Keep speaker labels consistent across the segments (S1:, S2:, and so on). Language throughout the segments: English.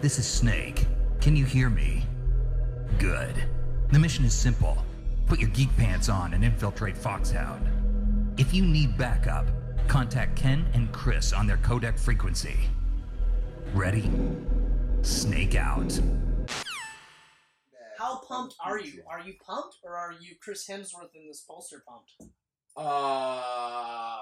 S1: This is Snake. Can you hear me? Good. The mission is simple put your geek pants on and infiltrate Foxhound. If you need backup, contact Ken and Chris on their codec frequency. Ready? Snake out.
S2: How pumped are you? Are you pumped or are you Chris Hemsworth in this poster pumped?
S3: Uh,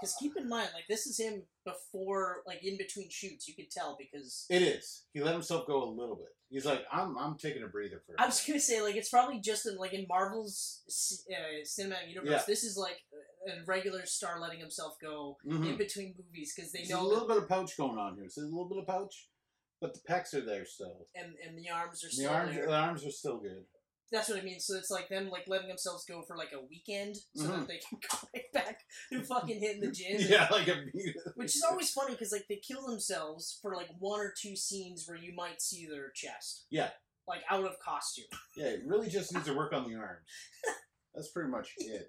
S2: Because keep in mind, like this is him before, like in between shoots. You could tell because
S3: it is. He let himself go a little bit. He's like, I'm, I'm taking a breather for. a
S2: I was gonna say like it's probably just in like in Marvel's c- uh, cinematic universe.
S3: Yeah.
S2: This is like a regular star letting himself go
S3: minute." Mhm.
S2: in between movies because they
S3: There's
S2: know
S3: a little bit of pouch going on here. So there's a little bit of pouch, but the pecs are there still.
S2: and and the arms are
S3: The
S2: still
S3: arms,
S2: there.
S3: the arms are uh, still good.
S2: That's what I mean. So it's like them like letting themselves go for like a weekend so
S3: Mhm.
S2: that they can go right back to fucking hitting the gym.
S3: Yeah, like immediately.
S2: Which is always funny because like they kill themselves for like one or two scenes where you might see their chest.
S3: Yeah.
S2: Like out of costume.
S3: Yeah, it really just needs to work on the arms. That's pretty much it.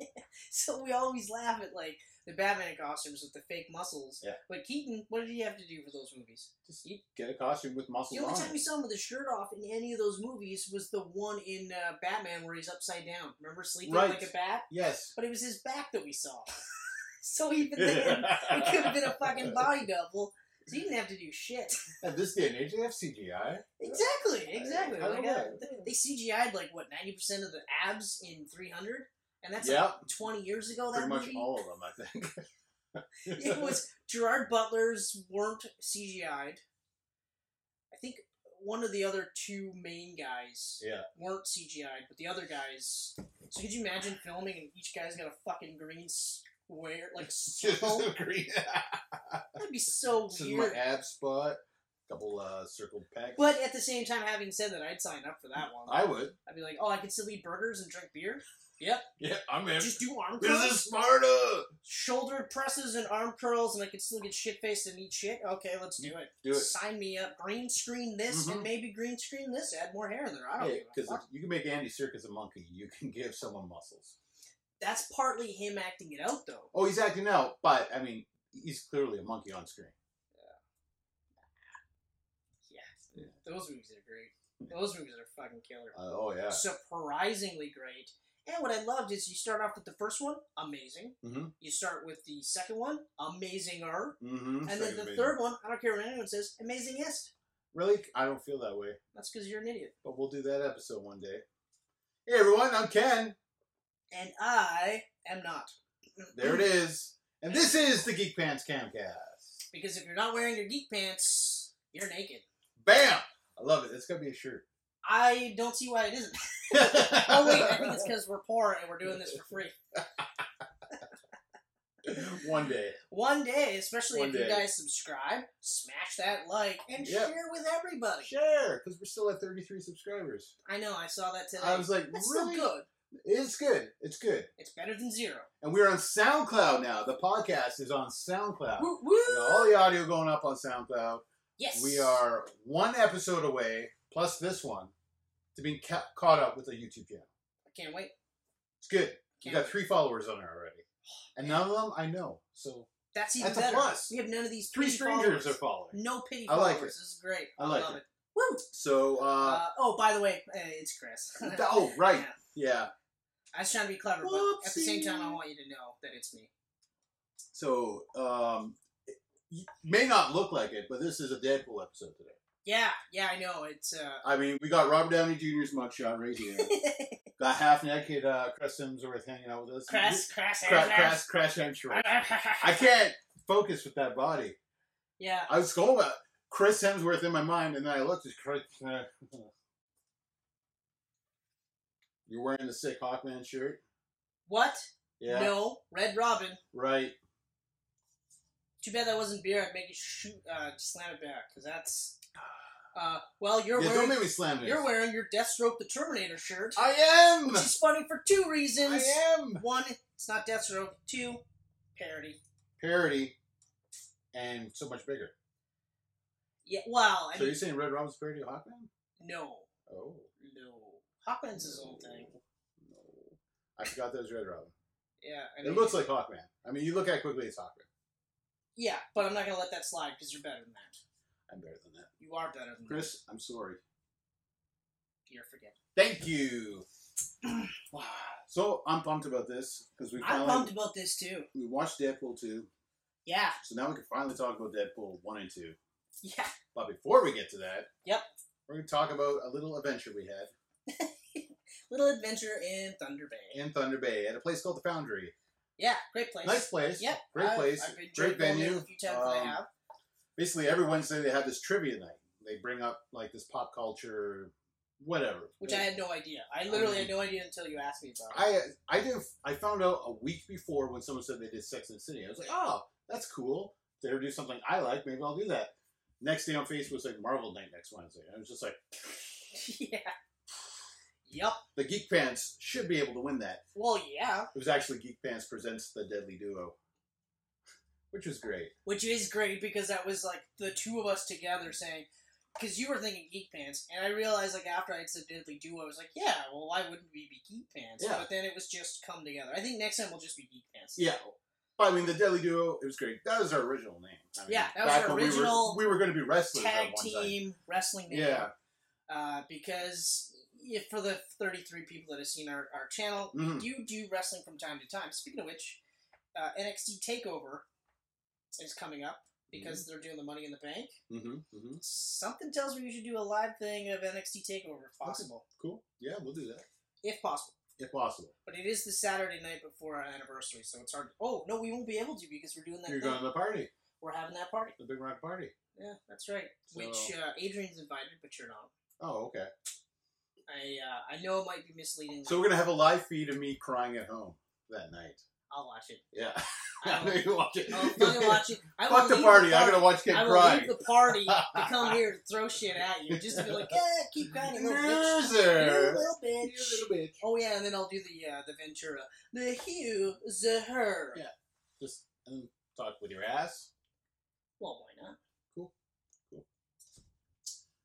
S2: So we always laugh at like the Batman costumes with the fake muscles.
S3: Yeah.
S2: But Keaton, what did he have to do for those movies?
S3: Just get a costume with muscles
S2: The only
S3: on
S2: time we
S3: it.
S2: saw him with his shirt off in any of those movies was the one in uh, Batman where he's upside down. Remember sleeping
S3: Right.
S2: like a bat?
S3: Yes.
S2: But it was his back that we saw. so even then, it could have been a fucking body double. So he didn't have to do shit.
S3: At this day and age, they have CGI.
S2: Exactly, exactly.
S3: I don't
S2: Like,
S3: know.
S2: uh, th- they CGI'd like what ninety percent of the abs in three hundred, and that's like
S3: Yep.
S2: twenty years ago. That
S3: Pretty much
S2: movie.
S3: all of them, I think.
S2: it was Gerard Butler's weren't CGI'd. I think one of the other two main guys
S3: Yeah.
S2: weren't CGI'd, but the other guys. So could you imagine filming and each guy's got a fucking green square like
S3: Just
S2: circle?
S3: agree.
S2: That'd be so
S3: This is my
S2: weird.
S3: ab spot. Couple uh, circled pecs.
S2: But at the same time, having said that, I'd sign up for that one.
S3: I would.
S2: I'd be like, oh, I can still eat burgers and drink beer. Yep,
S3: Yeah, I'm in.
S2: just do arm
S3: This
S2: curls,
S3: is Sparta.
S2: shoulder presses, and arm curls, and I can still get shit faced and eat shit. Okay, let's do it.
S3: Do it.
S2: Sign me up. Green screen this, and
S3: Mhm.
S2: maybe green screen this. Add more hair in there. I don't
S3: Hey,
S2: give a
S3: because
S2: fuck.
S3: you can make Andy Circus a monkey, you can give someone muscles.
S2: That's partly him acting it out, though.
S3: Oh, he's acting out, but I mean, he's clearly a monkey on screen.
S2: Yeah, those movies are great. Those movies are fucking killer.
S3: Uh, oh yeah,
S2: Surprisingly great. And what I loved is you start off with the first one, amazing.
S3: Mhm.
S2: You start with the second one, amazing-er.
S3: mm-hmm.
S2: and then the third one, I don't care what anyone says, amazingest.
S3: Really, I don't feel that way,
S2: That's because you're an idiot.
S3: but we'll do that episode one day. Hey everyone, I'm Ken.
S2: And I am not.
S3: There it is, and this is the Geek Pants Camcast.
S2: Because if you're not wearing your geek pants, you're naked.
S3: Bam! I love it. That's gonna be a shirt.
S2: I don't see why it isn't. Oh, wait, I think it's because we're poor and we're doing this for free.
S3: one day.
S2: One day, especially
S3: One
S2: if you
S3: day.
S2: guys subscribe, smash that like, and
S3: Yep.
S2: share with everybody.
S3: Sure, because we're still at 33 subscribers.
S2: I know, I saw that today.
S3: I was like,
S2: That's
S3: really?
S2: still good.
S3: It's good. It's good.
S2: It's better than zero.
S3: And we're on SoundCloud now. The podcast is on SoundCloud.
S2: Woo, woo!
S3: You know, all the audio going up on SoundCloud.
S2: Yes.
S3: We are one episode away, plus this one, to being ca- caught up with a YouTube channel.
S2: I can't wait.
S3: It's good. We
S2: Can't
S3: got three followers on there already,
S2: Oh,
S3: and none of them I know. So
S2: That's even
S3: That's a
S2: better.
S3: plus.
S2: We have none of these
S3: three
S2: pity
S3: strangers
S2: followers.
S3: are following.
S2: No pity
S3: I like
S2: followers.
S3: it.
S2: This is great.
S3: I like
S2: love
S3: it.
S2: it. Woo!
S3: So, uh,
S2: Uh, oh, by the way, uh, it's Chris.
S3: oh right,
S2: Yeah.
S3: yeah.
S2: I was trying to be clever, but at the same time, I
S3: Whoopsie.
S2: want you to know that it's me.
S3: So um, it may not look like it, but this is a Deadpool episode today.
S2: Yeah, yeah, I know. It's uh,
S3: I mean, we got Robert Downey Jr.'s mugshot right here. got half naked uh, Chris Hemsworth hanging out with us.
S2: crass, crass,
S3: Cra- crash, crash, Hemsworth. I can't focus with that body.
S2: Yeah,
S3: I was going about Chris Hemsworth in my mind, and then I looked at Chris. You're wearing the sick Hawkman shirt?
S2: what?
S3: Yeah.
S2: No, Red Robin.
S3: Right.
S2: Too bad that wasn't beer. I'd make you shoot, uh, slam it back, because that's. Uh, well, you're
S3: yeah, don't
S2: wearing
S3: make me slam this.
S2: you're wearing your Deathstroke the Terminator shirt,
S3: I am!
S2: which is funny for two reasons.
S3: I am!
S2: One, it's not Deathstroke. Two, parody.
S3: Parody and so much bigger.
S2: Yeah, well, I
S3: So
S2: mean,
S3: you're saying Red Robin's parody of Hawkman?
S2: no,
S3: Oh.
S2: no. Hawkman's his own thing.
S3: No. I forgot that was Red Robin.
S2: Yeah, I
S3: It
S2: mean-
S3: looks like Hawkman. I mean, you look at it quickly, it's Hawkman.
S2: Yeah, but I'm not gonna let that slide because you're better than that.
S3: I'm better than that.
S2: You are better than that.
S3: Chris, I'm sorry.
S2: You're forgiven.
S3: Thank you. Wow. so I'm pumped about this because we
S2: I'm
S3: finally
S2: pumped about this too.
S3: we watched Deadpool two,
S2: Yeah,
S3: so now we can finally talk about Deadpool one and two.
S2: yeah.
S3: But before we get to that,
S2: Yep.
S3: we're going to talk about a little adventure we had
S2: Little adventure in Thunder Bay.
S3: in Thunder Bay at a place called the Foundry.
S2: Yeah, great place.
S3: Nice place.
S2: Yep.
S3: Great
S2: I've-
S3: place.
S2: I've enjoyed
S3: great
S2: going there
S3: venue.
S2: A few times I
S3: Um,
S2: have.
S3: basically every Wednesday they have this trivia night. They bring up like this pop culture, whatever.
S2: Which I had no idea. I literally had no idea until you asked me about it.
S3: Um, I I did. I found out a week before when someone said they did Sex and the City. I was like, oh, that's cool. They do something I like. Maybe I'll do that. Next day on Facebook was like Marvel Night next Wednesday. I was just like,
S2: yeah. Yup.
S3: the Geek Pants should be able to win that.
S2: Well, yeah.
S3: It was actually Geek Pants presents the Deadly Duo, which was great.
S2: Which is great because that was like the two of us together saying, because you were thinking Geek Pants, and I realized like after I had said Deadly Duo, I was like, yeah, well, why wouldn't we be Geek Pants?
S3: Yeah.
S2: But then it was just come together. I think next time we'll just be Geek Pants.
S3: Yeah. But I mean, the Deadly Duo. It was great. That was our original name. I mean,
S2: Yeah, that was
S3: back
S2: our
S3: when we were-
S2: original
S3: We were, going to be wrestlers at
S2: Tag
S3: one time.
S2: team wrestling name.
S3: Yeah.
S2: Uh, because if for the 33 people that have seen our, our channel,
S3: Mhm.
S2: you do wrestling from time to time. Speaking of which, uh, NXT Takeover is coming up because they're doing the Money in the Bank.
S3: Mm-hmm. Mm-hmm.
S2: Something tells me we should do a live thing of NXT Takeover if possible,
S3: Cool. Yeah, we'll do that
S2: if possible.
S3: if possible.
S2: But it is the Saturday night before our anniversary, so it's hard. To, oh no, we won't be able to because we're doing that.
S3: You're
S2: thing.
S3: going to the party,
S2: We're having that party.
S3: the Big Rock party.
S2: Yeah, that's right.
S3: So-
S2: Which uh, Adrian's invited, but you're not.
S3: Oh, okay.
S2: I uh, I know it might be misleading.
S3: So we're gonna have a live feed of me crying at home that night.
S2: I'll watch it.
S3: Yeah, I
S2: I'll,
S3: know you watch it.
S2: I'll fucking watch it. Oh. I
S3: Fuck
S2: will
S3: the
S2: leave
S3: party. I'm gonna watch Kid
S2: I will
S3: cry.
S2: leave the party to come here to throw shit at you, just to be like, yeah, keep grinding, little bitch. You
S3: Loser.
S2: little
S3: You
S2: bitch.
S3: little bitch.
S2: Oh yeah, and then I'll do the uh, the Ventura, the Hugh, the her.
S3: Yeah. Just and talk with your ass.
S2: Well, why not?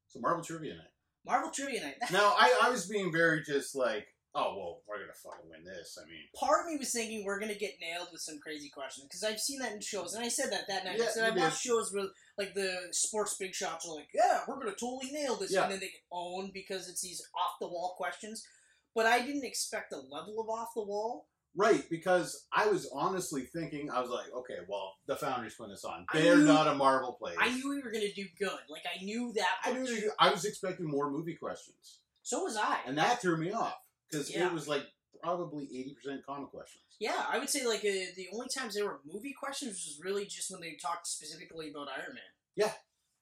S3: So Marvel trivia night.
S2: Marvel Trivia Night. That
S3: Now I, I was being very just like, oh well, we're gonna fucking win this. I mean,
S2: part of me was thinking we're gonna get nailed with some crazy questions because I've seen that in shows, and I said that that night.
S3: Yeah,
S2: I said
S3: you
S2: I watched shows where like the sports big shots are like, yeah, we're gonna totally nail this,
S3: Yeah.
S2: and then they get owned because it's these off the wall questions. But I didn't expect the level of off the wall.
S3: right? Because I was honestly thinking, I was like, okay, well, the founders put this on.
S2: I
S3: They're
S2: knew-
S3: not a Marvel place.
S2: I knew we were gonna do good. Like I knew that.
S3: I
S2: much.
S3: knew I was expecting more movie questions,
S2: So was I.
S3: and that threw me off because
S2: Yeah.
S3: it was like probably eighty percent comic questions.
S2: yeah, I would say like uh, the only times there were movie questions was really just when they talked specifically about Iron Man.
S3: Yeah.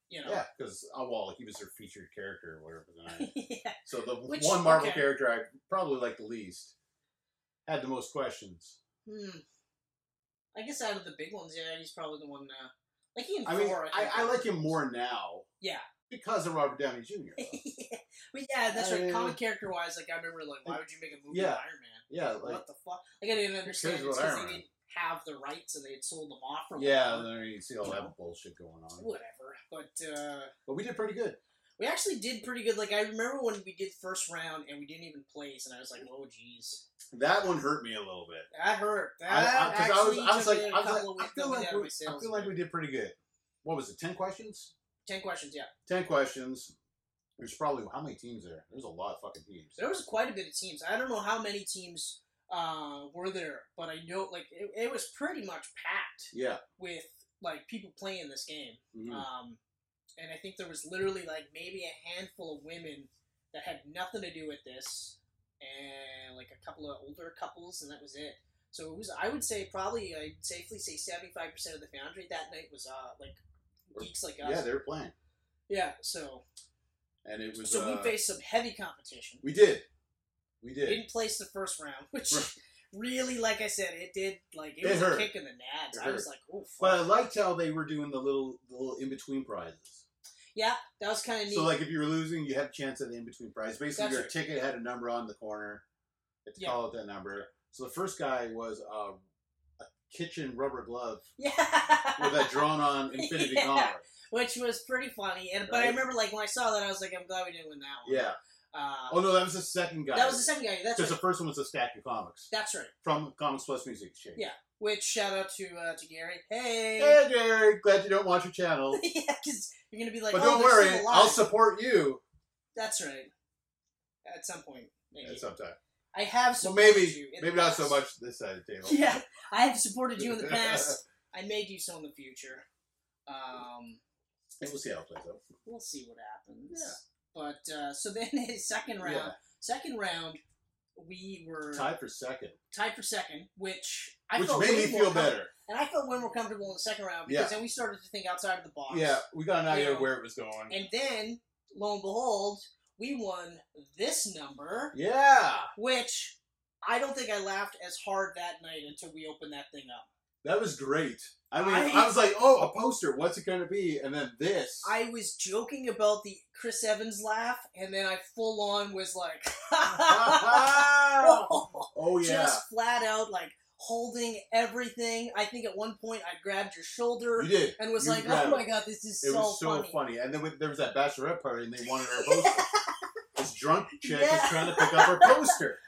S2: You know.
S3: Yeah, because oh, well, he was their featured character or whatever. the name.
S2: Yeah.
S3: so the
S2: Which-
S3: one Marvel
S2: okay.
S3: character I probably liked the least had the most questions.
S2: Hmm. I guess out of the big ones, yeah, he's probably the one. Uh, like he and
S3: I mean,
S2: Thor,
S3: I,
S2: think,
S3: I
S2: are-
S3: like him more now.
S2: Yeah.
S3: Because of Robert Downey Jr. though.
S2: yeah. But yeah, that's right.
S3: I-
S2: Comic character wise, like I remember, like why would you make a movie
S3: Yeah.
S2: with Iron Man?
S3: yeah, like
S2: what the fuck? Like I didn't understand.
S3: cares
S2: It's
S3: about
S2: because
S3: Iron
S2: they
S3: Man?
S2: didn't have the rights and they had sold them off. Or
S3: yeah.
S2: whatever.
S3: There you see all that bullshit going on.
S2: Whatever. But. uh
S3: But we did pretty good.
S2: We actually did pretty good. Like I remember when we did first round and we didn't even place, and I was like, "Oh, jeez,
S3: That one hurt me a little bit.
S2: that hurt." That
S3: I, I, 'cause I was,
S2: actually
S3: I was
S2: took
S3: like,
S2: me a
S3: I was
S2: couple
S3: like, I
S2: of
S3: feel
S2: weeks
S3: like
S2: out of
S3: we,
S2: my
S3: I
S2: sales
S3: feel like
S2: bit.
S3: we did pretty good. What was it? Ten questions.
S2: ten questions. Yeah,
S3: 10 questions. There's probably how many teams there? There's a lot of fucking teams.
S2: there was quite a bit of teams. I don't know how many teams uh, were there, but I know like it, it was pretty much packed
S3: Yeah.
S2: with like people playing this game.
S3: Mhm.
S2: Um, and I think there was literally like maybe a handful of women that had nothing to do with this, and like a couple of older couples, and that was it. So it was, I would say, probably I'd safely say seventy five percent of the foundry that night was uh like geeks like us.
S3: yeah, they were playing.
S2: Yeah, So
S3: And it was
S2: so
S3: uh,
S2: we faced some heavy competition.
S3: we did. We
S2: We
S3: did.
S2: didn't place the first round, which
S3: Right.
S2: really, like I said, it did like it,
S3: It
S2: was
S3: hurt.
S2: a kick in the nads.
S3: It
S2: I was
S3: hurt.
S2: like, oh
S3: but I
S2: fuck.
S3: liked how they were doing the little the little in between prizes.
S2: yeah, that was kind of neat.
S3: So like if you were losing, you had a chance at the in between prize. Basically
S2: That's
S3: your
S2: right.
S3: ticket had a number on the corner. You had to
S2: Yeah.
S3: call out that number. So the first guy was uh, a kitchen rubber glove
S2: yeah,
S3: with a drawn on infinity
S2: Yeah.
S3: gauntlet.
S2: which was pretty funny. And but I
S3: Right.
S2: remember like when I saw that, I was like, I'm glad we didn't win that one.
S3: Yeah.
S2: Uh,
S3: Oh no, that was the second guy.
S2: that was the second guy. That's
S3: Because
S2: right.
S3: the first one was a stack of comics
S2: That's right.
S3: from Comics Plus Music Exchange.
S2: Yeah. Which shout out to uh, to Gary. Hey.
S3: Hey, Jared, glad you don't watch your channel.
S2: yeah, because you're gonna be like,
S3: but
S2: oh,
S3: don't
S2: they're
S3: worry,
S2: still alive.
S3: I'll support you
S2: That's right. At some point, maybe.
S3: at some time.
S2: I have
S3: Well,
S2: supported
S3: maybe
S2: you. in
S3: maybe
S2: the
S3: not so
S2: past.
S3: much this side of the table.
S2: Yeah, I have supported you in the past. I may do so in the future. Um,
S3: We'll see how it plays out.
S2: we'll see what happens. But uh, so then, his second round,
S3: Yeah.
S2: second round, we were
S3: Tied for second,
S2: tied for second, which I
S3: which
S2: felt
S3: made me
S2: way more
S3: feel
S2: comfor-
S3: better.
S2: and I felt way more comfortable in the second round because
S3: Yeah.
S2: then we started to think outside of the box.
S3: Yeah, we got an idea
S2: Yeah.
S3: of where it was going.
S2: and then lo and behold, we won this number,
S3: yeah,
S2: which I don't think I laughed as hard that night until we opened that thing up.
S3: that was great. I mean,
S2: I-
S3: I, was like, oh, a poster. What's it gonna be? And then this.
S2: I was joking about the Chris Evans laugh, and then I full on was like, oh,
S3: oh yeah,
S2: just flat out like holding everything. I think at one point I grabbed your shoulder
S3: you did.
S2: and was
S3: You
S2: like,
S3: grabbed
S2: "Oh my god, this is
S3: It
S2: so,
S3: was so
S2: funny."
S3: funny. And then with- there was that bachelorette party, and they wanted our poster. this drunk chick
S2: Yeah.
S3: was trying to pick up our poster.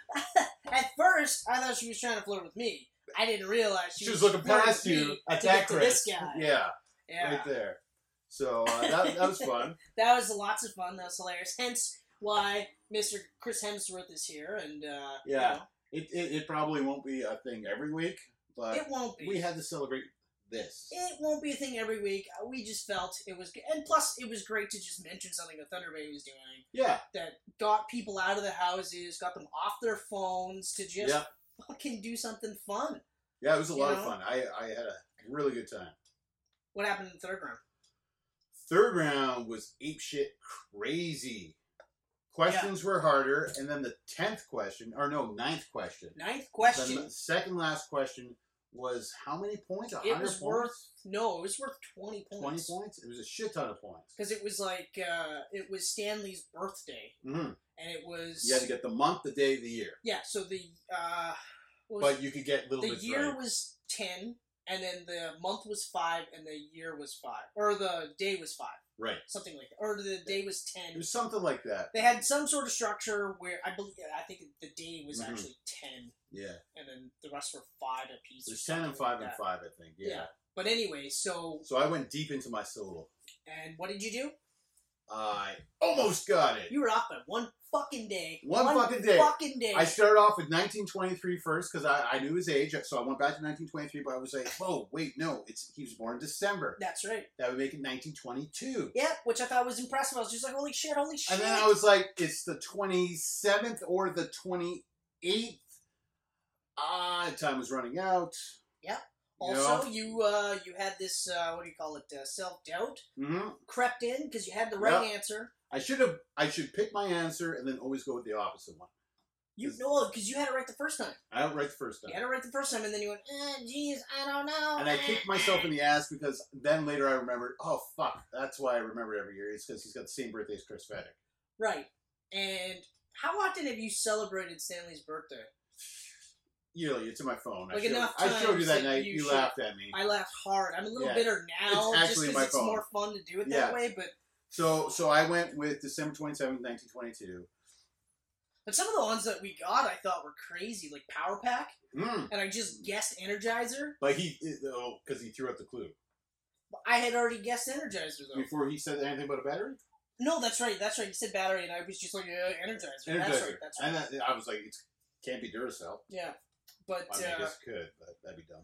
S2: At first, I thought she was trying to flirt with me. I didn't realize she,
S3: She was looking
S2: flirting
S3: past
S2: with
S3: you
S2: me
S3: at
S2: to
S3: that
S2: get to this
S3: Chris.
S2: guy.
S3: Yeah,
S2: Yeah,
S3: right there. So uh, that, that was fun.
S2: that was lots of fun. That was hilarious. Hence why Mr. Chris Hemsworth is here, and uh, you
S3: Yeah. It, it, it probably won't be a thing every week,
S2: know,
S3: but
S2: it won't be.
S3: we had to celebrate this.
S2: it won't be a thing every week. Uh, We just felt it was, and plus, it was great to just mention something that Thunder Bay was doing.
S3: Yeah,
S2: that got people out of the houses, got them off their phones to just
S3: yeah,
S2: fucking do something fun.
S3: yeah. It was a
S2: You
S3: lot of
S2: know?
S3: fun. I, I had a really good time.
S2: What happened in the third round?
S3: Third round was ape shit crazy. Questions were harder, and then the tenth question, or no, ninth question.
S2: Ninth
S3: The
S2: question.
S3: second last question was how many points? A
S2: It
S3: hundred
S2: was
S3: points?
S2: worth no, it was worth twenty
S3: Twenty
S2: points.
S3: points? It was a shit ton of points.
S2: Because it was like uh, it was Stanley's birthday,
S3: hmm
S2: and it was
S3: You had to get the month, the day, the year,
S2: yeah. So the uh, what was
S3: but you could get
S2: it?
S3: little
S2: the
S3: bits
S2: year
S3: right.
S2: was ten, and then the month was five, and the year was five, or the day was five,
S3: Right.
S2: something like that, or the day was ten.
S3: It was something like that.
S2: they had some sort of structure where I believe I think the day was
S3: Mhm.
S2: actually ten,
S3: Yeah.
S2: and then the rest were five apiece. or
S3: There's ten and
S2: something like
S3: five and
S2: that.
S3: five, I think. Yeah.
S2: Yeah. But anyway, so
S3: So I went deep into my soul.
S2: and what did you do?
S3: I almost got it.
S2: You were off by one fucking day.
S3: One fucking day.
S2: Fucking day.
S3: I started off with 1923 first because I, I knew his age, so I went back to 1923. But I was like, "Oh, wait, no! It's he was born in December.
S2: That's right.
S3: That would make it 1922."
S2: Yeah, which I thought was impressive. I was just like, holy shit, holy shit.
S3: And then I was like, it's the 27th or the 28th. Ah, time was running out. you know.
S2: also, you uh, you had this uh, what do you call it? Uh, Self doubt
S3: hmm
S2: crept in because you had the right
S3: Yeah.
S2: answer.
S3: I should have. I should pick my answer and then always go with the opposite one.
S2: You know, because you had it right the first time.
S3: I don't write the first
S2: You
S3: time,
S2: had it right the first time, and then you went, eh, "Geez, I don't know." eh,
S3: and I kicked myself in the ass because then later I remembered. Oh fuck! That's why I remember every year. It's because he's got the same birthday as Chris Fettick.
S2: Right. And how often have you celebrated Stanley's birthday?
S3: Yearly, it's in my phone.
S2: Like
S3: I, showed,
S2: enough
S3: I showed you
S2: times
S3: that
S2: that
S3: night.
S2: you
S3: You,
S2: should-
S3: laughed at me.
S2: I laughed hard. I'm a little
S3: Yeah.
S2: bitter now,
S3: It's
S2: just
S3: actually
S2: because
S3: my
S2: it's
S3: phone.
S2: more fun to do it
S3: Yeah.
S2: that way. But
S3: so, so I went with December 27th, 1922.
S2: but some of the ones that we got, I thought were crazy, like Power Pack,
S3: Mm.
S2: and I just guessed Energizer.
S3: But he, oh, because he threw out the clue.
S2: I had already guessed Energizer though.
S3: Before he said anything about a battery?
S2: No, that's right. That's right. You said battery, and I was just like, yeah, Energizer. That's right.
S3: Energizer.
S2: That's right.
S3: And that, I was like, it can't be Duracell.
S2: yeah. But
S3: I mean, I
S2: uh,
S3: guess it could, but that'd be dumb.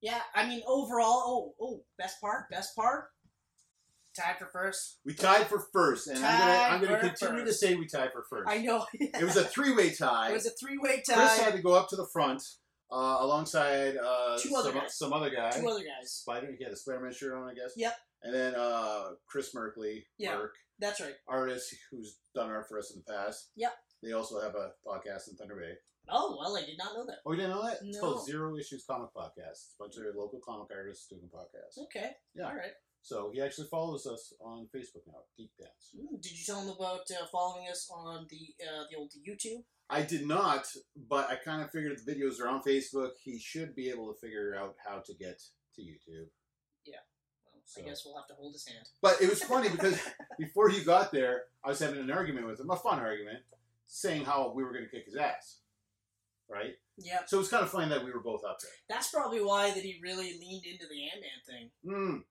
S2: yeah, I mean overall, oh oh, best part, best part, tied for first.
S3: We tied for first, and
S2: Tied
S3: I'm gonna I'm
S2: for
S3: gonna continue to
S2: first.
S3: say we tied for first.
S2: I know
S3: It was a three-way tie.
S2: it was a three way tie.
S3: Chris had to go up to the front uh, alongside uh,
S2: Two
S3: some,
S2: other guys.
S3: some other guy.
S2: Two other guys.
S3: Spider. He had a Spider-Man shirt on, I guess.
S2: Yep.
S3: And then uh, Chris Merkley,
S2: Yeah.
S3: Merk,
S2: That's right.
S3: artist who's done art for us in the past.
S2: Yep.
S3: They also have a podcast in Thunder Bay.
S2: Oh well, I did not know that.
S3: Oh, you didn't know that? It's
S2: No.
S3: called Zero Issues Comic Podcast. It's a bunch of local comic artists doing a podcast.
S2: Okay.
S3: Yeah.
S2: All right.
S3: So he actually follows us on Facebook now, Deep Dance.
S2: Mm, Did you tell them about uh, following us on the uh, the old YouTube?
S3: I did not, but I kind of figured the videos are on Facebook. He should be able to figure out how to get to YouTube.
S2: Well,
S3: So-
S2: I guess we'll have to hold his hand.
S3: But it was funny because before he got there, I was having an argument with him, a fun argument, saying how we were going to kick his ass. Right?
S2: Yep.
S3: So it was kind of funny that we were both up there.
S2: That's probably why that he really leaned into the Ant Man thing.
S3: Mm,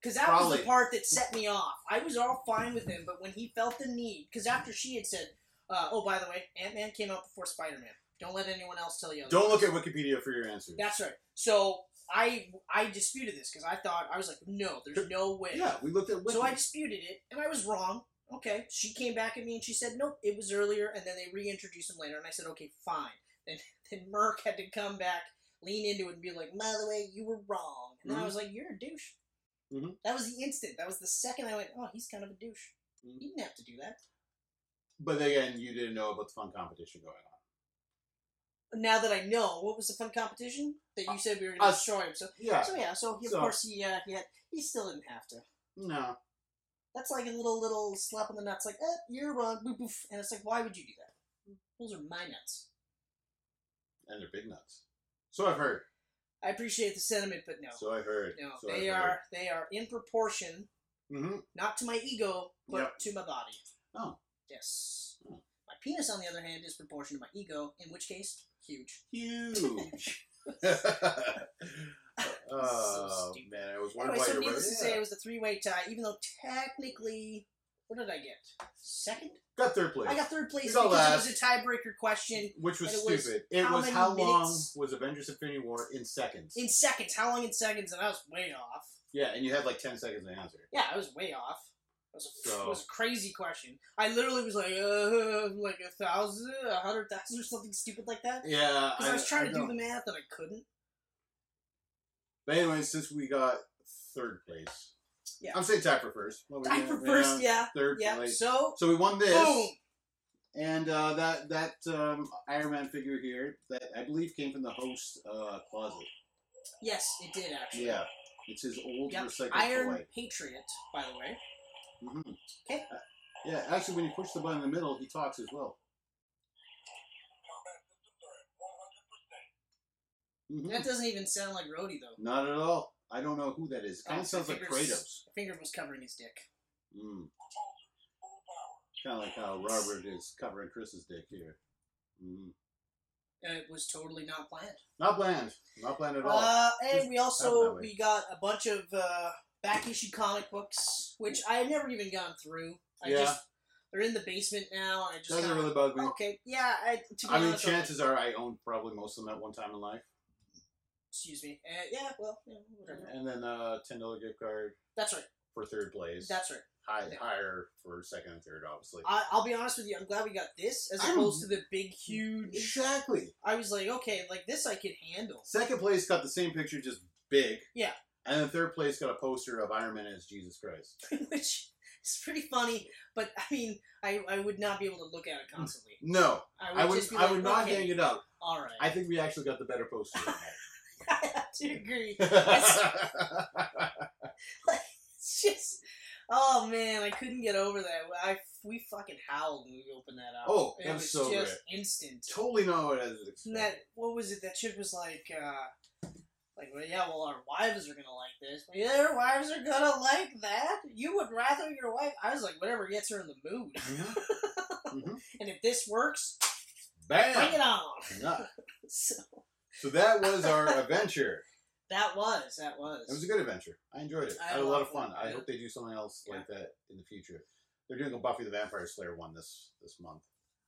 S2: Because that was
S3: Probably.
S2: the part that set me off. I was all fine with him, but when he felt the need, because after she had said, uh, oh, by the way, Ant Man came out before Spider Man. Don't let anyone else tell you. otherwise."
S3: don't look at Wikipedia for your answers.
S2: That's right. So I I disputed this because I thought, I was like, no, there's no way.
S3: yeah, we looked at Wiki.
S2: So I disputed it, and I was wrong. Okay, she came back at me and she said, nope, it was earlier, and then they reintroduced him later, and I said, okay, fine. Then, then Merck had to come back, lean into it, and be like, by the way, you were wrong. And then
S3: Mhm.
S2: I was like, you're a douche.
S3: Mhm.
S2: That was the instant. That was the second I went, oh, he's kind of a douche.
S3: Mhm.
S2: He didn't have to do that.
S3: but again, you didn't know about the fun competition going on.
S2: Now that I know, what was the fun competition that you said we were going
S3: Uh,
S2: to destroy him? So,
S3: Yeah.
S2: so yeah, so he, of
S3: So-
S2: course he uh, he had he still didn't have to.
S3: No.
S2: That's like a little little slap on the nuts, like, eh, you're wrong, boop, boop. And it's like, why would you do that? Those are my nuts.
S3: And they're big nuts. So I've heard.
S2: I appreciate the sentiment, but no.
S3: So I've heard.
S2: no.
S3: so
S2: they
S3: I've
S2: are they are in proportion,
S3: hmm
S2: not to my ego, but
S3: Yep.
S2: to my body.
S3: Oh.
S2: Yes.
S3: Oh.
S2: My penis, on the other hand, is proportion to my ego, in which case, huge.
S3: Huge.
S2: So
S3: oh,
S2: stupid.
S3: man. I was wondering
S2: Anyway,
S3: why
S2: so
S3: you were.
S2: needless to say,
S3: yeah.
S2: it was a three way tie, even though technically, what did I get? Second?
S3: Got third place.
S2: I got third place
S3: We
S2: because
S3: got
S2: it
S3: last.
S2: was a tiebreaker question
S3: Which was
S2: And it was
S3: stupid. it
S2: how
S3: was
S2: many
S3: how long
S2: minutes?
S3: was Avengers Infinity War in seconds?
S2: in seconds. How long in seconds? And I was way off.
S3: yeah, and you had like 10 seconds to answer.
S2: Yeah, I was way off. That was a,
S3: So-
S2: it was a crazy question. I literally was like, uh, like a thousand, a hundred thousand, or something stupid like that.
S3: Yeah.
S2: Because I, was trying to do
S3: know.
S2: the math and I couldn't.
S3: But anyway, since we got third place.
S2: Yeah.
S3: I'm saying tied for first. Well, we
S2: I
S3: got-
S2: for
S3: we
S2: first,
S3: got
S2: yeah,
S3: Third
S2: yeah.
S3: place.
S2: So,
S3: So we won this.
S2: boom.
S3: And uh, that that um, Iron Man figure here that I believe came from the host uh, closet.
S2: Yes, it did actually.
S3: Yeah, it's his old
S2: Yep.
S3: recycled
S2: Iron
S3: toy.
S2: Patriot, by the way.
S3: Mhm.
S2: Okay.
S3: Uh, yeah, actually, when you push the button in the middle, he talks as well. Mhm.
S2: That doesn't even sound like Rhodey though.
S3: Not at all. I don't know who that is. It kind
S2: Oh,
S3: of sounds like
S2: figures.
S3: Kratos.
S2: My finger was covering his dick.
S3: Mm. Kind of like how Robert is covering Chris's dick here. Mm.
S2: And it was totally not planned.
S3: Not bland. Not bland at all.
S2: Uh, and
S3: Just happened
S2: we
S3: that
S2: also
S3: way.
S2: we got a bunch of uh, back issue comic books, which I had never even gone through. I
S3: Yeah.
S2: just They're in the basement now, and I just
S3: Doesn't
S2: kinda- oh,
S3: really bug me.
S2: okay. Yeah, I, to be
S3: I mean,
S2: honest, oh, I'm like,
S3: chances are I owned probably most of them at one time in life.
S2: excuse me. Uh, yeah, well, yeah, whatever.
S3: And then a $10 gift card
S2: That's right.
S3: for third place.
S2: That's right.
S3: High, higher for second and third, obviously.
S2: I, I'll be honest with you. I'm glad we got this as
S3: I'm-
S2: opposed to the big, huge.
S3: Exactly.
S2: I was like, okay, like this I could handle.
S3: Second place got the same picture, just big.
S2: Yeah.
S3: And then third place got a poster of Iron Man as Jesus Christ.
S2: which is pretty funny. But I mean, I, I would not be able to look at it constantly.
S3: No,
S2: I would,
S3: I would,
S2: just be
S3: I
S2: like,
S3: would not
S2: okay,
S3: hang it up.
S2: All right,
S3: I think we actually got the better poster. than
S2: I have to agree.
S3: that.
S2: It's just, oh man, I couldn't get over that. I we fucking howled when we opened that up.
S3: Oh,
S2: it
S3: that was
S2: was
S3: so
S2: just instant.
S3: totally know it as
S2: And that what was it? That chick was like, uh, like, well, yeah, well, our wives are gonna like this. Well, yeah, their wives are gonna like that. You would rather your wife? I was like, whatever gets her in the mood.
S3: Mhm.
S2: And if this works, bring it
S3: Bam!
S2: on.
S3: Yeah.
S2: So
S3: So that was our adventure.
S2: that was that was.
S3: It was a good adventure. I enjoyed it. I
S2: I
S3: had a lot of
S2: loved
S3: fun.
S2: it.
S3: I
S2: Yeah.
S3: hope they do something else like that in the future. They're doing a Buffy the Vampire Slayer one this this month.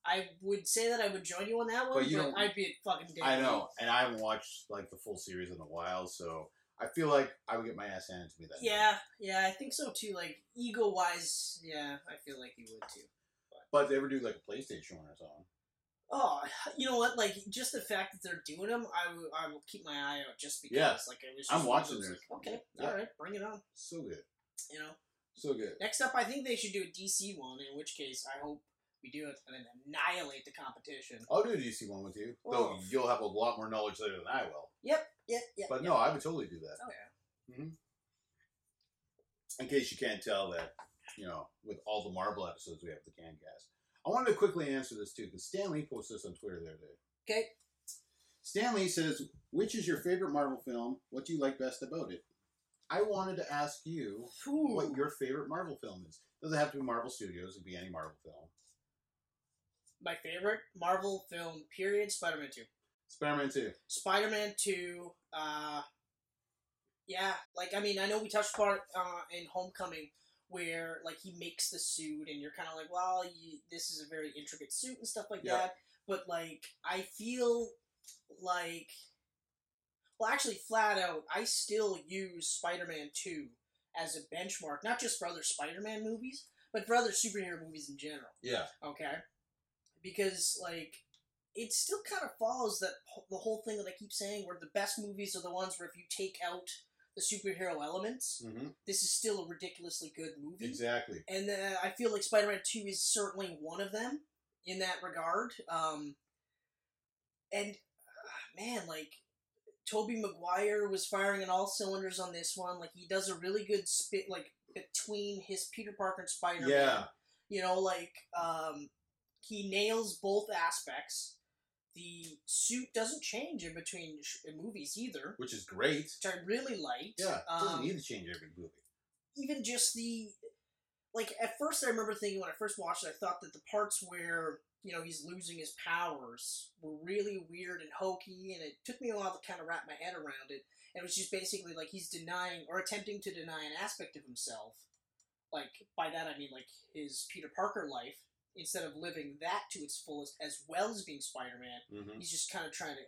S2: I would say that I would join you on that one,
S3: But
S2: but,
S3: you don't-
S2: I'd be a fucking dick.
S3: I know, and I haven't watched like the full series in a while, so I feel like I would get my ass handed to me that. night.
S2: Yeah, yeah, I think so too. Like ego wise, yeah, I feel like you would too.
S3: But if they ever do like a PlayStation one or something.
S2: Oh, you know what? Like just the fact that they're doing them, I will- I will keep my eye out just because.
S3: Yeah.
S2: Like I was. Just
S3: I'm
S2: one of
S3: watching
S2: those,
S3: this.
S2: Like, okay,
S3: Yeah.
S2: all right, bring it on.
S3: So good.
S2: You know.
S3: So good.
S2: Next up, I think they should do a DC one. In which case, I hope we do it and then annihilate the competition.
S3: I'll do a DC one with you, though
S2: Oh.
S3: you'll have a lot more knowledge later than I will.
S2: Yeah, yeah. Oh,
S3: But no, I would totally do that.
S2: Okay.
S3: in case you can't tell that, you know, with all the Marvel episodes we have with the CanCast. I wanted to quickly answer this too, because Stan Lee posted this on Twitter the other day.
S2: Okay.
S3: Stan Lee says, which is your favorite Marvel film? What do you like best about it? I wanted to ask you
S2: Ooh.
S3: what your favorite Marvel film is. Doesn't have to be Marvel Studios. It could be any Marvel film.
S2: My favorite Marvel film, period, Spider-Man 2.
S3: Spider-Man Two.
S2: Spider-Man 2, uh, yeah, like, I mean, I know we touched part uh, in Homecoming where, like, he makes the suit and you're kind of like, well, you, this is a very intricate suit and stuff like
S3: Yeah.
S2: that. But, like, I feel like, well, actually, flat out, I still use Spider-Man 2 as a benchmark, not just for other Spider-Man movies, but for other superhero movies in general
S3: Yeah.
S2: okay because like it still kind of follows that wh- the whole thing that i keep saying where the best movies are the ones where if you take out the superhero elements
S3: hmm
S2: this is still a ridiculously good movie
S3: Exactly.
S2: and uh, i feel like spider-man 2 is certainly one of them in that regard um and uh, man like toby maguire was firing on all cylinders on this one like he does a really good spit like between his peter parker and spider-man
S3: Yeah.
S2: you know like um, he nails both aspects the suit doesn't change in between sh- movies either
S3: Which is great.
S2: which i really liked
S3: Yeah. Doesn't
S2: um,
S3: need to change every movie.
S2: even just the like at first i remember thinking when i first watched it i thought that the parts where you know he's losing his powers were really weird and hokey and it took me a while to kind of wrap my head around it and it was just basically like he's denying or attempting to deny an aspect of himself like by that i mean like his peter parker life instead of living that to its fullest as well as being spider-man
S3: hmm
S2: he's just kind of trying to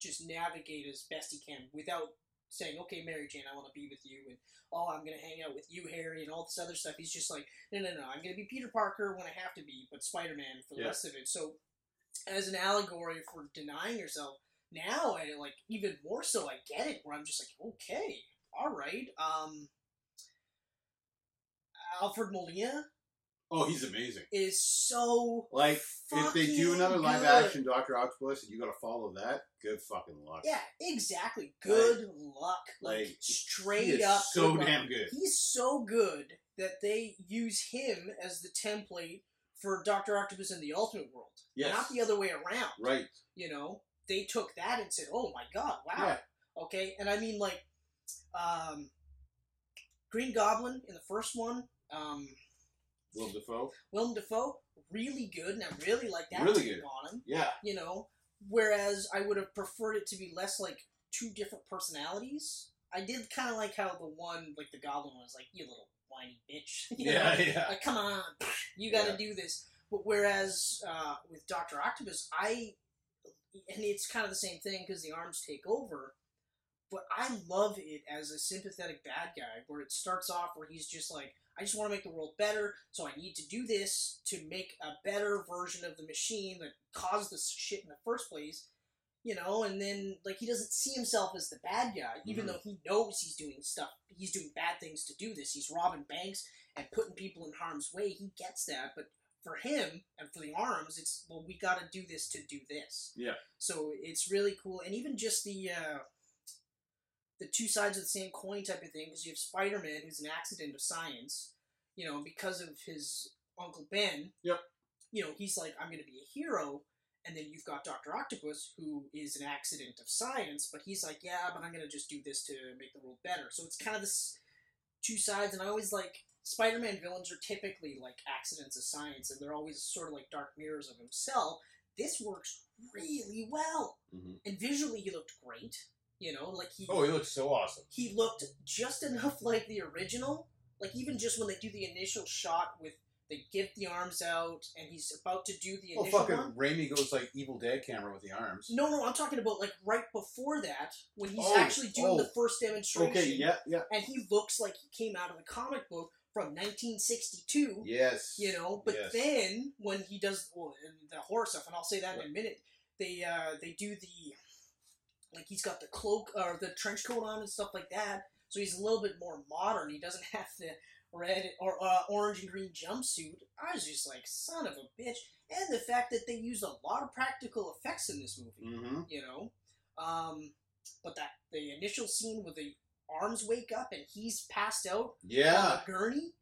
S2: just navigate as best he can without saying, "Okay, Mary Jane, I want to be with you," and "Oh, I'm going to hang out with you, Harry," and all this other stuff. He's just like, "No, no, no, I'm going to be Peter Parker when I have to be, but Spider Man for the
S3: Yeah.
S2: rest of it." So, as an allegory for denying yourself, now I like even more so. I get it. Where I'm just like, okay, all right. Um, Alfred Molina
S3: Oh, he's amazing.
S2: is so
S3: Like, if they do
S2: fucking
S3: another live
S2: good.
S3: action Doctor Octopus and you gotta follow that, good fucking luck.
S2: Yeah, exactly. Good luck. Like,
S3: like, He
S2: straight
S3: is
S2: up.
S3: so
S2: good luck.
S3: damn good.
S2: He's so good that they use him as the template for Doctor Octopus in the Ultimate World.
S3: Yes.
S2: Not the other way around.
S3: Right.
S2: You know, they took that and said, "Oh my god, wow."
S3: Yeah.
S2: Okay, and I mean like, um, Green Goblin in the first one. Um,
S3: Will Defoe.
S2: Willem Dafoe, really good, and I really like that
S3: Really
S2: take
S3: good.
S2: on him
S3: Yeah.
S2: you know. Whereas I would have preferred it to be less like two different personalities. I did kind of like how the one, like the goblin, was like, "You little whiny bitch." You know?
S3: Yeah. Yeah.
S2: Like, come on, you got to do this. But whereas uh, with Doctor Octopus, I and it's kind of the same thing because the arms take over. But I love it as a sympathetic bad guy, where it starts off where he's just like, "I just want to make the world better, so I need to do this to make a better version of the machine that caused this shit in the first place." You know, and then like he doesn't see himself as the bad guy, even
S3: Mhm.
S2: though he knows he's doing stuff, he's doing bad things to do this. He's robbing banks and putting people in harm's way. He gets that, but for him and for the arms, it's well, we got to do this to do this.
S3: Yeah.
S2: So it's really cool, and even just the uh, the two sides of the same coin type of thing, because you have Spider Man, who's an accident of science, you know, because of his Uncle Ben.
S3: Yep.
S2: You know, he's like, I'm going to be a hero. And then you've got Dr. Octopus, who is an accident of science, but he's like, yeah, but I'm going to just do this to make the world better. So it's kind of this two sides, and I always like Spider-Man villains are typically like accidents of science, and they're always sort of like dark mirrors of himself. This works really well,
S3: hmm
S2: and visually he looked great. You know, like he
S3: Oh, he looks so awesome.
S2: he looked just enough like the original. Like even just when they do the initial shot with they give the arms out and he's about to do the
S3: Oh,
S2: initial
S3: fucking
S2: one.
S3: Raimi goes like Evil Dead camera with the arms.
S2: No, no, I'm talking about like right before that when he's
S3: Oh,
S2: actually doing the
S3: oh.
S2: first demonstration.
S3: Okay. Yeah. Yeah.
S2: And he looks like he came out of a comic book from 1962.
S3: Yes.
S2: you know. But
S3: Yes.
S2: then when he does well, and the horror stuff, and I'll say that in a minute. They uh, they do the like he's got the cloak or the trench coat on and stuff like that. So he's a little bit more modern. He doesn't have the red or uh, orange and green jumpsuit. I was just like, son of a bitch. And the fact that they used a lot of practical effects in this movie
S3: Mm-hmm.
S2: you know. Um, but that the initial scene where the arms wake up and he's passed out on
S3: Yeah.
S2: the gurney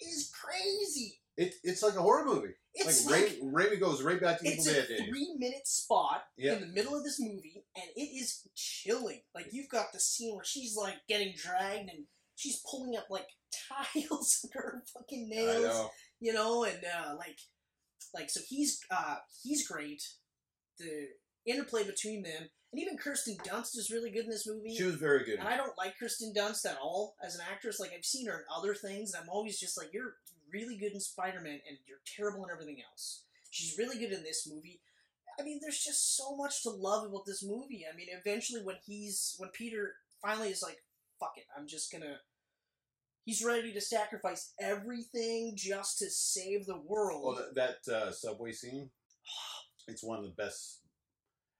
S2: is crazy.
S3: It, it's like a horror movie.
S2: It's
S3: like,
S2: like,
S3: Ray, Raimi goes right back to Evil
S2: it's
S3: Dead
S2: a
S3: days.
S2: three minute spot
S3: Yeah.
S2: in the middle of this movie, and it is chilling. Like you've got the scene where she's like getting dragged and she's pulling up like tiles in her fucking
S3: I
S2: nails
S3: know.
S2: you know, and uh, like, like so he's uh, he's great. The interplay between them, and even Kirsten Dunst is really good in this movie.
S3: She was very good.
S2: And I don't like Kirsten Dunst at all as an actress. Like I've seen her in other things, and I'm always just like, you're really good in Spider Man, and you're terrible in everything else. She's really good in this movie. I mean, there's just so much to love about this movie. I mean, eventually when he's when Peter finally is like, fuck it, I'm just gonna. He's ready to sacrifice everything just to save the world.
S3: Oh, that, that uh, subway scene. It's one of the best.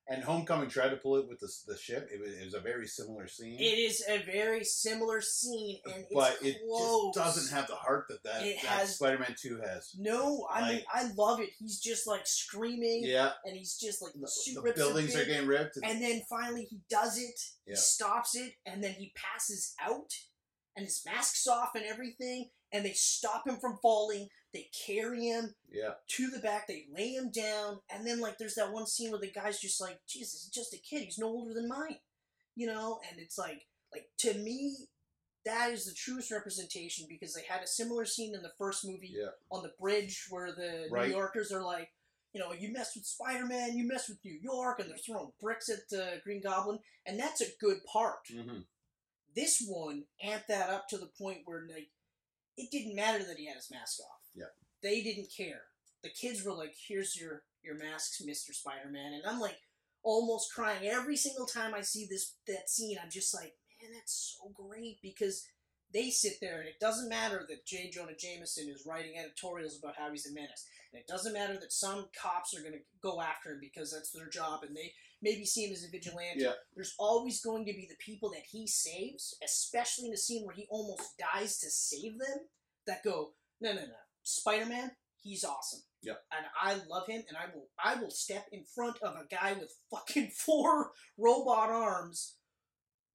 S3: And Homecoming tried to pull it with the, the ship. It was, it was a very similar scene,
S2: it is a very similar scene, and it's
S3: but it
S2: close.
S3: just doesn't have the heart that that,
S2: It
S3: that
S2: has-
S3: Spider-Man Two has.
S2: No, I mean
S3: Like-
S2: I love it. He's just like screaming,
S3: Yeah,
S2: and he's just like
S3: the,
S2: suit
S3: the
S2: rips a
S3: buildings are
S2: bit,
S3: getting ripped, and,
S2: And then finally he does it.
S3: Yeah.
S2: He stops it, and then he passes out, and his mask's off and everything. And they stop him from falling. They carry him
S3: yeah,
S2: to the back. They lay him down, and then like there's that one scene where the guy's just like, "Jesus, he's just a kid. He's no older than mine," you know. And it's like, like to me, that is the truest representation because they had a similar scene in the first movie
S3: yeah,
S2: on the bridge where the
S3: Right.
S2: New Yorkers are like, you know, you mess with Spider Man, you mess with New York, and they're throwing bricks at the Green Goblin, and that's a good part.
S3: hmm
S2: This one amped that up to the point where like it didn't matter that he had his mask off.
S3: Yeah.
S2: They didn't care. The kids were like, Here's your your masks, Mr. Spider Man and I'm like almost crying every single time I see this that scene, I'm just like, Man, that's so great because they sit there and it doesn't matter that J. Jonah Jameson is writing editorials about how he's a menace. And it doesn't matter that some cops are gonna go after him because that's their job and they maybe see him as a vigilante.
S3: Yeah.
S2: There's always going to be the people that he saves, especially in the scene where he almost dies to save them, that go, No no no. Spider Man, he's awesome.
S3: Yeah.
S2: And I love him and I will I will step in front of a guy with fucking four robot arms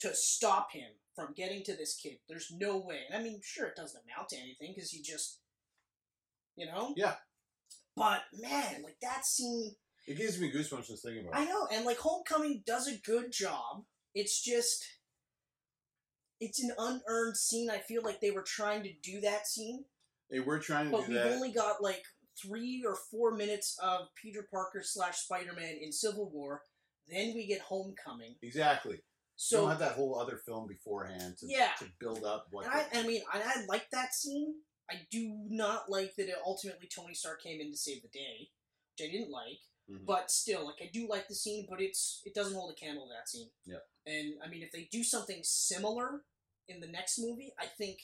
S2: to stop him from getting to this kid. There's no way. And I mean, sure, it doesn't amount to anything because he just, you know?
S3: Yeah.
S2: But man, like that scene,
S3: It gives me goosebumps just thinking about
S2: I
S3: it.
S2: know. And like Homecoming does a good job. It's just, it's an unearned scene. I feel like they were trying to do that scene,
S3: They were trying to
S2: but
S3: do
S2: we've
S3: that.
S2: only got like three or four minutes of Peter Parker slash Spider Man in Civil War. Then we get Homecoming.
S3: exactly. So,
S2: So
S3: you don't have that whole other film beforehand to,
S2: Yeah.
S3: to build up what.
S2: And I,
S3: the-
S2: I mean, I, I like that scene. I do not like that it ultimately Tony Stark came in to save the day, which I didn't like.
S3: Mhm.
S2: But still, like I do like the scene, but it's it doesn't hold a candle to that scene.
S3: Yeah.
S2: And I mean, if they do something similar in the next movie, I think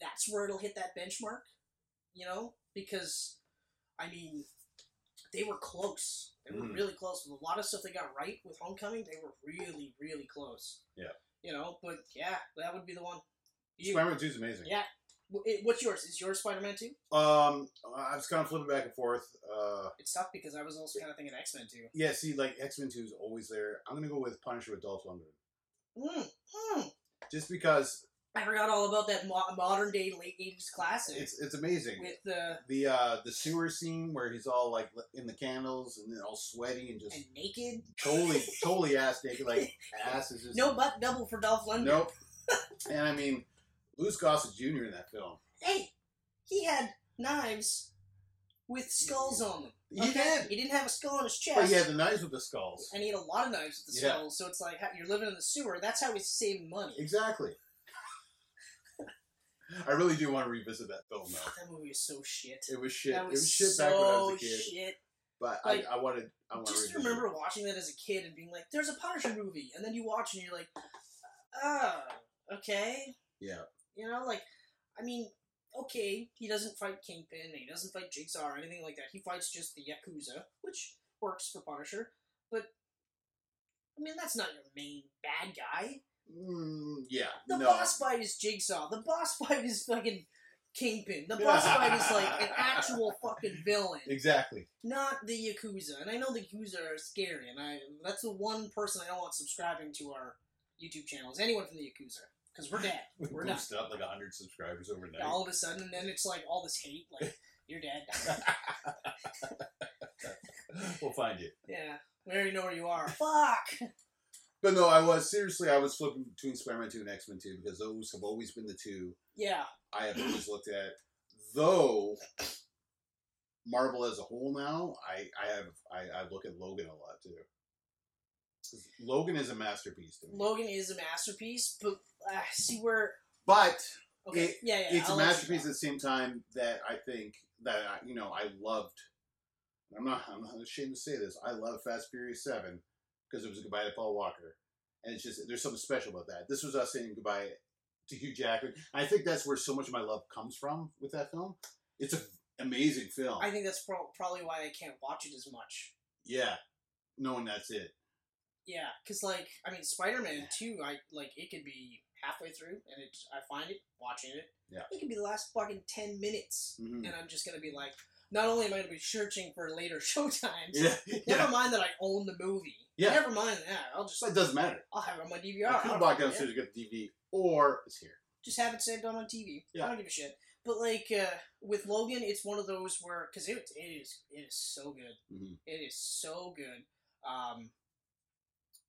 S2: that's where it'll hit that benchmark. You know, because I mean, they were close. They were
S3: Mhm.
S2: really close with a lot of stuff they got right with Homecoming. They were really, really close.
S3: Yeah.
S2: You know, but yeah, that would be the one. You-
S3: Spider-Man Two is amazing.
S2: yeah. Wh- it- What's yours? Is yours Spider Man 2?
S3: Um, I was kind of flipping back and forth. Uh,
S2: It's tough because I was also kind of thinking X Men 2.
S3: yeah, see, like X Men Two is always there. I'm gonna go with Punisher with Dolph Lundgren,
S2: Mm, mm.
S3: just because
S2: I forgot all about that mo- modern day late 80s classic
S3: it's it's amazing.
S2: with the
S3: the uh, the sewer scene where he's all like in the candles and then all sweaty and just
S2: and naked.
S3: totally totally ass naked, like ass is just
S2: No butt double for Dolph Lundgren.
S3: nope. and I mean, Louis Gossett Jr. in that film,
S2: Hey, he had knives with skulls on them.
S3: He
S2: okay?
S3: did.
S2: He didn't have a skull on his chest.
S3: but he had the knives with the skulls.
S2: and he had a lot of knives with the
S3: Yeah.
S2: skulls, so it's like ha- you're living in the sewer. That's how he's saving money.
S3: Exactly. I really do want to revisit that film
S2: Fuck,
S3: though.
S2: that movie is so shit.
S3: It was shit.
S2: That
S3: it was shit back when I was a
S2: so
S3: kid.
S2: shit.
S3: But
S2: Like,
S3: I, I wanted. I wanted
S2: just remember watching that as a kid and being like, "There's a Punisher movie," and then you watch and you're like, "Oh, okay."
S3: Yeah.
S2: You know, like, I mean, okay, he doesn't fight Kingpin, and he doesn't fight Jigsaw or anything like that. He fights just the Yakuza, which works for Punisher, but I mean, that's not your main bad guy.
S3: Mm, yeah.
S2: The
S3: no.
S2: boss fight is Jigsaw. The boss fight is fucking Kingpin. The boss fight is like an actual fucking villain
S3: Exactly.
S2: not the Yakuza. And I know the Yakuza are scary, and I that's the one person I don't want subscribing to our YouTube channel is anyone from the Yakuza. Because we're dead.
S3: We
S2: We're done.
S3: boosted up like hundred subscribers overnight.
S2: All of a sudden, and then it's like all this hate, like, you're dead.
S3: we'll find you.
S2: yeah. We already know where you are. Fuck!
S3: But no, I was seriously. I was flipping between Spider-Man Two and X-Men Two because those have always been the two
S2: Yeah,
S3: I have always looked at. Though Marvel as a whole now, I I have I, I look at Logan a lot too. 'Cause Logan is a masterpiece to me.
S2: Logan is a masterpiece, but uh, see where.
S3: but
S2: Okay,
S3: It-
S2: yeah, yeah,
S3: it's
S2: I'll
S3: a
S2: let you
S3: masterpiece
S2: go.
S3: at the same time that I think that I, you know I loved. I'm not I'm not ashamed to say this. I love Fast Furious Seven because it was a goodbye to Paul Walker, and it's just there's something special about that. This was us saying goodbye to Hugh Jackman. I think that's where so much of my love comes from with that film. It's an amazing film.
S2: I think that's pro- probably why I can't watch it as much.
S3: yeah, knowing that's it.
S2: Yeah, because like I mean, Spider Man too. I like it could be halfway through, and it I find it watching it.
S3: Yeah.
S2: it could be the last fucking ten minutes,
S3: Mhm.
S2: and I'm just gonna be like, not only am I gonna be searching for later showtimes,
S3: Yeah, yeah.
S2: never mind that I own the movie.
S3: Yeah.
S2: never mind that. I'll just
S3: So it doesn't matter.
S2: I'll have it on my DVR.
S3: I
S2: I
S3: could
S2: don't
S3: walk
S2: care.
S3: downstairs and get the DVD, or it's here.
S2: just have it saved on my TV.
S3: Yeah.
S2: I don't give a shit. But like uh, with Logan, it's one of those where because it, it is it is so good.
S3: Mhm.
S2: It is so good. Um,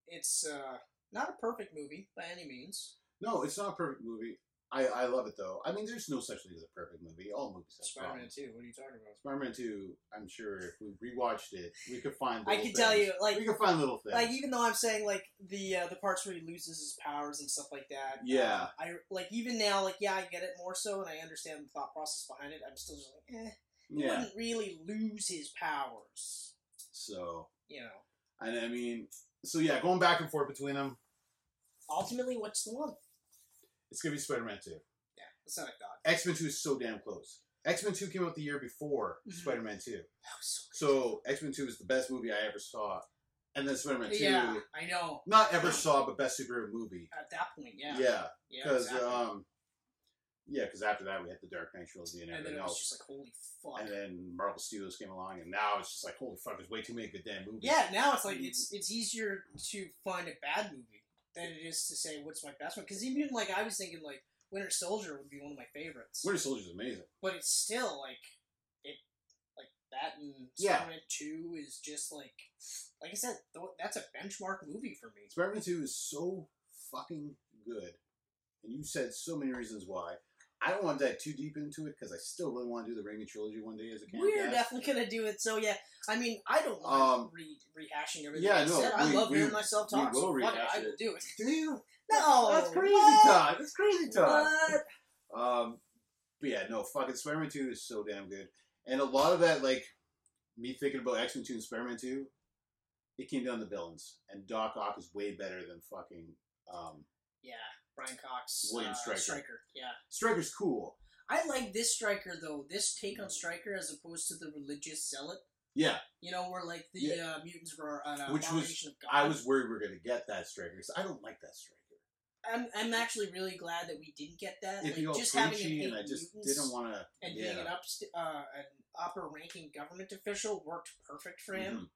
S2: it's uh, not a perfect movie by any means.
S3: No, it's not a perfect movie. I, I love it though. I mean, there's no such thing as a perfect movie. All movies have
S2: Spider-Man
S3: problems.
S2: Two. What are you talking about?
S3: Spider-Man Two. I'm sure if we rewatched it, we could find.
S2: I
S3: little
S2: can tell
S3: things.
S2: you, like,
S3: we could find little things.
S2: like even though I'm saying like the uh, the parts where he loses his powers and stuff like that.
S3: Yeah.
S2: um, I like even now, like yeah, I get it more so, and I understand the thought process behind it. I'm still just like, eh, he
S3: yeah.
S2: wouldn't really lose his powers,
S3: So
S2: you know.
S3: and I mean, so yeah, going back and forth between them,
S2: ultimately, what's the one?
S3: it's gonna be Spider-Man Two.
S2: Yeah, it's not a god.
S3: X-Men Two is so damn close. X-Men Two came out the year before
S2: Mhm.
S3: Spider-Man Two,
S2: That was
S3: so X-Men Two is the best movie I ever saw, and then Spider-Man Two,
S2: Yeah, I know.
S3: not ever saw, but best superhero movie.
S2: At that point, yeah,
S3: yeah.
S2: yeah,
S3: Because
S2: exactly.
S3: um, yeah, because after that we had the Dark Knight trilogy and
S2: and then
S3: everything
S2: it was
S3: else,
S2: just like, holy fuck.
S3: and then Marvel Studios came along, and now it's just like, holy fuck, there's way too many good damn movies.
S2: yeah, now it's like it's it's easier to find a bad movie than it is to say what's my best one. Because even like I was thinking like Winter Soldier would be one of my favorites,
S3: Winter Soldier's amazing.
S2: but it's still like it like that and
S3: Yeah.
S2: Spider-Man Two is just like like I said, th- that's a benchmark movie for me.
S3: Spider-Man Two is so fucking good, and you said so many reasons why. I don't want to dive too deep into it because I still really want to do the Raimi trilogy one day as a
S2: We're
S3: camera.
S2: definitely gonna do it. So yeah, I mean, I don't mind
S3: Um,
S2: re- rehashing everything
S3: yeah,
S2: I
S3: no,
S2: said. I
S3: we-
S2: love
S3: we-
S2: hearing myself
S3: we
S2: talk.
S3: will
S2: so fuck it,
S3: rehash
S2: I will
S3: it.
S2: do it.
S3: Damn,
S2: No,
S3: that's crazy,
S2: Oh, what?
S3: Todd. That's crazy, Todd.
S2: What?
S3: Um, but yeah, no, fucking Spider-Man Two is so damn good, and a lot of that, like me thinking about X-Men Two and Spider-Man Two, it came down to villains, and Doc Ock is way better than fucking um,
S2: Yeah, Brian Cox,
S3: William
S2: uh,
S3: Stryker.
S2: Yeah,
S3: Striker's cool.
S2: I like this Striker though. This take on Striker as opposed to the religious zealot.
S3: Yeah,
S2: You know, where like the uh, mutants were an
S3: Which was-
S2: abomination of God.
S3: I was worried we were gonna get that Striker. 'cause I don't like that Striker.
S2: I'm, I'm actually really glad that we didn't get that.
S3: It
S2: like,
S3: felt
S2: just having him
S3: preachy,
S2: hate
S3: and I just
S2: mutants
S3: didn't want to.
S2: and
S3: yeah.
S2: being an up uh, an upper ranking government official worked perfect for him.
S3: Mhm.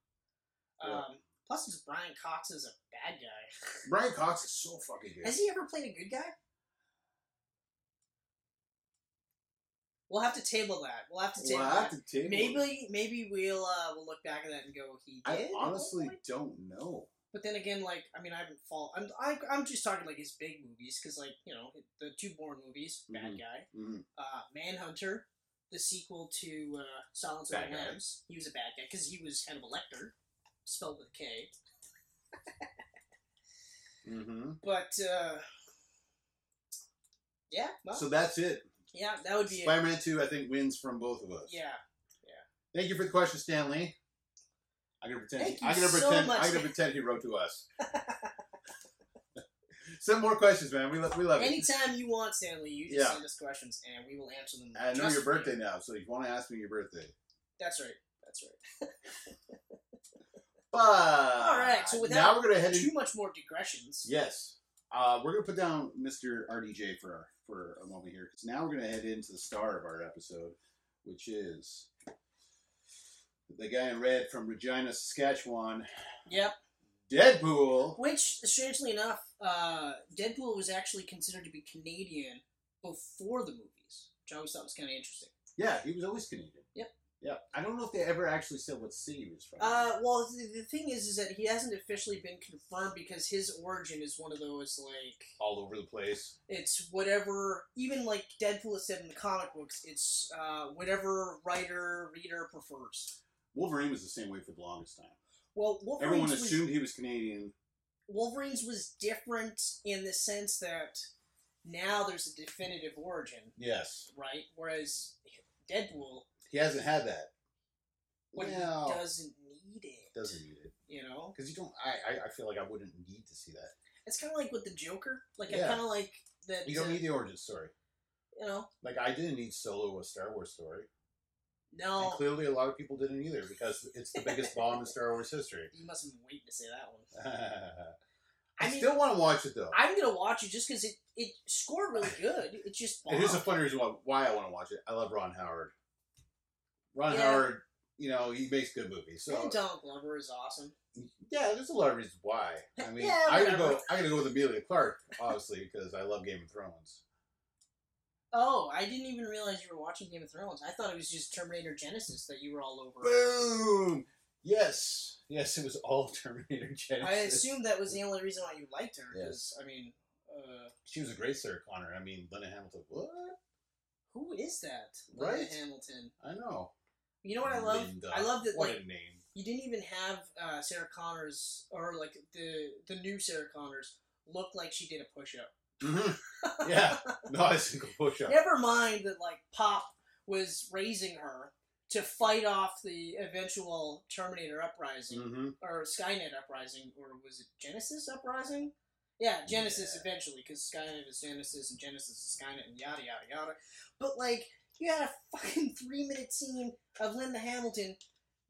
S3: Yeah.
S2: Um, plus, it's Brian Cox is a bad guy.
S3: Brian Cox is so fucking good.
S2: Has he ever played a good guy? We'll have to table that. We'll have to table
S3: Well, I have
S2: that.
S3: to table it.
S2: Maybe maybe we'll uh, we'll look back at that and go he did.
S3: I
S2: at one
S3: honestly
S2: point?
S3: don't know.
S2: But then again, like I mean, I haven't fall. I'm I, I'm just talking like his big movies because like you know the two born movies, bad
S3: Mhm.
S2: guy,
S3: Mhm.
S2: uh, Manhunter, the sequel to uh, Silence of
S3: Bad
S2: the
S3: guy.
S2: Lambs. He was a bad guy because he was Hannibal Lecter, spelled with a K.
S3: Mhm.
S2: But uh, yeah, well,
S3: So that's it.
S2: yeah, that would be it.
S3: Spider-Man Two, I think, wins from both of us.
S2: Yeah.
S3: Thank you for the question, Stanley. I'm gonna pretend.
S2: Thank
S3: he, I'm
S2: you
S3: gonna
S2: so
S3: pretend.
S2: much.
S3: I'm gonna pretend he wrote to us. Send more questions, man. We love. We love it.
S2: Anytime you want, Stanley, you just
S3: Yeah.
S2: send us questions and we will answer them.
S3: I know
S2: just
S3: your
S2: for you.
S3: birthday now, so if you want to ask me your birthday.
S2: That's right. That's right.
S3: But
S2: All right, so without
S3: now we're gonna head. in-
S2: Too much more digressions.
S3: yes, uh, we're gonna put down Mr. RDJ for for a moment here, because now we're gonna head into the star of our episode, which is the guy in red from Regina, Saskatchewan,
S2: Yep.
S3: Deadpool.
S2: Which, strangely enough, uh, Deadpool was actually considered to be Canadian before the movies, which I always thought was kind of interesting.
S3: Yeah, he was always Canadian.
S2: Yep.
S3: Yeah, I don't know if they ever actually said what city he was from.
S2: Uh, well, the, the thing is, is that he hasn't officially been confirmed because his origin is one of those like
S3: All over the place.
S2: it's whatever. Even like Deadpool has said in the comic books, it's uh, whatever writer reader prefers.
S3: Wolverine was the same way for the longest time.
S2: Well, Wolverine's
S3: Everyone
S2: was,
S3: assumed he was Canadian.
S2: Wolverine's was different in the sense that now there's a definitive origin,
S3: Yes,
S2: right? Whereas Deadpool,
S3: he hasn't had that.
S2: when
S3: Well,
S2: he doesn't need it,
S3: doesn't need it
S2: you know?
S3: because you don't. I, I I feel like I wouldn't need to see that.
S2: It's kind of like with the Joker. Like I
S3: Yeah.
S2: kind of like that.
S3: You don't
S2: uh,
S3: need the origin story.
S2: you know.
S3: Like I didn't need Solo a Star Wars story,
S2: No,
S3: and clearly a lot of people didn't either because it's the biggest bomb in Star Wars history.
S2: You must have been waiting to say that one.
S3: I,
S2: I mean-
S3: still want to watch it though.
S2: I'm gonna watch it just because it it scored really good. It just
S3: And here's a
S2: bombed.
S3: funny reason why, why I want to watch it. I love Ron Howard. Ron
S2: Yeah.
S3: Howard, you know, he makes good movies. So
S2: And Donald Glover is awesome.
S3: yeah, there's a lot of reasons why. I mean,
S2: Yeah,
S3: I gotta go.
S2: whatever.
S3: I gotta go with Amelia Clark, obviously, because I love Game of Thrones.
S2: Oh, I didn't even realize you were watching Game of Thrones. I thought it was just Terminator Genesis that you were all over.
S3: Boom. Yes, yes, it was all Terminator Genesis.
S2: I assumed that was the only reason why you liked her. 'cause,
S3: Yes.
S2: I mean, uh,
S3: she was a great Sarah Connor. I mean, Linda Hamilton. What?
S2: who is that?
S3: Right?
S2: Linda Hamilton.
S3: I know.
S2: You know what I love?
S3: Linda.
S2: I love that
S3: What
S2: like
S3: a name.
S2: you didn't even have uh, Sarah Connors or like the the new Sarah Connors look like she did a push up.
S3: Mhm. yeah, not a single push-up.
S2: Never mind that, like, Pop was raising her to fight off the eventual Terminator uprising,
S3: hmm
S2: or Skynet uprising, or was it Genesis uprising? Yeah, Genesis
S3: Yeah.
S2: eventually, because Skynet is Genesis, and Genesis is Skynet, and yada, yada, yada. But, like, you had a fucking three minute scene of Linda Hamilton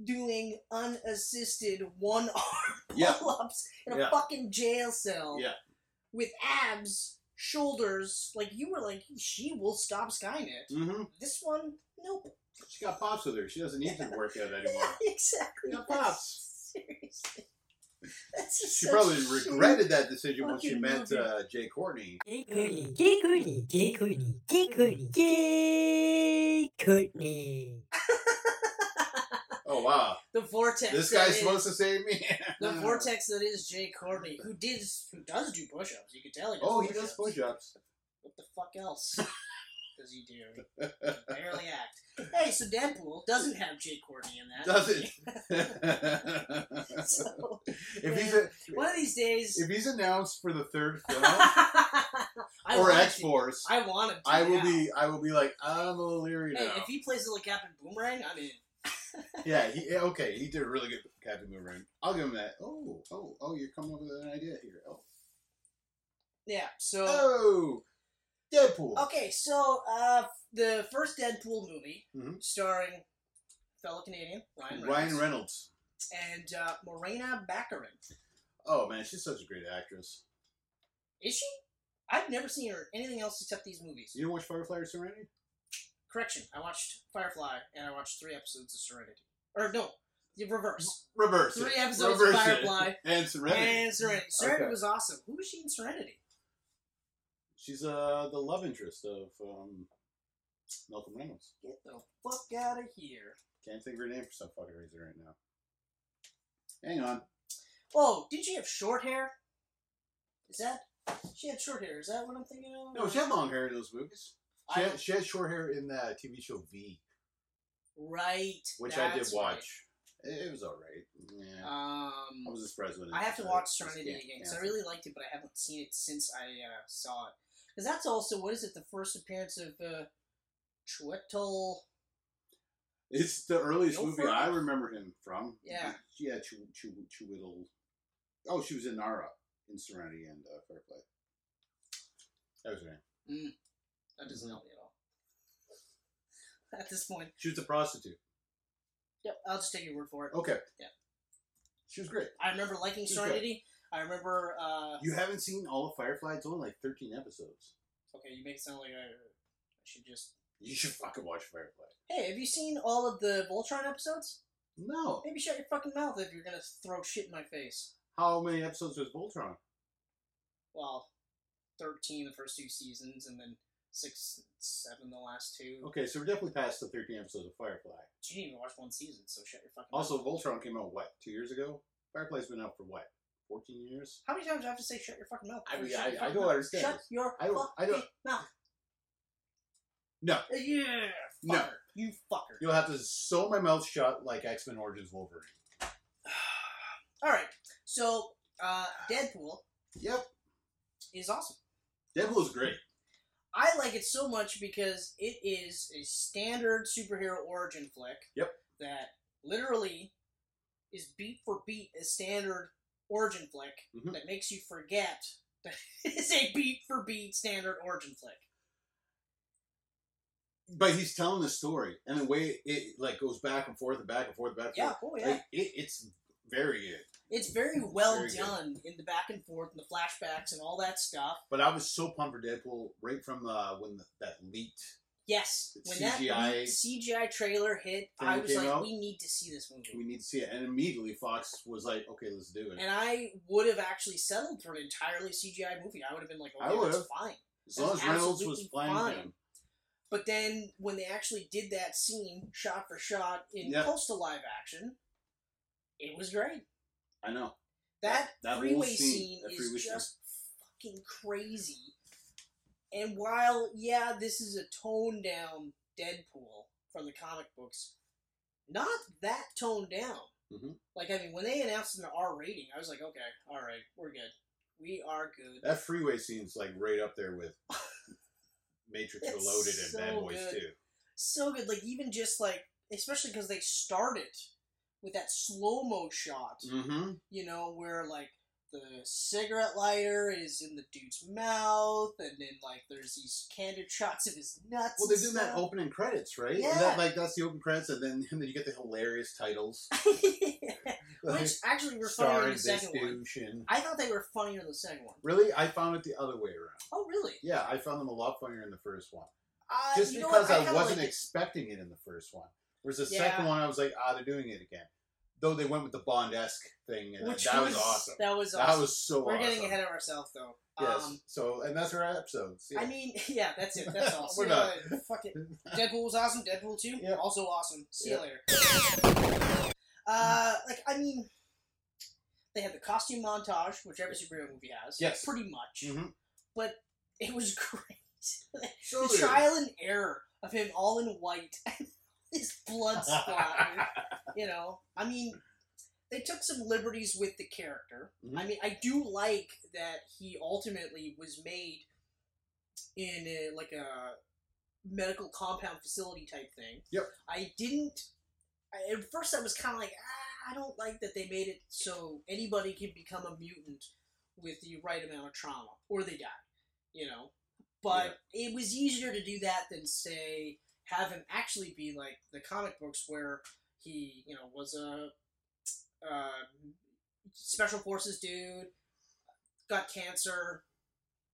S2: doing unassisted one arm
S3: Yeah.
S2: pull ups in a
S3: Yeah.
S2: fucking jail cell
S3: Yeah.
S2: with abs, shoulders. Like you were like, she will stop Skynet.
S3: hmm
S2: This one, nope.
S3: She got pops with her. She doesn't need to work out anymore.
S2: Yeah, exactly.
S3: Yeah, pops.
S2: Seriously, that's just
S3: She
S2: such
S3: probably
S2: a shitty-
S3: regretted that decision when she
S2: fucking
S3: met
S2: movie.
S3: uh, Jay Courtney.
S4: Jay Courtney, Jay Courtney, Jay Courtney, Jay Courtney, Jay Courtney.
S3: Oh wow,
S2: The vortex.
S3: this
S2: that
S3: guy's
S2: is-
S3: supposed to save me.
S2: The vortex that is Jay Courtney, who did, who does do push-ups. You can tell. He does
S3: Oh, he
S2: push-ups.
S3: does push-ups.
S2: What the fuck else does he do? He can barely act. Hey, so Deadpool doesn't have Jay Courtney in that.
S3: Doesn't.
S2: So,
S3: if he's a,
S2: one of these days.
S3: if he's announced for the third film
S2: I
S3: or
S2: want
S3: X
S2: him to-
S3: Force,
S2: I want him to.
S3: I, will
S2: now.
S3: be I will be like I'm O'Leary
S2: Hey,
S3: now.
S2: if he plays little Captain Boomerang, I mean,
S3: yeah, he, yeah, okay, he did a really good Captain Boomerang. I'll give him that. Oh, oh, oh, you're coming up with an idea here. Oh,
S2: yeah. So
S3: oh Deadpool.
S2: okay, so uh, the first Deadpool movie
S3: Mhm.
S2: starring fellow Canadian Ryan Reynolds,
S3: Ryan Reynolds.
S2: and uh, Morena Baccarin.
S3: Oh man, she's such a great actress.
S2: Is she? I've never seen her in anything else except these movies.
S3: You didn't watch Firefly or Serenity?
S2: Correction, I watched Firefly and I watched three episodes of Serenity. Or no, the reverse.
S3: Reverse.
S2: Three
S3: it.
S2: episodes
S3: Reverse
S2: of
S3: it.
S2: Firefly
S3: and Serenity.
S2: and Serenity. Serenity
S3: Okay.
S2: was awesome. Who was she in Serenity?
S3: She's uh the love interest of um Malcolm Reynolds.
S2: Get the fuck out of here.
S3: Can't think of her name for some fucking reason right now. Hang on.
S2: Oh, did she have short hair? Is that she had short hair? Is that what I'm thinking of?
S3: No, she had long hair in those movies. She
S2: I-
S3: had, she had short hair in the TV show V,
S2: right.
S3: which I did
S2: that's
S3: watch. It, it was all right.
S2: right.
S3: Yeah. I
S2: Um,
S3: was surprised when it-
S2: I have to
S3: uh,
S2: watch
S3: was
S2: Serenity
S3: can-
S2: again because I
S3: canceled.
S2: really liked it, but I haven't seen it since I uh, saw it. Because that's also what is it? The first appearance of uh, Chiwetel.
S3: It's the earliest
S2: Go
S3: movie
S2: for it.
S3: I remember him from.
S2: Yeah.
S3: Yeah, Chew, Chew, Chewittle. Oh, she was in Nara in Serenity and uh, Firefly. That was her name.
S2: That doesn't
S3: Mm-hmm.
S2: help me at all. At this point,
S3: She was a prostitute.
S2: yep. I'll just take your word for it.
S3: Okay.
S2: Yeah.
S3: She was great.
S2: I remember liking
S3: She's good.
S2: Serenity. I remember. Uh,
S3: You haven't seen all of Firefly? It's only like 13 episodes.
S2: okay, you make it sound like I, I should just
S3: You should fucking watch Firefly.
S2: Hey, have you seen all of the Voltron episodes?
S3: No.
S2: Maybe shut your fucking mouth if you're gonna throw shit in my face.
S3: How many episodes was Voltron?
S2: Well, 13 the first two seasons, and then six, seven, the last two.
S3: Okay, so we're definitely past the 13 episodes of Firefly.
S2: You didn't even watch one season, so shut your fucking.
S3: Also,
S2: mouth.
S3: Voltron came out what two years ago. Firefly's been out for what 14 years.
S2: how many times do I have to say shut your fucking mouth?
S3: I mean,
S2: Shut
S3: I- I
S2: your fucking
S3: don't
S2: mouth.
S3: understand
S2: Shut
S3: this.
S2: your
S3: I don't- I don't-
S2: fucking mouth. Uh,
S3: No,
S2: Yeah, fucker.
S3: No.
S2: You fucker.
S3: you'll have to sew my mouth shut like X Men Origins Wolverine.
S2: All right. So, uh, Deadpool
S3: Yep,
S2: is awesome.
S3: Deadpool's great.
S2: I like it so much because it is a standard superhero origin flick.
S3: Yep.
S2: That literally is beat for beat a standard origin flick
S3: Mhm.
S2: that makes you forget that it's a beat for beat standard origin flick.
S3: But he's telling the story, and the way it like goes back and forth and back and forth, and back and
S2: Yeah,
S3: forth.
S2: oh yeah.
S3: Like, it, it's very good.
S2: it's very well
S3: Very good.
S2: done in the back and forth and the flashbacks and all that stuff.
S3: But I was so pumped for Deadpool right from uh, when the, that leaked.
S2: Yes,
S3: The
S2: when
S3: CGI
S2: that leaked CGI trailer hit,
S3: thing
S2: I was
S3: came
S2: like,
S3: out.
S2: we need to see this movie.
S3: We need to see it, and immediately Fox was like, "Okay, let's do it."
S2: And I would have actually settled for an entirely CGI movie. I would have been like,
S3: I
S2: okay, that's
S3: would've.
S2: fine.
S3: as long as
S2: that's
S3: Reynolds was
S2: absolutely
S3: playing
S2: fine.
S3: him,
S2: But then when they actually did that scene shot for shot in
S3: Yeah.
S2: close to live action, it was great.
S3: I know.
S2: That,
S3: That whole
S2: freeway
S3: scene,
S2: scene,
S3: that
S2: is
S3: freeway scene.
S2: just fucking crazy. And while yeah, this is a toned down Deadpool from the comic books, not that toned down.
S3: Mhm.
S2: Like I mean, when they announced an R rating, I was like, okay, all right, we're good. We are good.
S3: That freeway scene's like right up there with Matrix
S2: It's
S3: Reloaded and
S2: so
S3: Bad Boys
S2: good.
S3: too.
S2: so good. Like even just like especially because they started with that slow mo shot.
S3: Mm-hmm.
S2: You know where like the cigarette lighter is in the dude's mouth, and then like there's these candid shots of his nuts.
S3: Well,
S2: and
S3: they do that
S2: stuff.
S3: opening credits, right?
S2: Yeah.
S3: And that, like that's the open credits, and then and then you get the hilarious titles.
S2: Which actually were funnier in
S3: starring
S2: the
S3: this
S2: second one.
S3: douche and
S2: I thought they were funnier in the second one.
S3: really, I found it the other way around.
S2: Oh really?
S3: Yeah, I found them a lot funnier in the first one,
S2: Uh,
S3: just
S2: you know
S3: because
S2: what?
S3: I,
S2: kinda
S3: wasn't
S2: like it.
S3: expecting it in the first one. Whereas the
S2: Yeah.
S3: second one, I was like, ah, they're doing it again. Though they went with the Bond esque thing, and
S2: Which
S3: that was, awesome.
S2: That was awesome.
S3: That was so
S2: we're
S3: awesome.
S2: getting ahead of ourselves though.
S3: Yes.
S2: Um,
S3: so, and that's our episodes. Yeah.
S2: I mean, yeah, that's it. That's all. See
S3: We're
S2: ya
S3: done.
S2: later. Fuck it. Deadpool was awesome. Deadpool 2,
S3: Yeah.
S2: also awesome. See
S3: Yeah.
S2: you later. Uh, like, I mean, they had the costume montage, which every superhero movie has.
S3: Yes.
S2: Pretty much.
S3: Mhm.
S2: But it was great.
S3: So
S2: the
S3: good.
S2: trial and error of him all in white and his blood splatter. you know, I mean, they took some liberties with the character.
S3: Mhm.
S2: I mean, I do like that he ultimately was made in a, like a medical compound facility type thing.
S3: Yep.
S2: I didn't. I, at first, I was kind of like, ah, I don't like that they made it so anybody can become a mutant with the right amount of trauma, or they die. You know, but it was easier to do that than say have him actually be like the comic books where he you know was a um, special forces dude got cancer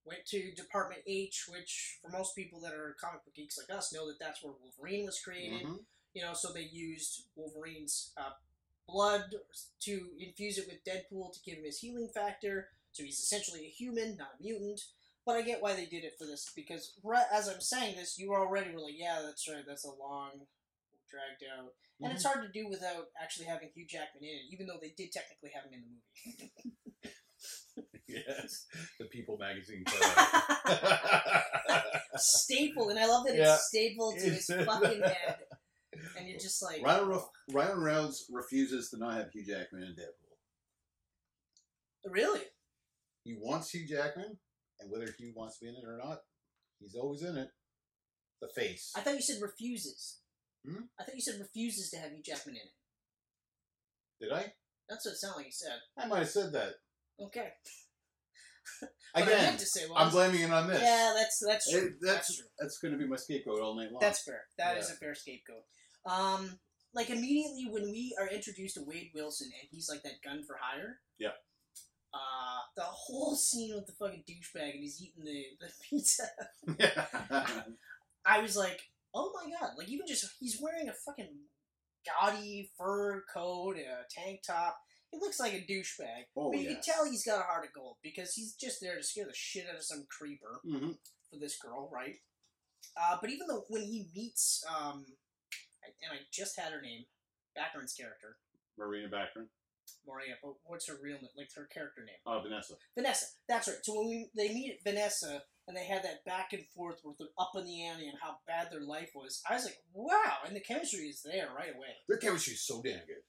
S2: went to department h which for most people that are comic book geeks like us know that that's where wolverine was created
S3: Mhm.
S2: you know so they used wolverine's uh, blood to infuse it with deadpool to give him his healing factor so he's essentially a human not a mutant but i get why they did it for this because right as i'm saying this you already were like yeah that's right that's a long dragged out and it's hard to do without actually having Hugh Jackman in it, even though they did technically have him in the movie.
S3: Mm-hmm. yes, the People magazine. cover.
S2: staple, and I love that
S3: Yeah.
S2: it's stapled to his
S3: It's-
S2: fucking head. And you're just like,
S3: Ryan, Ruff- Ryan Reynolds refuses to not have Hugh Jackman in Deadpool.
S2: really?
S3: He wants Hugh Jackman, and whether Hugh wants to be in it or not, he's always in it. The face.
S2: I thought you said refuses.
S3: Hmm?
S2: I thought you said refuses to have Hugh Jackman in it.
S3: Did I?
S2: That's what it sounded like you said.
S3: I might have said that.
S2: Okay. What I
S3: Again,
S2: meant to say was,
S3: I'm blaming it on this.
S2: yeah, that's that's true.
S3: It-
S2: that's,
S3: that's
S2: true.
S3: that's going to be my scapegoat all night long.
S2: That's fair. That is
S3: Yeah.
S2: a fair scapegoat. Um, like immediately when we are introduced to Wade Wilson and he's like that gun for hire.
S3: Yeah.
S2: Uh, the whole scene with the fucking douchebag and he's eating the, the pizza. I was like, oh my god! Like even just he's wearing a fucking gaudy fur coat, a tank top. He looks like a douchebag,
S3: Oh,
S2: but you
S3: yeah.
S2: can tell he's got a heart of gold because he's just there to scare the shit out of some creeper
S3: hmm
S2: for this girl, right? Uh, but even though when he meets, um, I- and I just had her name, Baccarin's character,
S3: Marina Baccarin.
S2: Moria, but what's her real name? Like her character name?
S3: Oh, Vanessa.
S2: Vanessa. That's right. So when we, they meet Vanessa and they had that back and forth with they're up in the ante and how bad their life was, I was like, wow. And the chemistry is there right away.
S3: Their chemistry is so damn good.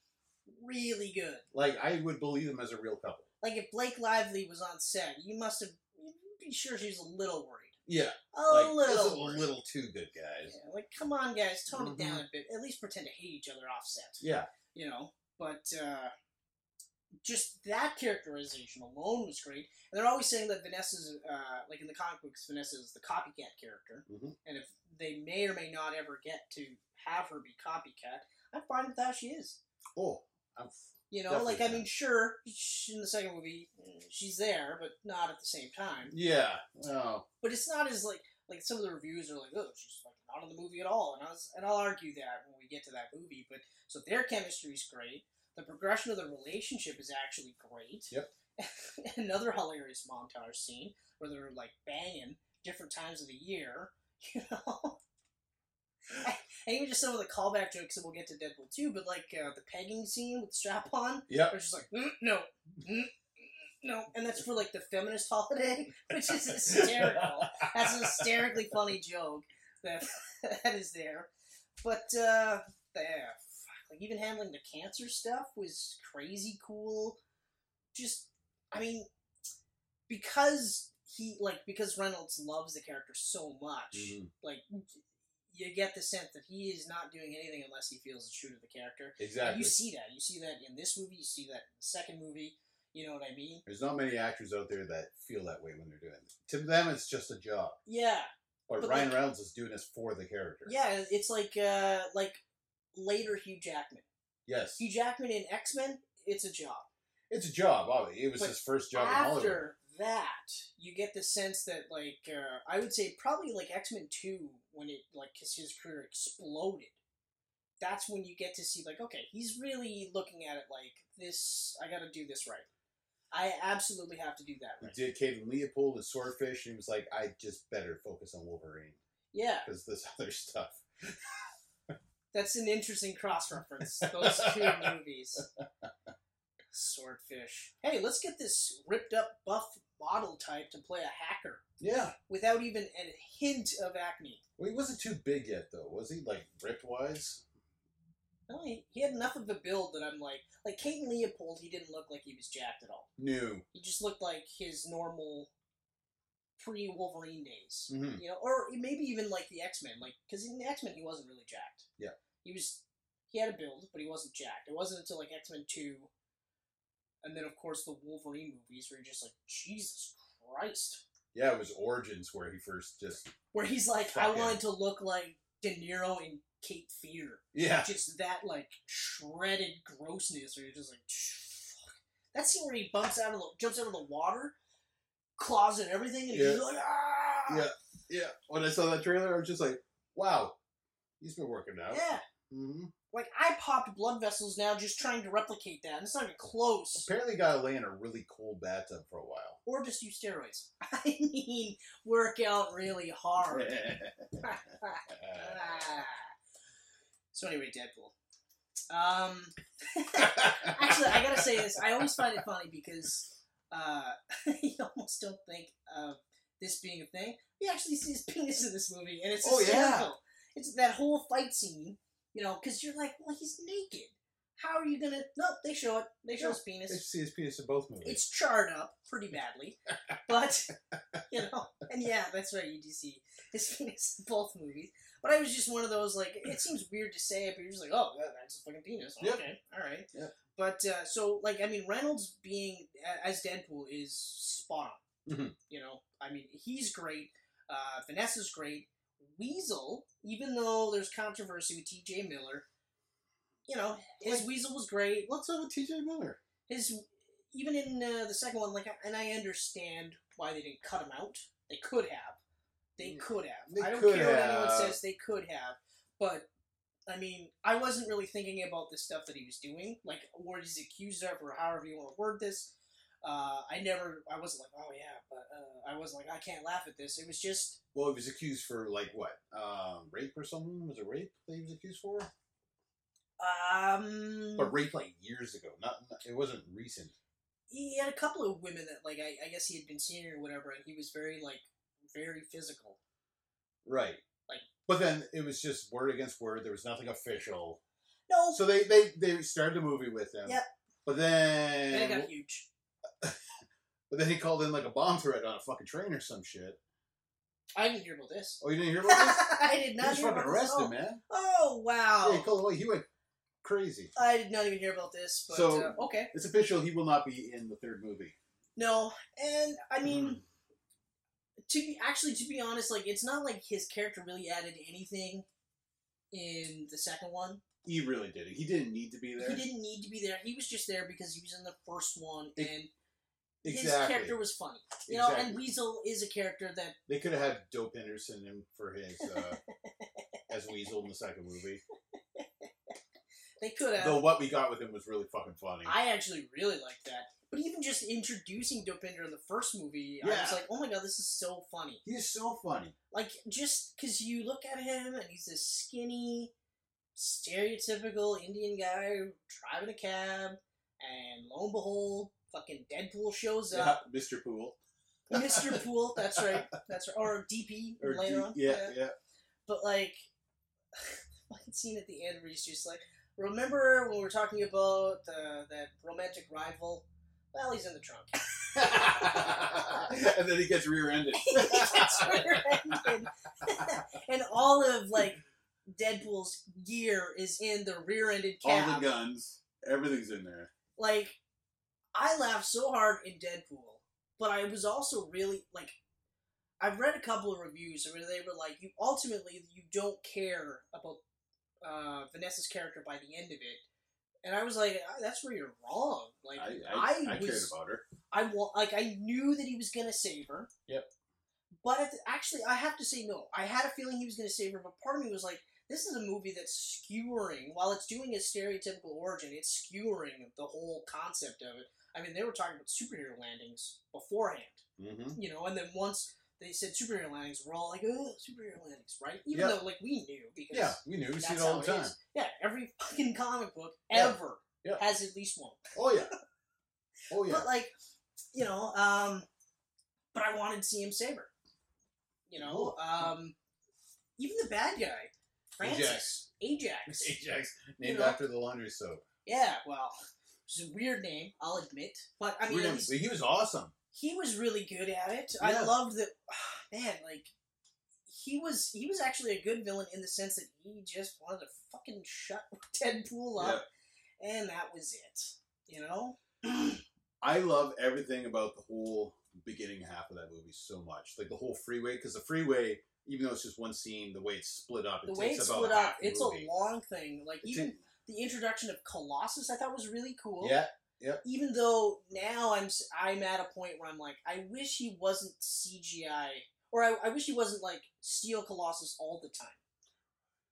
S2: Really good.
S3: Like I would believe them as a real couple.
S2: Like if Blake Lively was on set, you must have you'd be sure she was a little worried.
S3: Yeah,
S2: A
S3: like, this is
S2: little.
S3: a
S2: worried.
S3: little too good, guys.
S2: Yeah, like, come on, guys, tone
S3: Mhm.
S2: it down a bit. At least pretend to hate each other offset.
S3: Yeah,
S2: you know. But uh, just that characterization alone was great. And they're always saying that Vanessa's, uh, like in the comic books, Vanessa is the copycat character.
S3: Mhm.
S2: And if they may or may not ever get to have her be copycat, I'm fine with how she is.
S3: Oh, I'm f-
S2: You know,
S3: Definitely
S2: like I
S3: fine.
S2: mean, sure, sh in the second movie, mm, she's there, but not at the same time.
S3: yeah. Oh,
S2: But it's not as like like some of the reviews are like, oh, she's like not in the movie at all, and I was, and I'll argue that when we get to that movie. But so their chemistry's great. The progression of the relationship is actually great.
S3: Yep.
S2: Another hilarious montage scene where they're like banging different times of the year, you know. And even just some of the callback jokes that we'll get to Deadpool 2, but like uh, the pegging scene with strap on,
S3: yep.
S2: they're just like, mm, no, mm, mm, no. And that's for like the feminist holiday, which is hysterical. That's a hysterically funny joke that that is there. But uh, yeah, fuck, like even handling the cancer stuff was crazy cool. Just, I mean, because he like because Reynolds loves the character so much,
S3: Mhm,
S2: like you get the sense that he is not doing anything unless he feels it's true to the character. And
S3: Exactly.
S2: You see that. You see that in this movie. You see that in the second movie. You know what I mean?
S3: There's not many actors out there that feel that way when they're doing it. To them, it's just a job.
S2: Yeah.
S3: But,
S2: But
S3: Ryan
S2: like-
S3: Reynolds is doing this for the character.
S2: Yeah, it's like uh like later Hugh Jackman.
S3: Yes.
S2: Hugh Jackman in X Men, it's a job.
S3: It's a job. Obviously, it was
S2: But
S3: his first job in Hollywood.
S2: After that, you get the sense that like uh, I would say probably like X Men Two when it like 'cause his career exploded. That's when you get to see like okay, he's really looking at it like this. I got to do this right. I absolutely have to do that
S3: He
S2: right.
S3: did Caden Leopold and Swordfish, and he was like, "I just better focus on Wolverine
S2: Yeah,
S3: because this other stuff."
S2: that's an interesting cross reference. Those two movies. Swordfish. Hey, let's get this ripped up buff model type to play a hacker
S3: Yeah,
S2: without even a hint of acne.
S3: well, he wasn't too big yet, though, was he? Like ripped wise.
S2: No, he, he had enough of a build that I'm like, like Caden Leopold, he didn't look like he was jacked at all.
S3: No.
S2: He just looked like his normal pre Wolverine days,
S3: Mhm.
S2: you know, or maybe even like the X Men, like because in X Men he wasn't really jacked.
S3: Yeah.
S2: he was. He had a build, but he wasn't jacked. It wasn't until like X Men Two, and then of course the Wolverine movies, where you're just like, Jesus Christ,
S3: Yeah, it was Origins where he first just.
S2: where he's like, I
S3: Fuck yeah.
S2: wanted to look like De Niro and Kate Fear
S3: Yeah.
S2: just that like shredded grossness where you're just like fuck. that scene where he bumps out of the jumps out of the water claws at everything and
S3: Yeah.
S2: he's like ah!
S3: Yeah. Yeah. When I saw that trailer, I was just like, "Wow, he's been working out."
S2: yeah
S3: hmm
S2: like I popped blood vessels now just trying to replicate that and it's not even close
S3: Apparently, got to lay in a really cold bathtub for a while.
S2: or just use steroids I mean work out really hard Ah. so anyway Deadpool um Actually, I gotta say this. I always find it funny because uh, you almost don't think of this being a thing. You actually see his penis in this movie, and it's
S3: Oh, yeah.
S2: hysterical. It's that whole fight scene, you know, because you're like, well, he's naked. How are you gonna? No, they show it. They show
S3: Yeah.
S2: his
S3: They
S2: penis.
S3: see his penis in both movies.
S2: It's charred up pretty badly, but you know, and yeah, that's right. You do see his penis in both movies. But I was just one of those like, it seems weird to say it, but you're just like, oh, that- that's a fucking penis.
S3: Yeah.
S2: Okay, all right.
S3: Yeah.
S2: But uh, so like, I mean, Reynolds being a- as Deadpool is spot on.
S3: Mhm.
S2: You know, I mean, he's great. Uh, Vanessa's great. Weasel, even though there's controversy with T.J. Miller, you know, his Weasel was great
S3: What's up with T.J. Miller?
S2: his even in uh, the second one, like, and I understand why they didn't cut him out. They could have. They could have.
S3: Mm. They
S2: I don't
S3: could
S2: care what anyone
S3: have.
S2: says. They could have, but I mean, I wasn't really thinking about the stuff that he was doing, like what he's accused of, or however you want to word this. Uh, I never, I wasn't like, oh yeah, but uh, I wasn't like, I can't laugh at this. It was just,
S3: Well, he was accused for like what? Um, rape or something? Was it rape that he was accused for?
S2: Mm-hmm. um,
S3: But rape like years ago. Not, not- it wasn't recent.
S2: he had a couple of women that, like, I, I guess he had been seeing or whatever, and he was very, like, very physical.
S3: Right.
S2: Like-
S3: But then it was just word against word. There was nothing official.
S2: No,
S3: So they they, they started the movie with him.
S2: Oh. Yep.
S3: But
S2: that
S3: then
S2: got huge.
S3: but then he called in like a bomb threat on a fucking train or some shit.
S2: I didn't hear about this.
S3: Oh, you didn't hear about this?
S2: I did
S3: he
S2: not
S3: was
S2: hear
S3: fucking
S2: about this.
S3: arrested,
S2: Oh,
S3: man.
S2: oh wow.
S3: Yeah, he called away. He went crazy.
S2: I did not even hear about this, but
S3: So-
S2: uh, okay.
S3: It's official. He will not be in the third movie. Mm-hmm.
S2: No, and I mean, to be actually to be honest, like it's not like his character really added anything in the second one.
S3: He really did. it. He didn't need to be there.
S2: He didn't need to be there. He was just there because he was in the first one,
S3: Ex-
S2: and
S3: exactly.
S2: his character was funny. You know,
S3: exactly.
S2: and Weasel is a character that
S3: They could have had Dope Henderson in for his uh, as Weasel in the second movie.
S2: they could have.
S3: Though what we got with him was really fucking funny.
S2: I actually really like that. But even just introducing Dopinder in the first movie, I was
S3: Yeah.
S2: like, oh my god, this is so funny.
S3: He is so funny.
S2: like just because you look at him and he's this skinny stereotypical indian guy driving a cab and lo and behold fucking deadpool shows
S3: Yeah,
S2: up
S3: Mr. Poole.
S2: mr pool that's right that's right or dp
S3: Or
S2: later
S3: D-
S2: on
S3: yeah, yeah.
S2: but like fucking scene at the end where he's just like remember when we were talking about the, that romantic rival well he's in the trunk
S3: and then he gets rear-ended.
S2: That's where it ended. and all of like Deadpool's gear is in the rear-ended
S3: All the
S2: cab.
S3: guns, everything's in there.
S2: like, I laughed so hard in Deadpool, but I was also really like, I've read a couple of reviews where they were like, you ultimately you don't care about uh, Vanessa's character by the end of it. And I was like, "Ah, "That's where you're wrong." Like,
S3: I,
S2: I
S3: I, I, cared
S2: was-
S3: about her.
S2: I wa- like I knew that he was gonna save her.
S3: Yep.
S2: But at the, actually, I have to say no. I had a feeling he was gonna save her, but part of me was like, this is a movie that's skewering. While it's doing a stereotypical origin, it's skewering the whole concept of it. I mean, they were talking about superhero landings beforehand,
S3: Mm-hmm.
S2: you know, and then once they said superhero landings, we're all like, oh, superhero landings, right? Even
S3: Yeah.
S2: though like we knew because
S3: Yeah, we knew. We see it
S2: that's
S3: all
S2: how
S3: the
S2: it
S3: time.
S2: is. Yeah, every fucking comic book
S3: Yeah.
S2: ever
S3: Yeah.
S2: has at least one.
S3: Oh, yeah. Oh, yeah.
S2: But like, you know, um, but I wanted to see him saber. You know, um, even the bad guy, Francis Ajax.
S3: Ajax, named
S2: know.
S3: after the laundry soap.
S2: Yeah, well, it's a weird name, I'll admit, but I mean,
S3: Weird,
S2: at
S3: but
S2: least
S3: he was awesome.
S2: he was really good at it. I
S3: Yeah.
S2: loved that. Man, like he was, he was actually a good villain in the sense that he just wanted to fucking shut Deadpool up, and that was it. You know,
S3: I love everything about the whole beginning half of that movie so much. Like the whole freeway, because the freeway, even though it's just one scene, the way it's split up, it
S2: the way
S3: takes
S2: it's
S3: about
S2: split
S3: half
S2: up,
S3: the
S2: it's
S3: movie.
S2: a long thing. Like
S3: It's
S2: even
S3: in-
S2: the introduction of Colossus I thought was really cool.
S3: yeah,
S2: Even though now I'm s- I'm at a point where I'm like I wish he wasn't CGI or I, I wish he wasn't like steel Colossus all the time.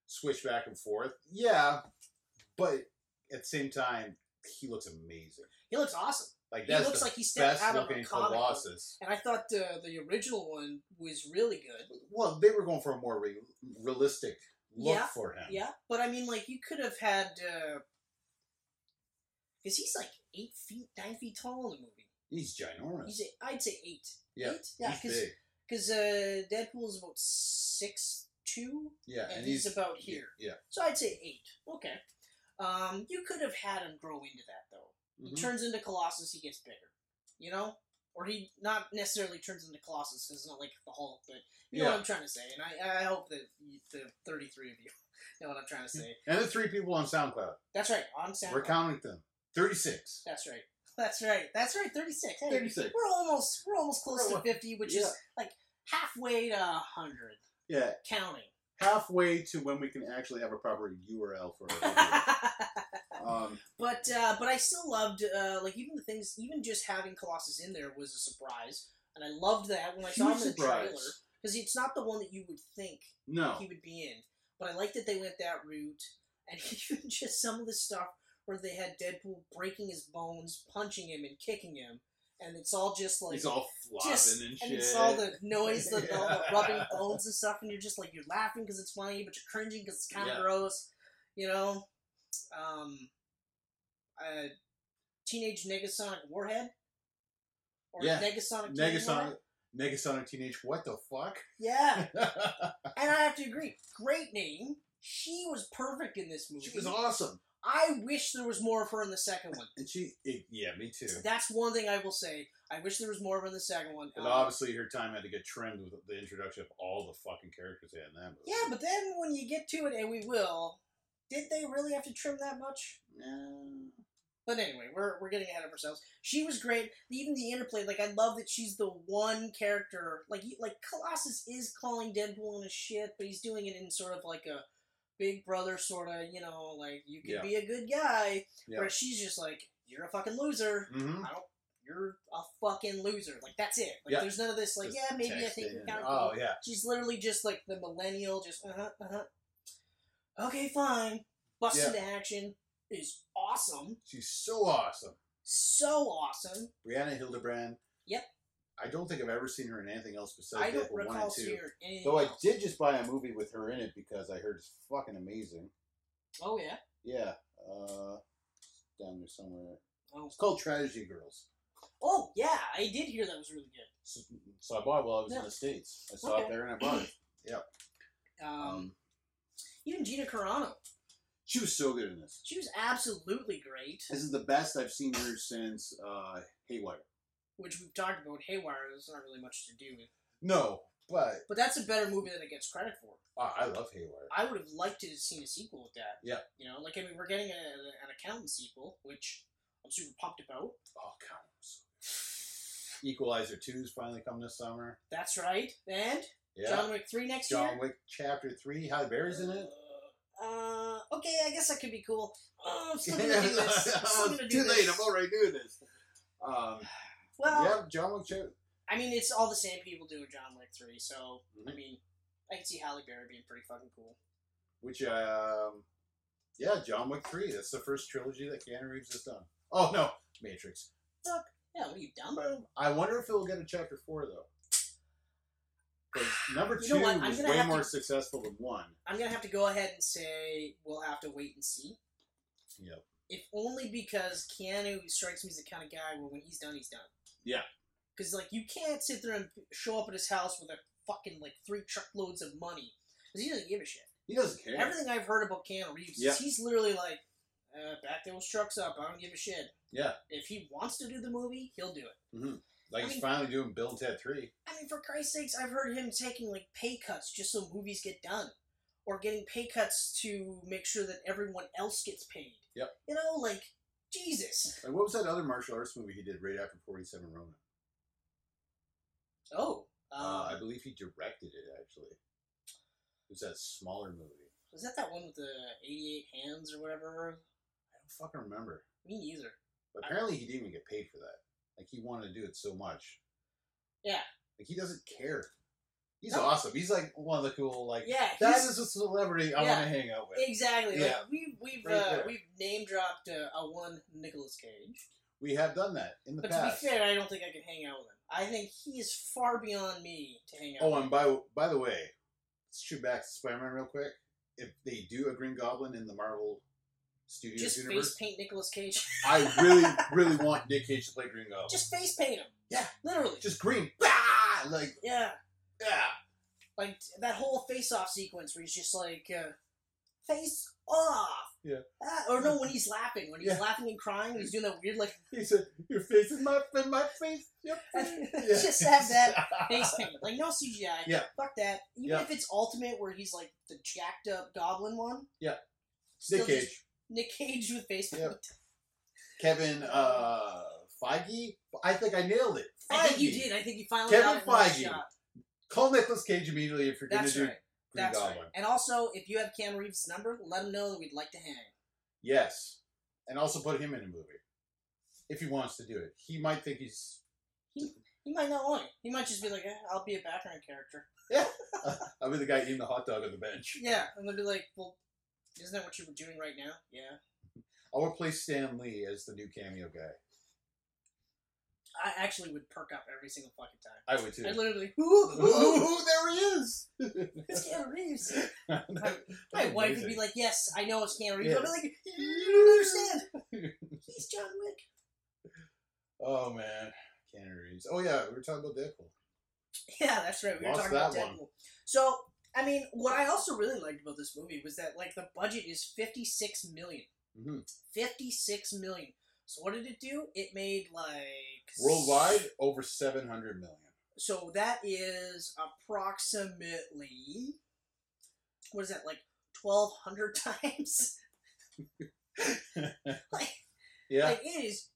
S3: switch back and forth. Yeah, but at the same time, he looks amazing.
S2: He looks awesome,
S3: Like
S2: He
S3: that's
S2: looks
S3: the
S2: like he stepped
S3: best
S2: out of a
S3: looking
S2: comic book.
S3: Colossus.
S2: and I thought the the original one was really good.
S3: Well, they were going for a more re- realistic look
S2: Yeah,
S3: for him.
S2: Yeah, but I mean like you could have had because he's like eight feet nine feet tall in the movie.
S3: he's ginormous.
S2: He's a, I'd say eight.
S3: yeah,
S2: eight? yeah,
S3: he's big.
S2: because uh, Deadpool is about six two.
S3: Yeah,
S2: and he's about here.
S3: Yeah,
S2: So I'd say eight. Okay. Um, you could have had him grow into that though. He
S3: Mhm.
S2: turns into Colossus, he gets bigger. You know, or he not necessarily turns into Colossus 'cause it's not like the Hulk, but you know
S3: Yeah.
S2: what I'm trying to say. And I, I hope that you, the 33 of you know what I'm trying to say.
S3: and the three people on SoundCloud.
S2: That's right. On Saturday.
S3: We're counting them. Thirty-six.
S2: That's right. That's right. That's right. 36. Hey,
S3: 36.
S2: We're almost we're almost close
S3: We're
S2: to
S3: al-
S2: 50, which
S3: Yeah.
S2: is like halfway to 100
S3: Yeah,
S2: counting.
S3: halfway to when we can actually have a proper URL for it. um,
S2: But uh, but I still loved uh, like even the things even just having Colossus in there was a surprise, and I loved that when I saw him in
S3: huge
S2: the trailer
S3: surprise.
S2: because it's not the one that you would think
S3: No,
S2: he would be in. But I like that they went that route, and even just some of the stuff where they had Deadpool breaking his bones, punching him, and kicking him, and it's all just like
S3: He's all flopping
S2: just
S3: and shit.
S2: and it's all the noise, the, the, all the
S3: Yeah.
S2: rubbing bones and stuff, and you're just like you're laughing because it's funny, but you're cringing because it's kind of
S3: Yeah.
S2: gross, you know. Um, uh, teenage Negasonic Warhead or
S3: Yeah.
S2: Negasonic Teen
S3: Negasonic,
S2: Warhead?
S3: Negasonic Teenage, what the fuck?
S2: Yeah, and I have to agree, great name. She was perfect in this movie.
S3: she was awesome.
S2: I wish there was more of her in the second one.
S3: And she, it, yeah, me too.
S2: That's one thing I will say. I wish there was more of her in the second one.
S3: And
S2: Um,
S3: obviously, her time had to get trimmed with the introduction of all the fucking characters they had in that movie.
S2: Yeah, but then when you get to it, and we will, did they really have to trim that much? But anyway, we're, we're getting ahead of ourselves. She was great. Even the interplay, like I love that she's the one character. Like you- like Colossus is calling Deadpool on his shit, but he's doing it in sort of like a big brother sort of you know like you can
S3: Yeah.
S2: be a good guy,
S3: Yeah.
S2: where she's just like you're a fucking loser.
S3: hmm
S2: I don't. You're a fucking loser. Like that's it. Like
S3: Yeah.
S2: there's none of this. Like yeah, maybe I think we're kind of.
S3: Oh yeah,
S2: She's literally just like the millennial, just uh huh, uh huh. Okay, fine. Bust
S3: Yeah.
S2: into action is awesome.
S3: she's so awesome.
S2: So awesome.
S3: Brianna Hildebrand.
S2: Yep.
S3: I don't think I've ever seen her in anything else besides
S2: I don't
S3: Deadpool one
S2: recall
S3: and two.
S2: seeing her anything.
S3: Though I
S2: else.
S3: did just buy a movie with her in it because I heard it's fucking amazing.
S2: Oh yeah.
S3: Yeah, uh, down there somewhere.
S2: Oh.
S3: It's called Tragedy Girls.
S2: oh yeah, I did hear that was really good.
S3: So, so I bought it while I was
S2: Yeah.
S3: in the states. I saw
S2: Okay.
S3: it there and I bought it.
S2: Um,
S3: Um,
S2: even Gina Carano,
S3: she was so good in this.
S2: she was absolutely great.
S3: This is the best I've seen her since uh, Haywire.
S2: Which we've talked about. Haywire, there's not really much to do with.
S3: No, but
S2: But that's a better movie than it gets credit for.
S3: I I love Haywire.
S2: I would have liked to have seen a sequel with that.
S3: Yeah.
S2: You know, like I mean, we're getting a, an accountant sequel, which I'm super pumped about.
S3: Oh God, I'm so Equalizer two's finally come this summer.
S2: That's right. And
S3: Yeah,
S2: John Wick three next
S3: John
S2: year.
S3: Wick Chapter Three. Halle Berry's in it.
S2: Uh, okay, I guess that could be cool. Oh, I'm still gonna do this. I'm still gonna
S3: Oh,
S2: do
S3: Too
S2: this. Uh,
S3: late. I'm already doing this. Um,
S2: well,
S3: yeah, John Wick Chapter.
S2: I mean, it's all the same people doing John Wick three, so I
S3: Mhm.
S2: mean, I can see Halle Berry being pretty fucking cool.
S3: Which, um, yeah, John Wick Three. That's the first trilogy that Keanu Reeves has done. Oh no, Matrix.
S2: Yeah, what are you dumb?
S3: I wonder if he'll get a Chapter Four though. 'Cause number
S2: You know
S3: two
S2: what, I'm
S3: was
S2: gonna
S3: way
S2: have
S3: more
S2: to-
S3: successful than one.
S2: I'm gonna have to go ahead and say we'll have to wait and see.
S3: Yep.
S2: If only because Keanu strikes me as the kind of guy where when he's done, he's done.
S3: Yeah.
S2: Because like you can't sit there and show up at his house with a fucking like three truckloads of money because he doesn't give a shit.
S3: He doesn't care.
S2: Everything I've heard about Keanu Reeves,
S3: Yeah.
S2: is he's literally like, uh, back those trucks up. I don't give a shit.
S3: Yeah.
S2: If he wants to do the movie, he'll do it.
S3: like
S2: I
S3: he's
S2: mean-
S3: finally doing Bill and Ted Three.
S2: I mean, for Christ's sakes, I've heard him taking like pay cuts just so movies get done, or getting pay cuts to make sure that everyone else gets paid.
S3: Yep.
S2: You know, like Jesus.
S3: Like, what was that other martial arts movie he did right after Forty Seven
S2: Um,
S3: Ronin?
S2: Oh, um,
S3: Uh, I believe he directed it actually. It was that smaller movie.
S2: was that that one with the eighty-eight hands or whatever?
S3: I don't fucking remember.
S2: Me neither.
S3: But apparently, he didn't even get paid for that. Like he wanted to do it so much.
S2: Yeah.
S3: Like he doesn't care. He's
S2: No.
S3: awesome. He's like one of the cool like.
S2: Yeah,
S3: That
S2: he's-
S3: is a celebrity I
S2: Yeah.
S3: want to hang out with.
S2: Exactly.
S3: Yeah.
S2: Like, we, we've
S3: Right
S2: uh,
S3: there.
S2: we've name dropped uh, a one Nicolas Cage,
S3: We have done that in the
S2: but
S3: past.
S2: to be fair, I don't think I can hang out with him. I think he is far beyond me to hang out.
S3: oh,
S2: with.
S3: and by by the way, let's shoot back to Spider-Man real quick. If they do a Green Goblin in the Marvel Studios
S2: just
S3: universe,
S2: face paint Nicolas Cage.
S3: I really, really want Nick Cage to play Green Goblin. Just,
S2: just face paint him.
S3: Yeah.
S2: literally.
S3: green. Bah! Like,
S2: Yeah,
S3: yeah.
S2: like that whole face-off sequence where he's just like, uh, "Face off."
S3: Yeah.
S2: Ah, or no, when he's laughing, when he's
S3: Yeah.
S2: laughing and crying, he's doing that weird like.
S3: He said, "Your face is my in my face." Yep.
S2: Just have that face paint, like no CGI.
S3: Yeah.
S2: Fuck that. Even
S3: Yeah.
S2: if it's Ultimate, where he's like the jacked up Goblin one.
S3: Yeah.
S2: Still
S3: Nick
S2: just
S3: Cage,
S2: Nick Cage with face paint.
S3: Yeah. Kevin uh, Feige. I think I nailed it. Feige.
S2: I think you did. I think you finally
S3: Kevin
S2: got it in one
S3: Feige.
S2: shot.
S3: Call Nicolas Cage immediately if you're going to
S2: That's
S3: do
S2: right.
S3: Green
S2: That's
S3: Goblin.
S2: right. And also, if you have Cam Reeves' number, let him know that we'd like to hang.
S3: Yes, and also put him in a movie if he wants to do it. He might think he's
S2: He might not want it. He might just be like, eh, "I'll be a background character."
S3: I'll be the guy eating the hot dog on the bench.
S2: Yeah, and they'll be like, "Well, isn't that what you were doing right now?" Yeah.
S3: I'll replace Stan Lee as the new cameo guy.
S2: I actually would perk up every single fucking time.
S3: I would too.
S2: I literally, ooh,
S3: Ooh, there he is!
S2: it's Keanu Reeves.
S3: That-
S2: My
S3: that's
S2: wife
S3: amazing.
S2: would be like, yes, I know it's Keanu Reeves. I'd be
S3: Yes.
S2: like, you don't understand. He's John Wick.
S3: Oh man, Keanu Reeves. Oh yeah, we were talking about Deadpool.
S2: Yeah, that's right. We were
S3: Lost
S2: talking about
S3: that
S2: Deadpool.
S3: one.
S2: So, I mean, what I also really liked about this movie was that like the budget is fifty six million.
S3: Mhm.
S2: Fifty six million. So what did it do? It made like
S3: Worldwide, over seven hundred million.
S2: So that is approximately what is that like twelve hundred times? like,
S3: Yeah,
S2: like it is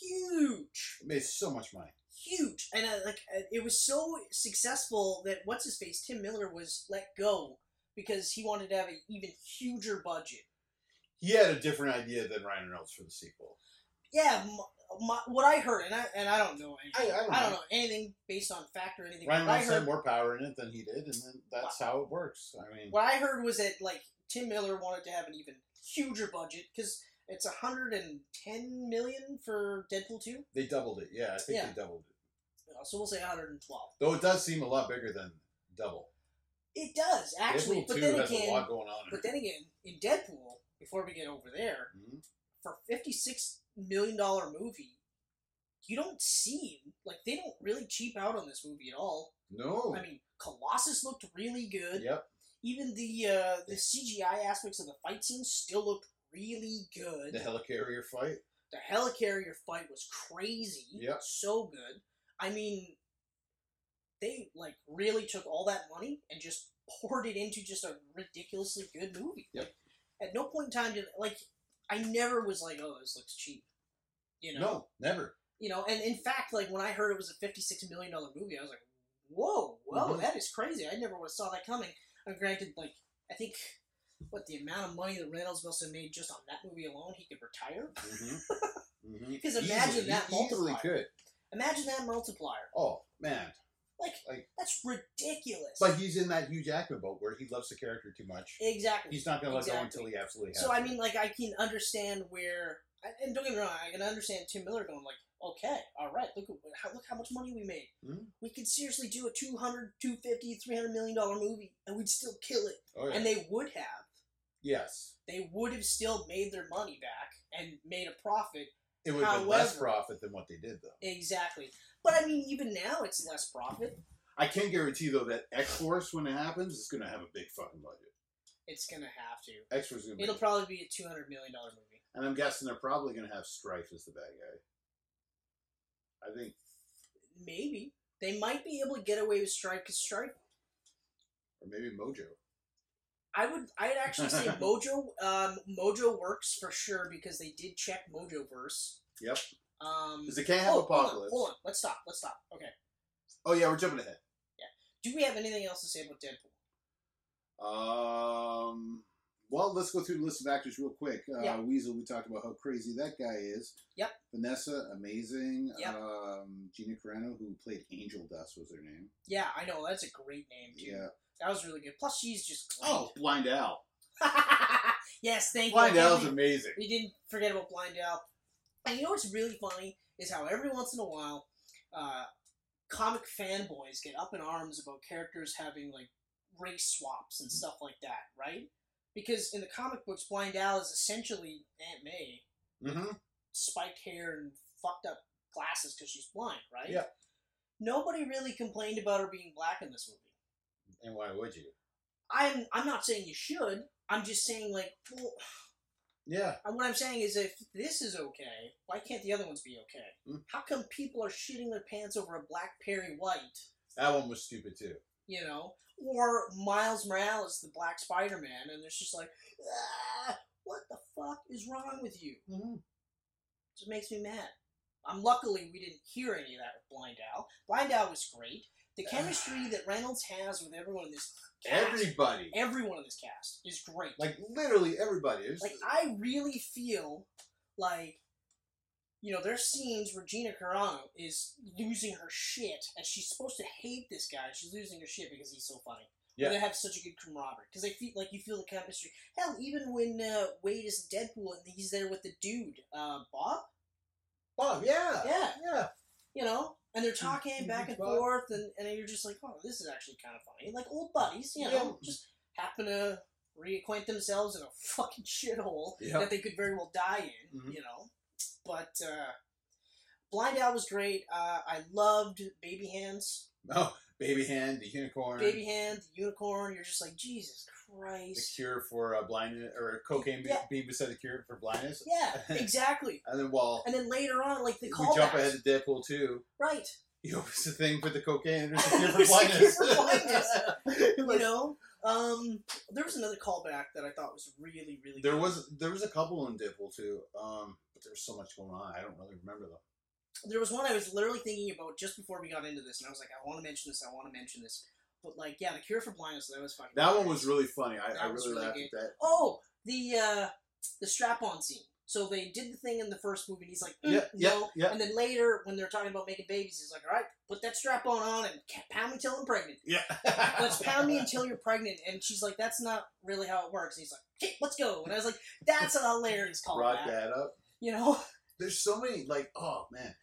S2: huge.
S3: it made so much money.
S2: huge, and uh, like uh, it was so successful that what's his face Tim Miller was let go because he wanted to have an even huger budget.
S3: He had a different idea than Ryan Reynolds for the sequel.
S2: Yeah, my, my, what I heard, and I and I don't know, anything,
S3: I- I don't
S2: know. anything based on fact or anything.
S3: Ryan
S2: what I
S3: Reynolds
S2: heard,
S3: had more power in it than he did, and then that's how it works. I mean,
S2: what I heard was that like Tim Miller wanted to have an even huger budget because it's hundred and ten million for Deadpool two,
S3: they doubled it. Yeah, I think
S2: Yeah.
S3: they doubled it.
S2: so we'll say hundred and twelve.
S3: Though it does seem a lot bigger than double.
S2: It does actually,
S3: Deadpool
S2: but
S3: two
S2: then
S3: has a
S2: again,
S3: lot going on. in
S2: but
S3: it.
S2: then again, in Deadpool, before we get over there,
S3: Mhm.
S2: for fifty-six million dollar movie, you don't see like they don't really cheap out on this movie at all.
S3: No.
S2: I mean, Colossus looked really good.
S3: yep.
S2: Even the uh, the CGI aspects of the fight scenes still looked really good.
S3: The helicarrier fight.
S2: The helicarrier fight was crazy.
S3: Yep.
S2: so good. I mean, they like really took all that money and just poured it into just a ridiculously good movie.
S3: Yep.
S2: At no point in time did like I never was like, oh, this looks cheap. You know.
S3: No, never.
S2: You know, and in fact, like when I heard it was a fifty-six million dollar movie, I was like, whoa, whoa,
S3: Mhm.
S2: that is crazy. I never would have saw that coming. And granted, like I think. What the amount of money that Reynolds must have made just on that movie alone, he could retire.
S3: hmm hmm
S2: Because imagine that
S3: Easily
S2: multiplier.
S3: could.
S2: Imagine that multiplier.
S3: Oh man,
S2: Like,
S3: Like-
S2: that's ridiculous.
S3: It's like he's in that Hugh Jackman boat where he loves the character too much.
S2: exactly.
S3: He's not going to let go
S2: Exactly.
S3: until he absolutely has
S2: So I
S3: to.
S2: mean, like I can understand where, I- and don't get me wrong, I can understand Tim Miller going like, okay, all right, look at how look how much money we made.
S3: Mhm.
S2: We could seriously do a 200, 250, 300 million dollar movie, and we'd still kill it.
S3: oh, yeah.
S2: And they would have,
S3: yes,
S2: they would have still made their money back and made a profit.
S3: it would have been less
S2: However-
S3: profit than what they did though.
S2: Exactly. But I mean, even now it's less profit.
S3: I can guarantee though that X Force when it happens is going to have a big fucking budget.
S2: It's gonna have to.
S3: X Force is going to
S2: It'll
S3: be,
S2: probably be a two hundred million dollar movie.
S3: and I'm guessing they're probably going to have Strife as the bad guy. I think,
S2: Maybe they might be able to get away with Strike because Strike
S3: or maybe Mojo.
S2: I would I'd actually say Mojo um, Mojo works for sure because they did check Mojoverse.
S3: Yep.
S2: Um
S3: Because they can't have
S2: oh, hold on,
S3: Apocalypse.
S2: Hold on, let's stop. Let's stop. Okay.
S3: Oh yeah, we're jumping ahead.
S2: Do we have anything else to say about Deadpool?
S3: Um, well, let's go through the list of actors real quick. Uh,
S2: Yeah.
S3: Weasel, we talked about how crazy that guy is.
S2: Yep.
S3: Vanessa, amazing.
S2: Yep.
S3: Um, Gina Carano, who played Angel Dust, was her name.
S2: Yeah, I know, that's a great name too.
S3: Yeah.
S2: That was really good. Plus she's just great.
S3: Oh, Blind Al.
S2: yes, thank
S3: Blind
S2: you. I can't
S3: Al's
S2: believe
S3: amazing.
S2: We didn't forget about Blind Al. And you know what's really funny is how every once in a while, uh, comic fanboys get up in arms about characters having like race swaps and stuff like that, right? Because in the comic books, Blind Al is essentially Aunt May,
S3: Mm-hmm.
S2: spiked hair and fucked up glasses because she's blind, right?
S3: Yeah.
S2: Nobody really complained about her being black in this movie.
S3: And why would you?
S2: I'm I'm not saying you should. I'm just saying like, well,
S3: Yeah.
S2: And what I'm saying is, if this is okay, why can't the other ones be okay?
S3: Mm.
S2: How come people are shitting their pants over a black Perry White,
S3: That one was stupid too.
S2: you know, or Miles Morales, the Black Spider Man, and it's just like, ah, what the fuck is wrong with you?
S3: Mm-hmm.
S2: It makes me mad. Um, luckily, we didn't hear any of that with Blind Owl. Blind Owl was great. The chemistry that Reynolds has with everyone in this cast,
S3: Everybody.
S2: everyone in this cast is great.
S3: Like literally everybody. It's-
S2: like I really feel like you know there's scenes where Gina Carano is losing her shit and she's supposed to hate this guy and she's losing her shit because he's so funny. Or
S3: Yeah.
S2: they have such a good camaraderie because they feel like you feel the chemistry. Hell, even when uh, Wade is Deadpool and he's there with the dude uh, Bob,
S3: Bob, yeah.
S2: Yeah.
S3: Yeah.
S2: you know, and they're talking back and
S5: But-
S2: forth, and, and you're just like, oh, this is actually kind of funny. Like old buddies, you know, just happen to reacquaint themselves in a fucking shithole
S3: Yeah.
S2: that they could very well die in,
S3: Mhm.
S2: you know. But uh, Blind Owl was great. Uh, I loved Baby Hands.
S3: Oh, baby hand, the unicorn,
S2: Baby Hand, the Unicorn. You're just like, Jesus
S3: the
S2: Christ.
S3: cure for uh, blindness, or cocaine be-
S2: Yeah.
S3: being beside the cure for blindness.
S2: Yeah, exactly.
S3: And then, well,
S2: And then later on, like the
S3: we jump
S2: callbacks.
S3: ahead to Deadpool too.
S2: Right.
S3: He opens the thing for the cocaine. There's a cure for
S2: There's a cure
S3: blindness.
S2: for blindness.
S3: Like,
S2: you know um there was another callback that i thought was really really
S3: There
S2: good.
S3: was there was a couple in Deadpool too, um, but there's so much going on. I don't really remember them.
S2: there was one i was literally thinking about just before we got into this and i was like i want to mention this i want to mention this but like yeah the cure for blindness that was fucking
S3: That one
S2: hilarious.
S3: was really funny. I, I
S2: That was
S3: really
S2: really
S3: laughed
S2: good.
S3: at that.
S2: oh the uh the strap on scene so they did the thing in the first movie and he's like mm,
S3: Yeah, yeah,
S2: no.
S3: yeah.
S2: and then later when they're talking about making babies he's like all right put that strap on on and ca- pound me till i'm pregnant
S3: Yeah.
S2: let's pound me until you're pregnant and she's like that's not really how it works and he's like okay let's go and i was like that's a hilarious
S3: Brought
S2: callback
S3: that up.
S2: you know
S3: There's so many like oh man,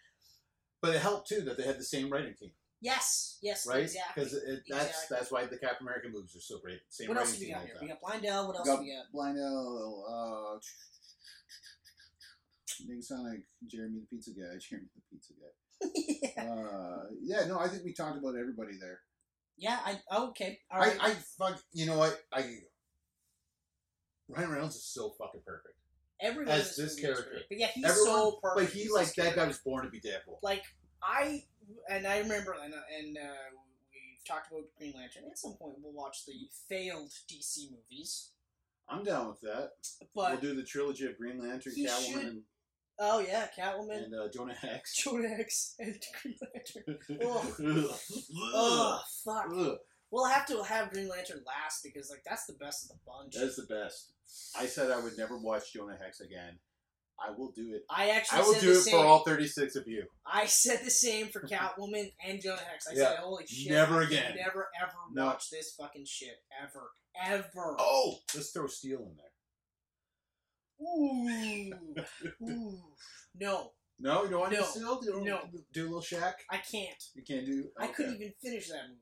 S3: but it helped too that they had the same writing team,
S2: Yes, yes,
S3: right?
S2: exactly.
S3: Because that's
S2: Exactly.
S3: that's why the Captain America movies are so great. Same
S2: What
S3: writing
S2: else do we
S3: team
S2: got
S3: all
S2: here?
S3: the
S2: We
S3: time.
S2: got Blindell. What else
S5: Got-
S2: do we got?
S5: Blino, uh, didn't sound like Jeremy the Pizza Guy. Jeremy the Pizza Guy.
S2: yeah.
S5: Uh, yeah, no, I think we talked about everybody there.
S2: yeah, I oh, okay. All right.
S3: I, I fuck you know what I. Ryan Reynolds is so fucking perfect.
S2: Everyone in
S3: as this
S2: movie is
S3: character.
S2: great. but yeah, he's
S3: Everyone-
S2: so
S3: But
S2: perfect.
S3: he
S2: He's
S3: like
S2: this
S3: that guy
S2: character.
S3: was born to be Deadpool.
S2: Like I and I remember and and uh, we've talked about Green Lantern. At some point, we'll watch the failed DC movies.
S3: I'm down with that.
S2: But
S3: we'll do the trilogy of Green Lantern,
S2: He
S3: Catwoman,
S2: should-
S3: and-
S2: oh yeah, Catwoman,
S3: and uh, Jonah Hex.
S2: Jonah Hex, and Green Lantern.
S3: Ugh.
S2: Oh fuck.
S3: Ugh.
S2: We'll have to have Green Lantern last because like that's the best of the bunch.
S3: That's the best. I said I would never watch Jonah Hex again. I will do it.
S2: I actually
S3: I will
S2: said
S3: do
S2: the
S3: it
S2: same.
S3: for all 36 of you.
S2: I said the same for Catwoman and Jonah Hex. I said, holy shit.
S3: Never
S2: I can
S3: again.
S2: Never, ever
S3: No.
S2: watch this fucking shit. Ever. Ever.
S3: Oh, let's throw Steel in there.
S2: Ooh. Ooh. No,
S3: No, you don't want to do
S2: No.
S3: Steel? You don't
S2: No.
S3: do a little Shaq?
S2: I can't.
S3: You can't do.
S2: I couldn't
S3: okay.
S2: even finish that movie.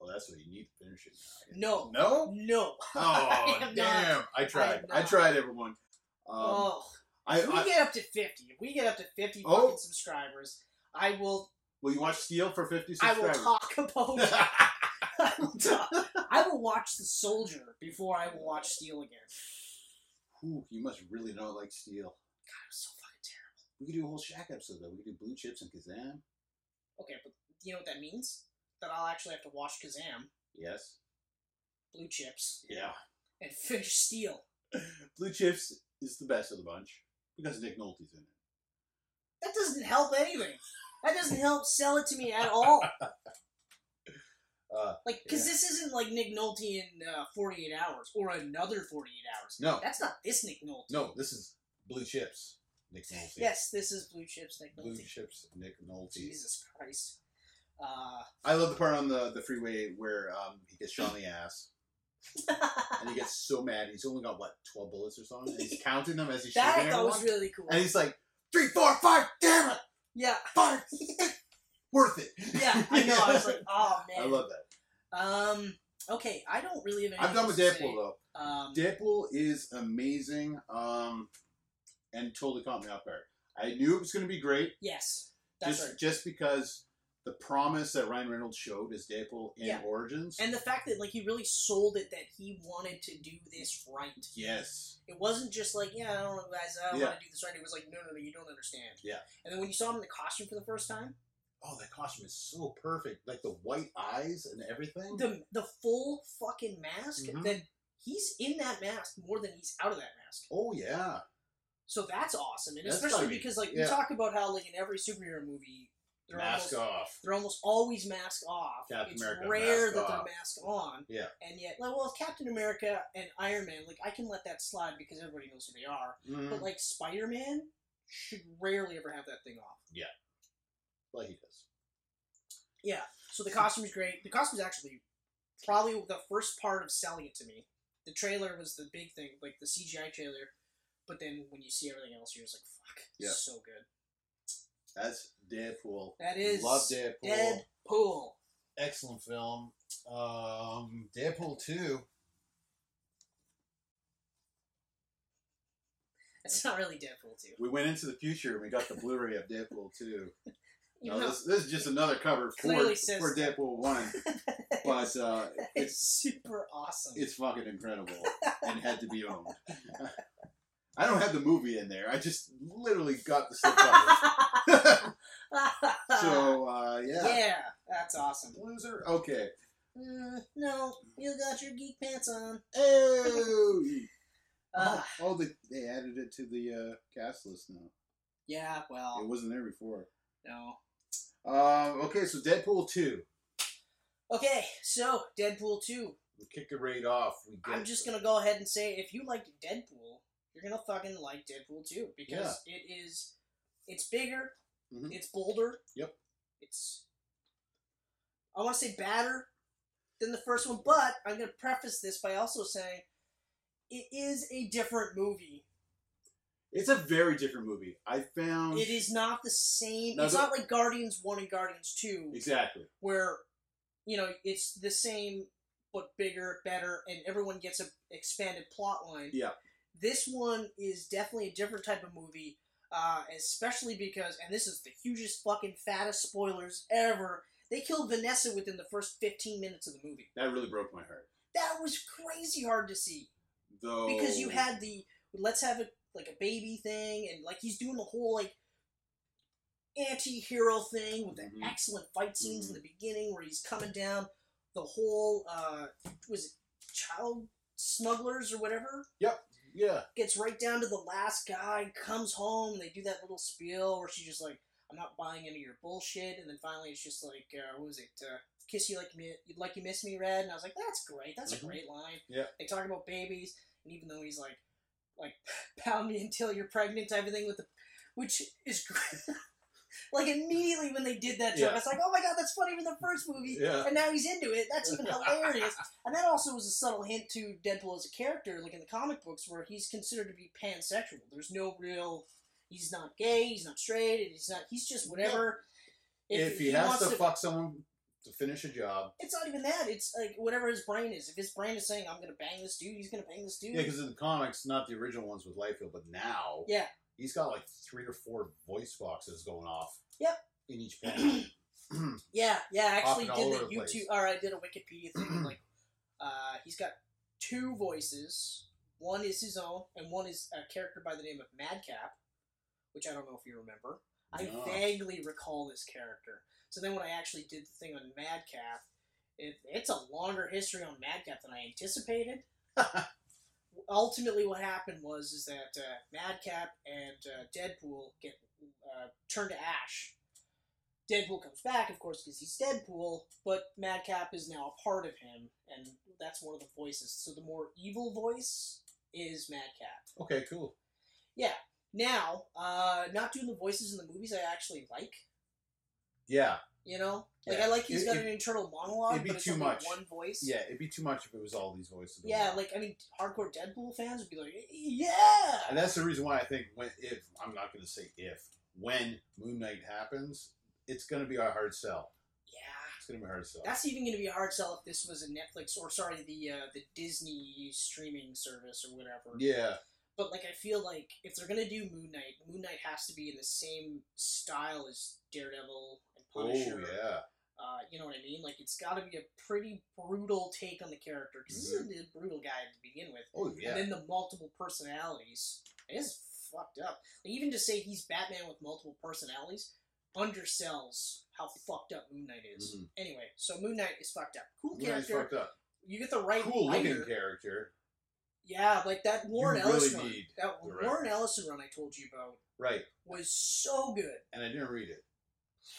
S3: Well, that's what you need to finish it. Now.
S2: No.
S3: No.
S2: No.
S3: Oh
S2: I am
S3: damn!
S2: not.
S3: I tried.
S2: am
S3: I,
S2: not.
S3: tried, everyone. Um,
S2: oh.
S3: I,
S2: if we
S3: I
S2: get up to 50, if we get up to 50
S3: Oh.
S2: fucking subscribers, I will,
S3: will you watch Steel for 50
S2: I will
S3: subscribers?
S2: talk about, I will talk, I will watch The Soldier before I will watch Steel again.
S3: Ooh, you must really not like Steel.
S2: God, I'm so fucking terrible.
S3: We could do a whole Shaq episode though. We could do Blue Chips and Kazam.
S2: Okay, but you know what that means? That I'll actually have to watch Kazam,
S3: Yes.
S2: Blue Chips,
S3: Yeah.
S2: and finish Steel.
S3: Blue Chips is the best of the bunch because Nick Nolte's in it.
S2: That doesn't help anything. That doesn't help sell it to me at all.
S3: Uh,
S2: Like, because
S3: Yeah.
S2: this isn't like Nick Nolte in uh, 48 Hours or another 48 Hours.
S3: no,
S2: That's not this Nick Nolte.
S3: no, this is Blue Chips. Nick Nolte.
S2: Yes, this is Blue Chips Nick
S3: Blue
S2: Nolte.
S3: Chips. Nick Nolte.
S2: Jesus Christ. Uh,
S3: I love the part on the, the freeway where um, he gets shot in the ass and he gets so mad. He's only got what twelve bullets or something. And he's counting them as he's
S2: that I
S3: shooting
S2: thought
S3: everyone.
S2: was really cool.
S3: and he's like, three, four, five. Damn it,
S2: Yeah,
S3: five. Worth it.
S2: yeah, I know. I was like, oh man.
S3: I love that.
S2: Um. Okay, I don't really have.
S3: I'm done with
S2: anything else to
S3: Deadpool
S2: say.
S3: though.
S2: Um,
S3: Deadpool is amazing, um, and totally caught me off guard. I knew it was going to be great,
S2: Yes, that's
S3: just
S2: right.
S3: just because the promise that Ryan Reynolds showed as Deadpool in
S2: Yeah.
S3: Origins.
S2: And the fact that like he really sold it that he wanted to do this right.
S3: yes,
S2: It wasn't just like yeah, I don't know, guys, I
S3: Yeah.
S2: want to do this right. It was like no, no, no, you don't understand.
S3: Yeah.
S2: And then when you saw him in the costume for the first time,
S3: oh, that costume is so perfect, like the white eyes and everything.
S2: the the full fucking mask,
S3: Mhm.
S2: then he's in that mask more than he's out of that mask.
S3: oh yeah,
S2: So that's awesome, and
S3: That's
S2: especially
S3: gotta be-
S2: because like we
S3: yeah.
S2: talk about how like in every superhero movie, they're almost
S3: mask off.
S2: they're almost always masked off.
S3: Captain
S2: it's
S3: America,
S2: rare
S3: mask
S2: that
S3: off.
S2: they're masked on.
S3: Yeah.
S2: And yet, like, well, Captain America and Iron Man, like, I can let that slide because everybody knows who they are. But
S3: Mhm.
S2: like, Spider Man should rarely ever have that thing off.
S3: Well, he does.
S2: So the costume's great. The costume's actually probably the first part of selling it to me. The trailer was the big thing, like the CGI trailer. But then when you see everything else, you're just like, "Fuck,
S3: Yeah.
S2: so good."
S3: That's Deadpool.
S2: That is
S3: love Deadpool.
S2: Deadpool.
S3: Excellent film. Um, Deadpool two.
S2: It's not really Deadpool too.
S3: We went into the future and we got the Blu-ray of Deadpool two. No,
S2: Even though
S3: this, this is just another cover for,
S2: Clearly says
S3: for
S2: that.
S3: Deadpool one, but uh,
S2: it's
S3: it's
S2: super awesome.
S3: it's fucking incredible and had to be owned. I don't have the movie in there. I just literally got the slip cover. so uh, yeah.
S2: yeah, that's awesome.
S3: loser. Okay.
S2: Mm, no, you got your geek pants on.
S3: Oh, Ah,
S2: Uh,
S5: oh, they, they added it to the uh, cast list now.
S2: yeah,
S5: It
S2: well,
S5: wasn't there before.
S2: no.
S3: um, okay. So Deadpool two.
S2: Okay, so Deadpool 2.
S3: We kick the raid off. We get
S2: I'm just gonna go ahead and say if you liked Deadpool, you're gonna fucking like Deadpool too because it is it's bigger,
S3: Mhm.
S2: it's bolder.
S3: Yep.
S2: It's I want to say badder than the first one, but I'm gonna preface this by also saying it is a different movie.
S3: It's a very different movie. I found
S2: It is not the same.
S3: No,
S2: it's
S3: Um, the-
S2: not like Guardians One and Guardians Two,
S3: exactly.
S2: where you know it's the same but bigger, better, and everyone gets a expanded plot line.
S3: Yeah.
S2: This one is definitely a different type of movie, uh, especially because, and this is the hugest fucking fattest spoilers ever. They killed Vanessa within the first 15 minutes of the movie.
S3: That really broke my heart.
S2: That was crazy hard to see
S3: Though
S2: because you had the let's have a like a baby thing and like he's doing the whole like anti-hero thing with the
S3: Mhm.
S2: excellent fight scenes in the beginning where he's coming down the whole uh was it child smugglers or whatever
S3: yeah.
S2: gets right down to the last guy comes home and they do that little spiel where she's just like i'm not buying any of your bullshit and then finally it's just like uh, what was it uh, kiss you like me like you miss me red and i was like that's great that's
S3: Mhm.
S2: a great line
S3: Yeah.
S2: they talk about babies and even though he's like like pound me until you're pregnant type of thing with the which is great like immediately when they did that joke
S3: Yeah.
S2: i was like oh my god that's funny from the first movie
S3: Yeah.
S2: and now he's into it. That's even hilarious. And that also was a subtle hint to Deadpool as a character, like in the comic books, where he's considered to be pansexual. There's no real. He's not gay. He's not straight. and He's not. He's just whatever.
S3: If, he, has to, fuck someone to finish a job,
S2: it's not even that. It's like whatever his brain is. If his brain is saying, "I'm gonna bang this dude," he's gonna bang this dude.
S3: yeah, because in the comics, not the original ones with Lightfield, but now,
S2: Yeah.
S3: he's got like three or four voice boxes going off.
S2: Yep.
S3: in each panel.
S2: Yeah, yeah. I actually
S3: Hopping all
S2: did the
S3: over the place.
S2: YouTube, or I did a Wikipedia thing. and, like, uh, he's got two voices. One is his own, and one is a character by the name of Madcap, which I don't know if you remember.
S3: No.
S2: I vaguely recall this character. So then when I actually did the thing on Madcap, it, it's a longer history on Madcap than I anticipated. Ultimately, what happened was is that uh, Madcap and uh, Deadpool get uh, turned to ash. Deadpool comes back, of course, because he's Deadpool, but Madcap is now a part of him, and that's one of the voices. So the more evil voice is Madcap.
S3: okay, cool.
S2: Now, uh, not doing the voices in the movies I actually like.
S3: Yeah,
S2: You know, like
S3: Yeah.
S2: I like he's
S3: It-
S2: got
S3: it-
S2: an internal monologue,
S3: it'd be
S2: but it's
S3: too
S2: only
S3: much.
S2: one voice.
S3: yeah, it'd be too much if it was all these voices.
S2: yeah. Like I mean, hardcore Deadpool fans would be like, yeah.
S3: And that's the reason why I think when if I'm not going to say if when Moon Knight happens, it's going to be a hard sell.
S2: Yeah,
S3: It's going to be a hard sell.
S2: that's even going to be a hard sell if this was a Netflix or sorry, the uh, the Disney streaming service or whatever.
S3: yeah,
S2: But like, I feel like if they're going to do Moon Knight, Moon Knight has to be in the same style as Daredevil and
S3: oh
S2: Punisher.
S3: yeah,
S2: Uh, you know what I mean? Like, it's got to be a pretty brutal take on the character because he's a brutal guy to begin with.
S3: oh Mm-hmm. yeah.
S2: and then the multiple personalities. It is fucked up. Like, even to say he's Batman with multiple personalities undersells how fucked up Moon Knight is.
S3: Mhm.
S2: Anyway, so Moon Knight is fucked up. Cool
S3: Moon Knight's
S2: character.
S3: fucked up.
S2: You get the right
S3: cool
S2: writer.
S3: looking character,
S2: Yeah, like that Warren
S3: You
S2: Ellis
S3: really
S2: run.
S3: need
S2: That
S3: the right
S2: Warren Ellison run I told you about
S3: right?
S2: was so good.
S3: And I didn't read it.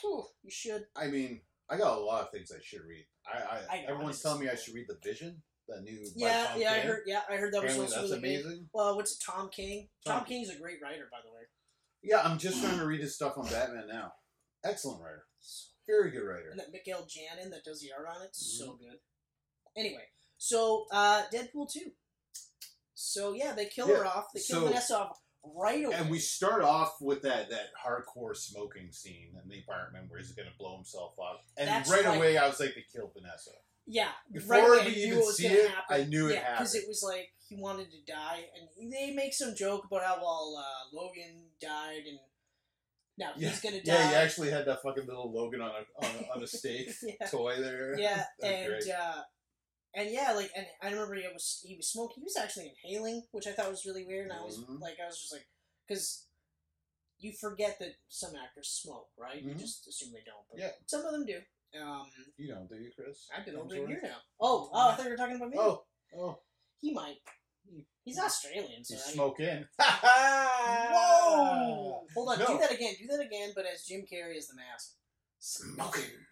S2: Whew, you should.
S3: I mean, I got a lot of things I should read. I, I,
S2: I got
S3: everyone's
S2: it.
S3: telling me I should read The Vision, the new. by
S2: Yeah,
S3: Tom
S2: yeah, I
S3: King.
S2: heard. Yeah, I heard that was
S3: Apparently
S2: also
S3: that's
S2: really good.
S3: amazing.
S2: Well, what's it, Tom King? Tom,
S3: Tom King.
S2: King's a great writer, by the way.
S3: Yeah, I'm just trying to read his stuff on Batman now. Excellent writer, very good writer.
S2: and that Mikael Janin that does the art on it. So
S3: Mm-hmm.
S2: good. Anyway, so uh, Deadpool two. So yeah, they kill her off. They kill
S3: So-
S2: Vanessa off right away.
S3: And we start off with that that hardcore smoking scene in the apartment where he's gonna blow himself up. And
S2: That's
S3: right
S2: right.
S3: away I was like, they killed Vanessa.
S2: yeah,
S3: Before
S2: right away,
S3: we
S2: I knew
S3: even
S2: what was
S3: see
S2: gonna
S3: it,
S2: happen.
S3: I knew it
S2: yeah, because
S3: happened.
S2: it was like he wanted to die, and they make some joke about how well uh, Logan died, and now he's gonna die.
S3: Yeah, he actually had that fucking little Logan on a on a, on a stake
S2: Yeah.
S3: toy there.
S2: yeah,
S3: That's
S2: and
S3: great.
S2: uh, and yeah, like, and I remember he was he was smoking. He was actually inhaling, which I thought was really weird. And I was
S3: Mhm.
S2: like, I was just like, because you forget that some actors smoke, right? You
S3: Mhm.
S2: just assume they don't, but
S3: Yeah.
S2: some of them do. Um,
S3: You know, do you, Chris?
S2: I've been
S3: I'm
S2: over a
S3: sorry.
S2: year now. Oh, oh, I thought you were talking about me.
S3: Mm-hmm. Oh, Mm-hmm. oh,
S2: he might. He's Australian, so
S3: he's
S2: I mean-
S3: smoking.
S2: Whoa! Hold on, do
S3: No.
S2: that again. Do that again, but as Jim Carrey is the mask.
S3: Smoking.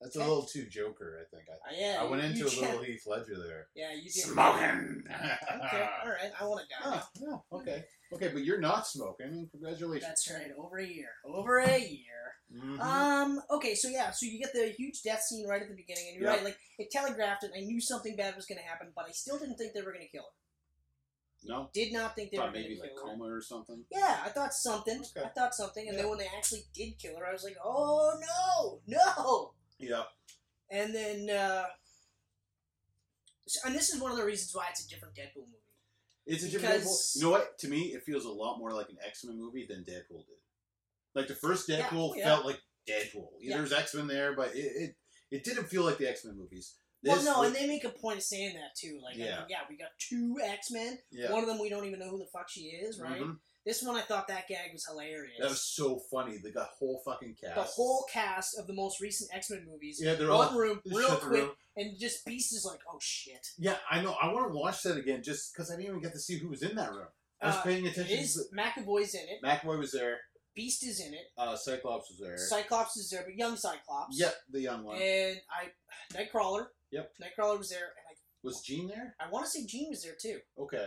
S3: That's a
S2: Okay.
S3: little too Joker, I think. I,
S2: Uh, yeah,
S3: I went
S2: you-
S3: into
S2: you
S3: a little
S2: can't-
S3: Heath Ledger there.
S2: Yeah, you did.
S3: Smoking.
S2: Okay, all right. I want to die. now.
S3: Oh, yeah, okay. Okay, but you're not smoking. Congratulations.
S2: That's right. Over a year. Over a year.
S3: Mhm.
S2: Um. Okay. So yeah. So you get the huge death scene right at the beginning, and you're
S3: Yeah.
S2: right. Like it telegraphed it. I knew something bad was going to happen, but I still didn't think they were going to kill her.
S3: no,
S2: Did not think they were
S3: thought
S2: going to
S3: maybe
S2: kill
S3: like
S2: her.
S3: coma or something.
S2: Yeah, I thought something.
S3: Okay.
S2: I thought something, and
S3: Yeah.
S2: then when they actually did kill her, I was like, "Oh no, no!"
S3: Yeah.
S2: And then, uh, so- and this is one of the reasons why it's a different Deadpool movie.
S3: It's a different
S2: Because-
S3: Deadpool. You know what? To me, it feels a lot more like an X Men movie than Deadpool did. Like the first
S2: Yeah,
S3: Deadpool
S2: oh, yeah.
S3: felt like Deadpool.
S2: Yeah.
S3: There's X Men there, but it, it it didn't feel like the X Men movies.
S2: Well,
S3: This
S2: no,
S3: was-
S2: and they make a point of saying that too. Like, I mean, yeah,
S3: Yeah.
S2: we got two X Men.
S3: yeah.
S2: One of them we don't even know who the fuck she is, right?
S3: Mhm.
S2: This one I thought that gag was hilarious.
S3: That was so funny. They got whole fucking cast.
S2: the whole cast of the most recent X Men movies.
S3: yeah, they're
S2: one
S3: all
S2: room,
S3: They
S2: real
S3: shut the
S2: quick,
S3: room.
S2: and just Beast is like, "Oh shit!"
S3: Yeah, I know. I want to watch that again just because I didn't even get to see who was in that room. I was
S2: Uh,
S3: paying
S2: It
S3: attention.
S2: is McAvoy's in it.
S3: to McBoy was there.
S2: Beast is in it.
S3: Uh, Cyclops was there.
S2: Cyclops is there, but young Cyclops.
S3: yep, the young one.
S2: And I, Nightcrawler.
S3: Yep.
S2: Nightcrawler was there, and I
S3: was Jean there?
S2: I want to say Gene was there too.
S3: Okay,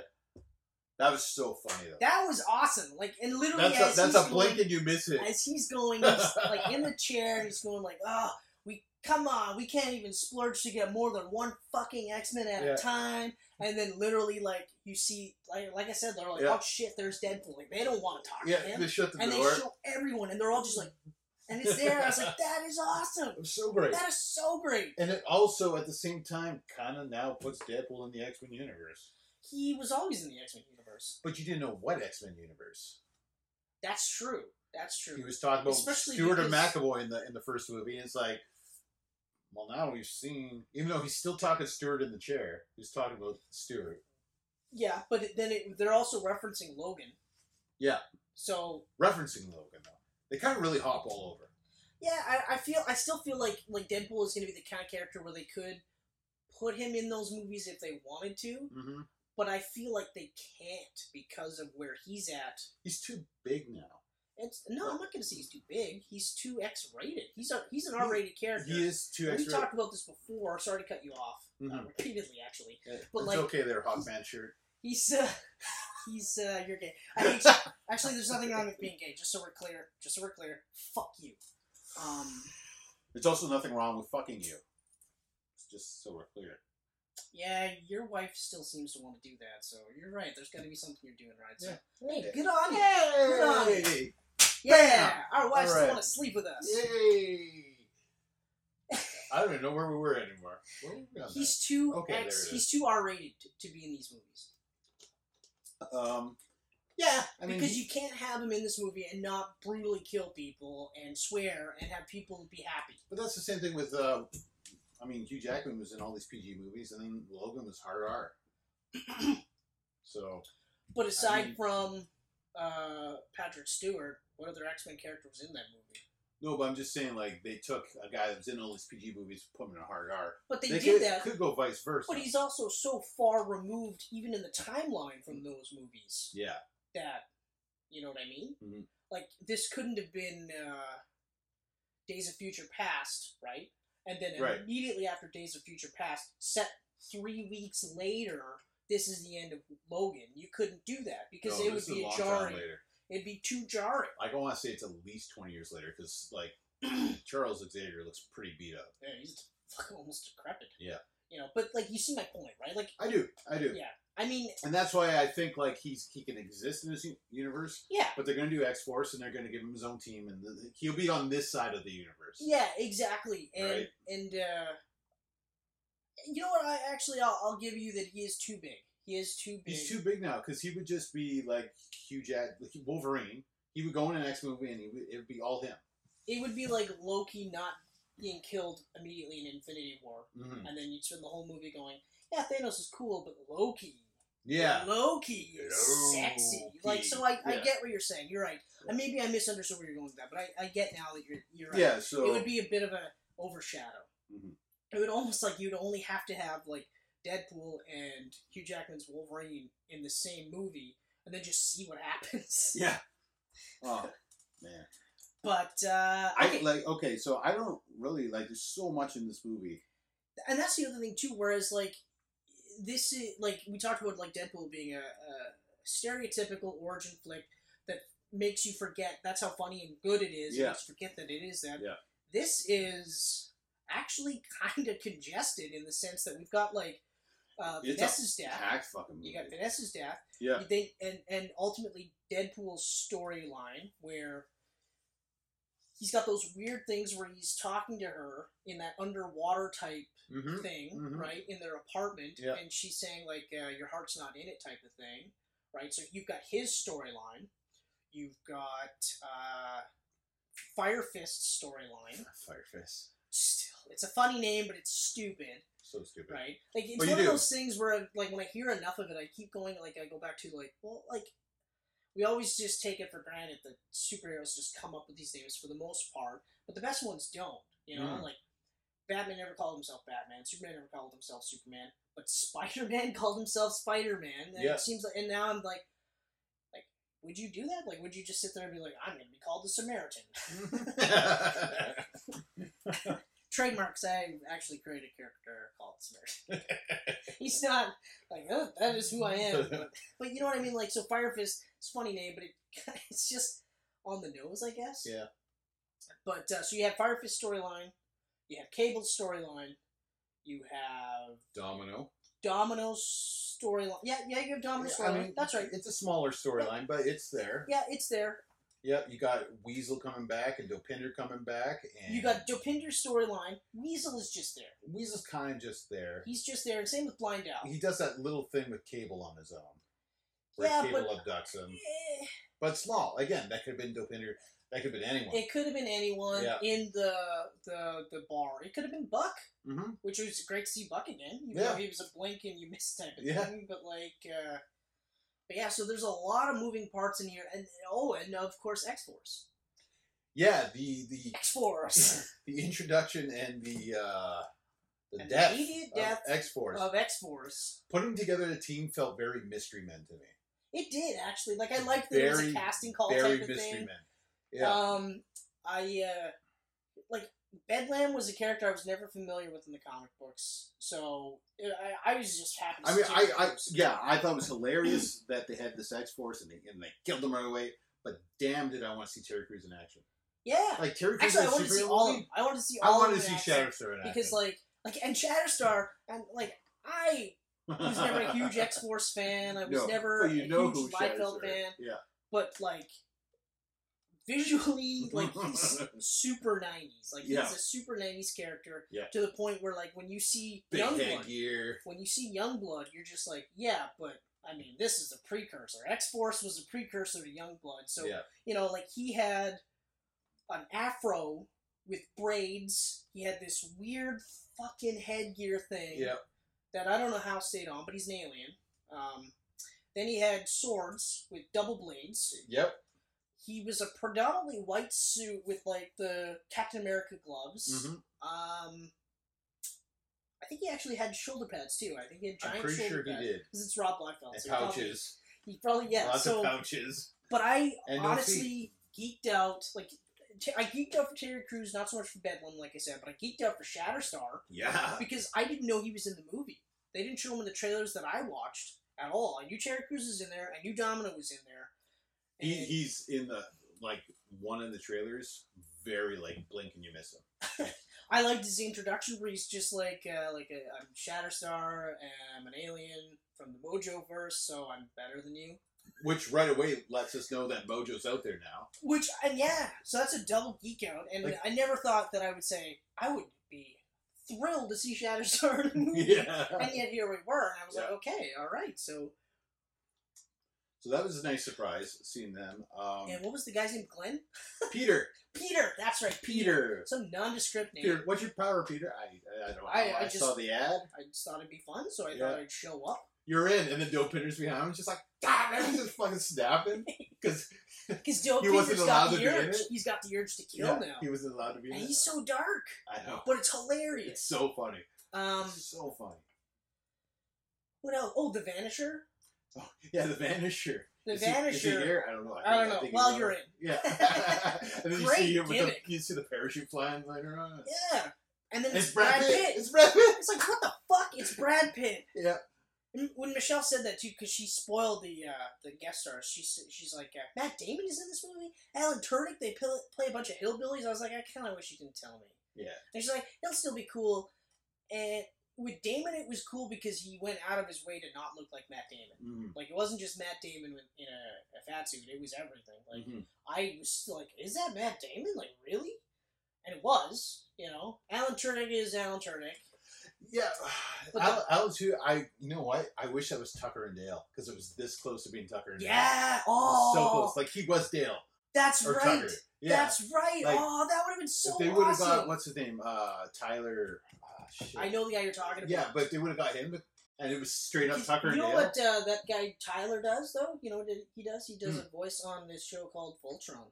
S3: that was so funny though.
S2: That was awesome. Like, and literally,
S3: that's a,
S2: as,
S3: that's
S2: he's
S3: a blink and you miss it.
S2: going, as he's going, he's like in the chair, he's going like, "Oh, we come on, we can't even splurge to get more than one fucking X Men at
S3: Yeah.
S2: a time." And then literally, like you see, like like I said, they're like,
S3: Yeah.
S2: "Oh shit, there's Deadpool." Like, they don't want to talk
S3: Yeah,
S2: to him,
S3: they shut the
S2: and they
S3: door.
S2: show everyone, and they're all just like, "And it's there." I was like, "That is awesome.
S3: it was so great.
S2: That is so great."
S3: And it also, at the same time, kind of now puts Deadpool in the X Men universe.
S2: He was always in the X Men universe.
S3: But you didn't know what X Men universe.
S2: That's true. That's true.
S3: He was talking about
S2: Especially
S3: Stewart and
S2: because-
S3: McAvoy in the in the first movie. And it's like, well, now we've seen. Even though he's still talking Stewart in the chair, he's talking about Stewart.
S2: Yeah, but it- then it, they're also referencing Logan.
S3: Yeah.
S2: So
S3: referencing Logan though. They kind of really hop all over.
S2: yeah, I, I feel I still feel like like Deadpool is going to be the kind of character where they could put him in those movies if they wanted to,
S3: Mm-hmm.
S2: but I feel like they can't because of where he's at.
S3: He's too big now.
S2: It's no, I'm not going to say he's too big. He's too X-rated. He's a he's an R-rated character.
S3: He is too
S2: We
S3: extra.
S2: talked about this before. Sorry to cut you off uh,
S3: Mhm.
S2: repeatedly, actually.
S3: Yeah,
S2: but
S3: it's
S2: like-
S3: okay there, Hawkman shirt.
S2: He's uh, he's uh, you're gay. I hate you. Actually, there's nothing wrong with being gay. Just so we're clear. Just so we're clear. Fuck you. Um,
S3: There's also nothing wrong with fucking you. It's just so we're clear.
S2: yeah, your wife still seems to want to do that. So you're right. There's got to be something you're doing right. So hey, good on you. Good on you.
S3: Hey!
S2: Yeah, our wives still
S3: Alright.
S2: want to sleep with us.
S3: Yay! I don't even know where we were anymore. Where were we on
S2: He's too
S3: Okay, there
S2: X,
S3: it
S2: he's too R-rated to, to be in these movies
S3: that? Um, yeah, I mean,
S2: because you can't have him in this movie and not brutally kill people and swear and have people be happy.
S3: but that's the same thing with. Uh, I mean, Hugh Jackman was in all these PG movies, and then Logan was hard R. so
S2: But aside
S3: mean-
S2: from uh, Patrick Stewart, what other X Men character was in that movie?
S3: no, but I'm just saying, like, they took a guy that was in all these PG movies, put him in a hard R.
S2: But they, did
S3: could,
S2: that.
S3: Could go vice versa.
S2: But he's also so far removed, even in the timeline, from those movies
S3: yeah,
S2: that you know what I mean.
S3: Mhm.
S2: Like this couldn't have been uh, Days of Future Past, right? And then
S3: Right.
S2: immediately after Days of Future Past, set three weeks later, this is the end of Logan. You couldn't do that because
S3: No,
S2: it would
S3: Oh, this is
S2: be
S3: long time
S2: jarring.
S3: later.
S2: It'd be too jarring.
S3: I don't want to say it's at least 20 years later because, like, Charles Xavier looks pretty beat up.
S2: Yeah, he's fucking almost decrepit.
S3: Yeah.
S2: You know, but like you see my point, right? Like
S3: I do. I do.
S2: Yeah. I I mean,
S3: and that's why I think like he's he can exist in this u- universe.
S2: yeah,
S3: But they're going to do X Force, and they're going to give him his own team, and th- he'll be on this side of the universe.
S2: yeah, exactly. And
S3: Right.
S2: and uh, you know what? I actually, I'll, I'll give you that he is too big. He is too big.
S3: He's too big now because he would just be like Hugh Jack, like Wolverine. He would go in an X movie, and he would, it would be all him.
S2: It would be like Loki not being killed immediately in Infinity War,
S3: Mm-hmm.
S2: and then you'd spend the whole movie going, "Yeah, Thanos is cool, but Loki."
S3: Yeah,
S2: Loki is sexy.
S3: Loki.
S2: Like, so I, I
S3: Yeah.
S2: get what you're saying. You're right. And maybe I misunderstood where you're going with that, but I, I get now that you're you're right.
S3: yeah. So
S2: it would be a bit of a overshadow.
S3: Mhm.
S2: It would almost like you'd only have to have like Deadpool and Hugh Jackman's Wolverine in the same movie, and then just see what happens.
S3: yeah.
S5: Oh man,
S2: But uh,
S5: I
S2: okay.
S5: like okay. So I don't really like. There's so much in this movie.
S2: and that's the other thing too. Whereas like this is like we talked about like Deadpool being a, a stereotypical origin flick that makes you forget that's how funny and good it is.
S3: Yeah.
S2: Makes you forget that it is that.
S3: Yeah.
S2: This is actually kind of congested in the sense that we've got like uh,
S3: It's a
S2: Vanessa's death.
S3: Hack fucking movie.
S2: You got Vanessa's death.
S3: Yeah.
S2: You think and and ultimately Deadpool's storyline where he's got those weird things where he's talking to her in that underwater type
S3: Mm-hmm.
S2: thing,
S3: mhm.
S2: right, in their apartment,
S3: Yeah.
S2: and she's saying like uh, your heart's not in it type of thing, right? So you've got his storyline, you've got uh, Fire Fist's storyline.
S3: Fire Fist.
S2: Still, it's a funny name, but it's stupid,
S3: So stupid.
S2: right? Like it's
S3: Well, you
S2: one of
S3: do.
S2: those things where like when I hear enough of it, I keep going like I go back to like well like. We always just take it for granted that superheroes just come up with these names for the most part, but the best ones don't. You know,
S3: Mm.
S2: like Batman never called himself Batman. Superman never called himself Superman. But Spider Man called himself Spider Man. And
S3: Yeah.
S2: it seems like and now I'm like like, would you do that? Like would you just sit there and be like, I'm gonna be called the Samaritan? Trademarks I actually created a character called Samaritan. He's not like, oh, that is who I am. But, but you know what I mean? Like so Fire Fist it's a funny name, but it it's just on the nose, I guess.
S3: Yeah.
S2: But uh, so you have Fire Fist storyline, you have Cable's storyline, you have
S3: Domino.
S2: Domino's storyline. Yeah, yeah, you have Domino's
S3: Yeah,
S2: storyline. That's right.
S3: It's a smaller storyline, but it's there.
S2: Yeah, it's there.
S3: Yep, you got Weasel coming back and Dopinder coming back, and
S2: You got Dopinder's storyline. Weasel is just there.
S3: Weasel's kind of just there.
S2: He's just there. And same with Blind Owl.
S3: He does that little thing with Cable on his own, where
S2: Yeah,
S3: Cable
S2: but-
S3: abducts him,
S2: Eh,
S3: but small. Again, that could have been Dopinder. That could have been anyone.
S2: It could have been anyone
S3: Yeah.
S2: in the, the the bar. It could have been Buck,
S3: mm-hmm.
S2: which was great to see Buck again. Even
S3: Yeah.
S2: though he was a blink and you missed type of
S3: Yeah.
S2: thing. But like, uh, but yeah. So there's a lot of moving parts in here, and oh, and of course X Force.
S3: Yeah, the the
S2: X Force
S3: the introduction and the uh, the
S2: And the
S3: death,
S2: immediate
S3: of
S2: death
S3: X Force.
S2: of X Force.
S3: Putting together the team felt very Mystery Men to me.
S2: It did actually. Like I liked that it was a
S3: Very,
S2: casting call
S3: very
S2: type of
S3: Mystery
S2: thing.
S3: Men. Yeah,
S2: Um, I uh, like Bedlam was a character I was never familiar with in the comic books, so uh, I, I was just happy. To
S3: I mean,
S2: see
S3: I,
S2: it.
S3: I yeah, I thought it was hilarious that they had this X Force and they and they killed them right away. But damn, did I want to see Terry Crews in action?
S2: yeah.
S3: Like Terry Crews
S2: Actually, I
S3: in
S2: wanted to see
S3: Superman
S2: all. Of,
S3: movie?
S2: I wanted to see.
S3: I
S2: All
S3: wanted
S2: of
S3: to see
S2: that
S3: Shatterstar in action
S2: because, like, like, and Shatterstar, and like, I was never a huge X Force fan. I was
S3: No,
S2: never
S3: but you
S2: a
S3: know who
S2: huge Liefeld
S3: Shatterstar is.
S2: fan.
S3: Yeah,
S2: but like visually like he's super 90s like
S3: Yeah.
S2: he's a super 90s character
S3: Yeah.
S2: to the point where like when you see
S3: big
S2: young blood
S3: headgear.
S2: when you see young blood you're just like yeah but i mean this is a precursor x-force was a precursor to young blood so
S3: yeah,
S2: you know like he had an afro with braids he had this weird fucking headgear thing
S3: yeah,
S2: that I don't know how stayed on, but he's an alien. Um, then he had swords with double blades.
S3: yep.
S2: He was a predominantly white suit with like the Captain America gloves.
S3: hmm
S2: Um, I think he actually had shoulder pads too. I think he had giant uh,
S3: I'm pretty
S2: shoulder
S3: sure he
S2: pads.
S3: did.
S2: Because it's Rob Liefeld.
S3: And
S2: so he probably-
S3: pouches,
S2: He probably yeah.
S3: lots
S2: so,
S3: of pouches.
S2: but I
S3: And no
S2: honestly geeked out. Like t- I geeked out for Terry Crews, not so much for Bedlam, like I said, but I geeked out for Shatterstar
S3: Yeah,
S2: because I didn't know he was in the movie. They didn't show him in the trailers that I watched at all. I knew Terry Crews was in there. I knew Domino was in there.
S3: he,
S2: And-
S3: he's in the like one of the trailers. Very like blink and you miss him.
S2: I liked his introduction where he's just like, uh, like a, I'm Shatterstar and I'm an alien from from the Mojo verse, so I'm better than you.
S3: Which right away lets us know that Mojo's out there now.
S2: Which and yeah, so that's a double geek out, and
S3: Like-
S2: I never thought that I would say I would be thrilled to see Shatterstar in a movie.
S3: Yeah.
S2: And yet here we were, and I was like,
S3: Yeah.
S2: okay, all right. So,
S3: So that was a nice surprise seeing them. Um,
S2: and what was the guy's name? Glenn?
S3: Peter,
S2: Peter. That's right, Peter.
S3: Peter,
S2: Some nondescript name.
S3: Peter, what's your power, Peter? I I, I don't know.
S2: I-
S3: I,
S2: I
S3: saw
S2: just-
S3: the ad.
S2: I just thought it'd be fun, so I
S3: Yeah.
S2: thought I'd show up.
S3: You're in, and the dope Peter's behind him, just like God, that was just fucking snapping because
S2: Because Dylan
S3: He wasn't
S2: Peter's got
S3: allowed
S2: the
S3: to be in
S2: urge.
S3: it.
S2: He's got the urge to kill
S3: yeah,
S2: now.
S3: he wasn't allowed to be.
S2: and
S3: in
S2: he's
S3: it.
S2: so dark,
S3: I know.
S2: but it's
S3: It's
S2: hilarious.
S3: so funny.
S2: Um,
S3: so funny.
S2: what else? Oh, the Vanisher.
S3: Oh, yeah, the Vanisher.
S2: The
S3: Is he- is he
S2: Vanisher.
S3: here? I don't know.
S2: I don't know.
S3: think he's
S2: Well,
S3: on
S2: you're
S3: it.
S2: in.
S3: Yeah. and then you
S2: Great
S3: see him with the,
S2: gimmick.
S3: you see the parachute flying later on.
S2: Yeah. And then
S3: It's, Brad Pitt.
S2: It's,
S3: It's Brad Pitt.
S2: like what the fuck? It's Brad Pitt.
S3: Yeah.
S2: And When Michelle said that too, because she spoiled the uh, the guest stars. She s- she's like uh, Matt Damon is in this movie. Alan Turdick. They play, play a bunch of hillbillies. I was like, I kind of wish you didn't tell me.
S3: Yeah.
S2: And she's like, he'll still be cool. And with Damon, it was cool because he went out of his way to not look like Matt Damon.
S3: Mm.
S2: Like it wasn't just Matt Damon with, in a, a fat suit. It was everything. Like
S3: Mhm.
S2: I was still like, is that Matt Damon? Like, really? And it was, you know. Alan Turdick is Alan Turdick.
S3: Yeah.
S2: But
S3: Al, Al too. I you know what? I wish that was Tucker and Dale because it was this close to being Tucker and Dale.
S2: Yeah.
S3: It was
S2: Oh,
S3: So close. Like he was Dale
S2: that's
S3: or
S2: right.
S3: Tucker. Yeah.
S2: That's right.
S3: Like,
S2: oh, that would have been so
S3: if they would have
S2: awesome.
S3: got what's his name, uh, Tyler. ah, shit.
S2: I know the guy you're talking about.
S3: Yeah, but if they would have got him, and it was straight up
S2: You-
S3: Tucker
S2: you
S3: and
S2: know
S3: Dale.
S2: what uh, that guy Tyler does though? You know what he does? He
S3: Hmm.
S2: does a voice on this show called Voltron.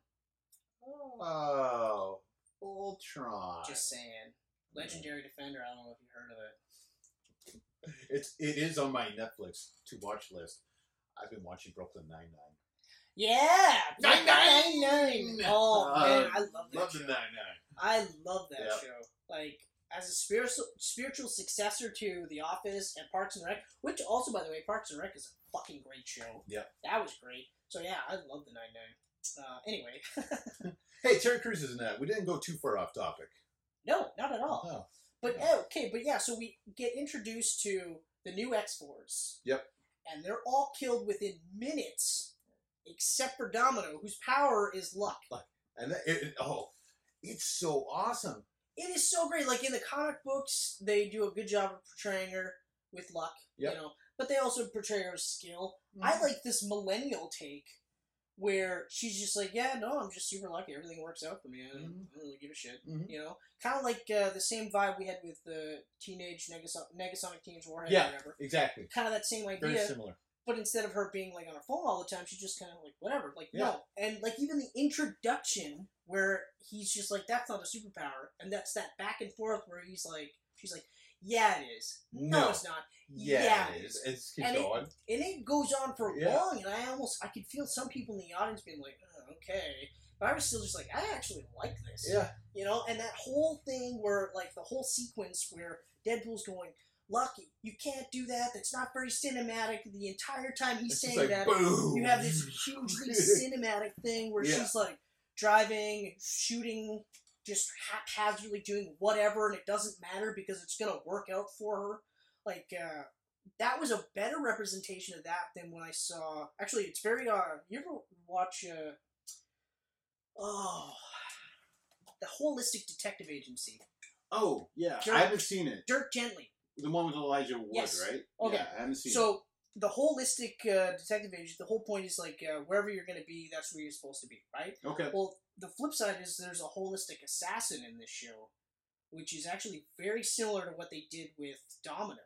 S3: Oh, Ultron.
S2: Just saying. Legendary Defender. I don't know if you heard of it.
S3: It's it is on my Netflix to watch list. I've been watching Brooklyn Nine Nine.
S2: Yeah,
S3: Nine Nine!
S2: Oh
S3: Uh,
S2: man, I love that
S3: Love
S2: show.
S3: the Nine Nine.
S2: I love that
S3: Yeah.
S2: show. Like as a spiritual spiritual successor to The Office and Parks and Rec, which also by the way, Parks and Rec is a fucking great show.
S3: Yeah.
S2: that was great. So yeah, I love the Nine Nine. Uh, anyway,
S3: Hey, Terry Crews is in that. We didn't go too far off topic.
S2: no, not at all.
S3: No.
S2: But oh, okay, but yeah, so we get introduced to the new X Force.
S3: Yep.
S2: And they're all killed within minutes, except for Domino, whose power is luck.
S3: And that, it, it- oh, it's so awesome.
S2: It is so great. Like in the comic books, they do a good job of portraying her with luck,
S3: Yep.
S2: you know, but they also portray her with skill. I like this millennial take where she's just like, yeah, no, I'm just super lucky. Everything works out for me. I don't,
S3: Mhm.
S2: I don't really give a shit.
S3: Mhm.
S2: You know, kind of like uh, the same vibe we had with the teenage Negasonic, Negasonic Teenage Warhead or
S3: Yeah.
S2: whatever.
S3: Exactly.
S2: Kind of that same
S3: Very
S2: idea,
S3: similar.
S2: but instead of her being like on her phone all the time, she's just kind of like whatever, like
S3: Yeah.
S2: no. And like even the introduction where he's just like, "That's not a superpower," and that's that back and forth where he's like, "She's like, yeah, it is. No,
S3: No.
S2: it's not."
S3: Yeah,
S2: Yeah.
S3: it is. It's keep
S2: And it-
S3: going.
S2: and it goes on for
S3: Yeah.
S2: long, and I almost I could feel some people in the audience being like, oh, okay, but I was still just like, I actually like this,
S3: yeah.
S2: you know. And that whole thing where like the whole sequence where Deadpool's going, Lucky, you can't do that. That's not very cinematic. The entire time he's
S3: It's just like,
S2: saying that,
S3: boom.
S2: you have this hugely cinematic thing where
S3: Yeah.
S2: she's like driving, shooting, just haphazardly doing whatever, and it doesn't matter because it's gonna work out for her. Like uh, that was a better representation of that than when I saw. Actually, it's very. Uh, you ever watch? Uh, oh, the holistic detective agency.
S3: Oh, yeah.
S2: Jerk.
S3: I haven't seen it.
S2: Dirk Gently.
S3: The one with Elijah Wood,
S2: Yes.
S3: right?
S2: Okay.
S3: Yeah, I haven't seen it.
S2: So the holistic uh, detective agency. The whole point is like uh, wherever you're gonna be, that's where you're supposed to be, right?
S3: Okay.
S2: Well, the flip side is there's a holistic assassin in this show, which is actually very similar to what they did with Domino,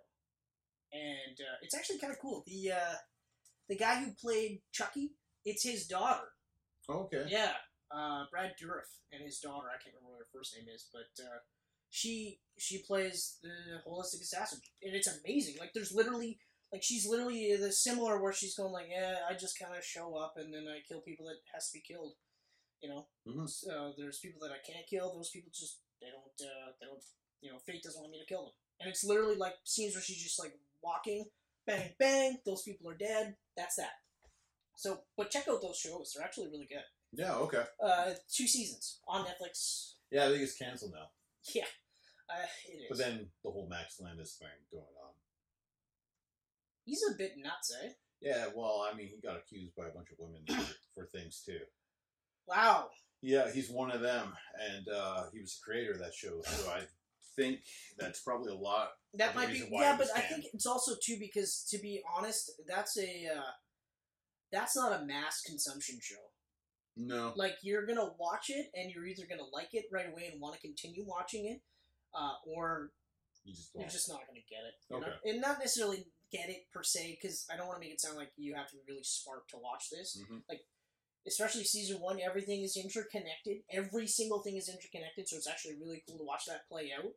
S2: and uh, it's actually kind of cool. The uh, the guy who played Chucky, it's his daughter.
S3: Okay.
S2: Yeah, uh, Brad Dourif and his daughter. I can't remember what her first name is, but uh, she she plays the holistic assassin, and it's amazing. Like there's literally like she's literally the similar where she's going like, yeah, I just kind of show up and then I kill people that has to be killed. You know,
S3: Mhm.
S2: so there's people that I can't kill. Those people just they don't uh, they don't you know fate doesn't want me to kill them, and it's literally like scenes where she's just like walking, bang bang, those people are dead. That's that. So, but check out those shows; they're actually really good
S3: Yeah, okay.
S2: uh, two seasons on Netflix.
S3: Yeah, I think it's canceled now.
S2: Yeah, uh, it is.
S3: But then the whole Max Landis thing going on.
S2: He's a bit nuts, eh?
S3: Yeah, well, I mean, he got accused by a bunch of women for, for things too.
S2: Wow.
S3: Yeah, he's one of them, and uh, he was the creator of that show, so I think that's probably a lot.
S2: That
S3: Another
S2: might be
S3: reason why
S2: yeah,
S3: it
S2: but
S3: was
S2: I
S3: banned.
S2: think it's also too because to be honest, that's a uh, that's not a mass consumption show.
S3: No.
S2: Like you're gonna watch it and you're either gonna like it right away and want to continue watching it, uh, or
S3: You just
S2: you're
S3: won't.
S2: just not gonna get it. you
S3: Okay.
S2: know? and not necessarily get it per se because I don't want to make it sound like you have to be really smart to watch this.
S3: Mhm.
S2: especially season one, everything is interconnected. Every single thing is interconnected, so it's actually really cool to watch that play out.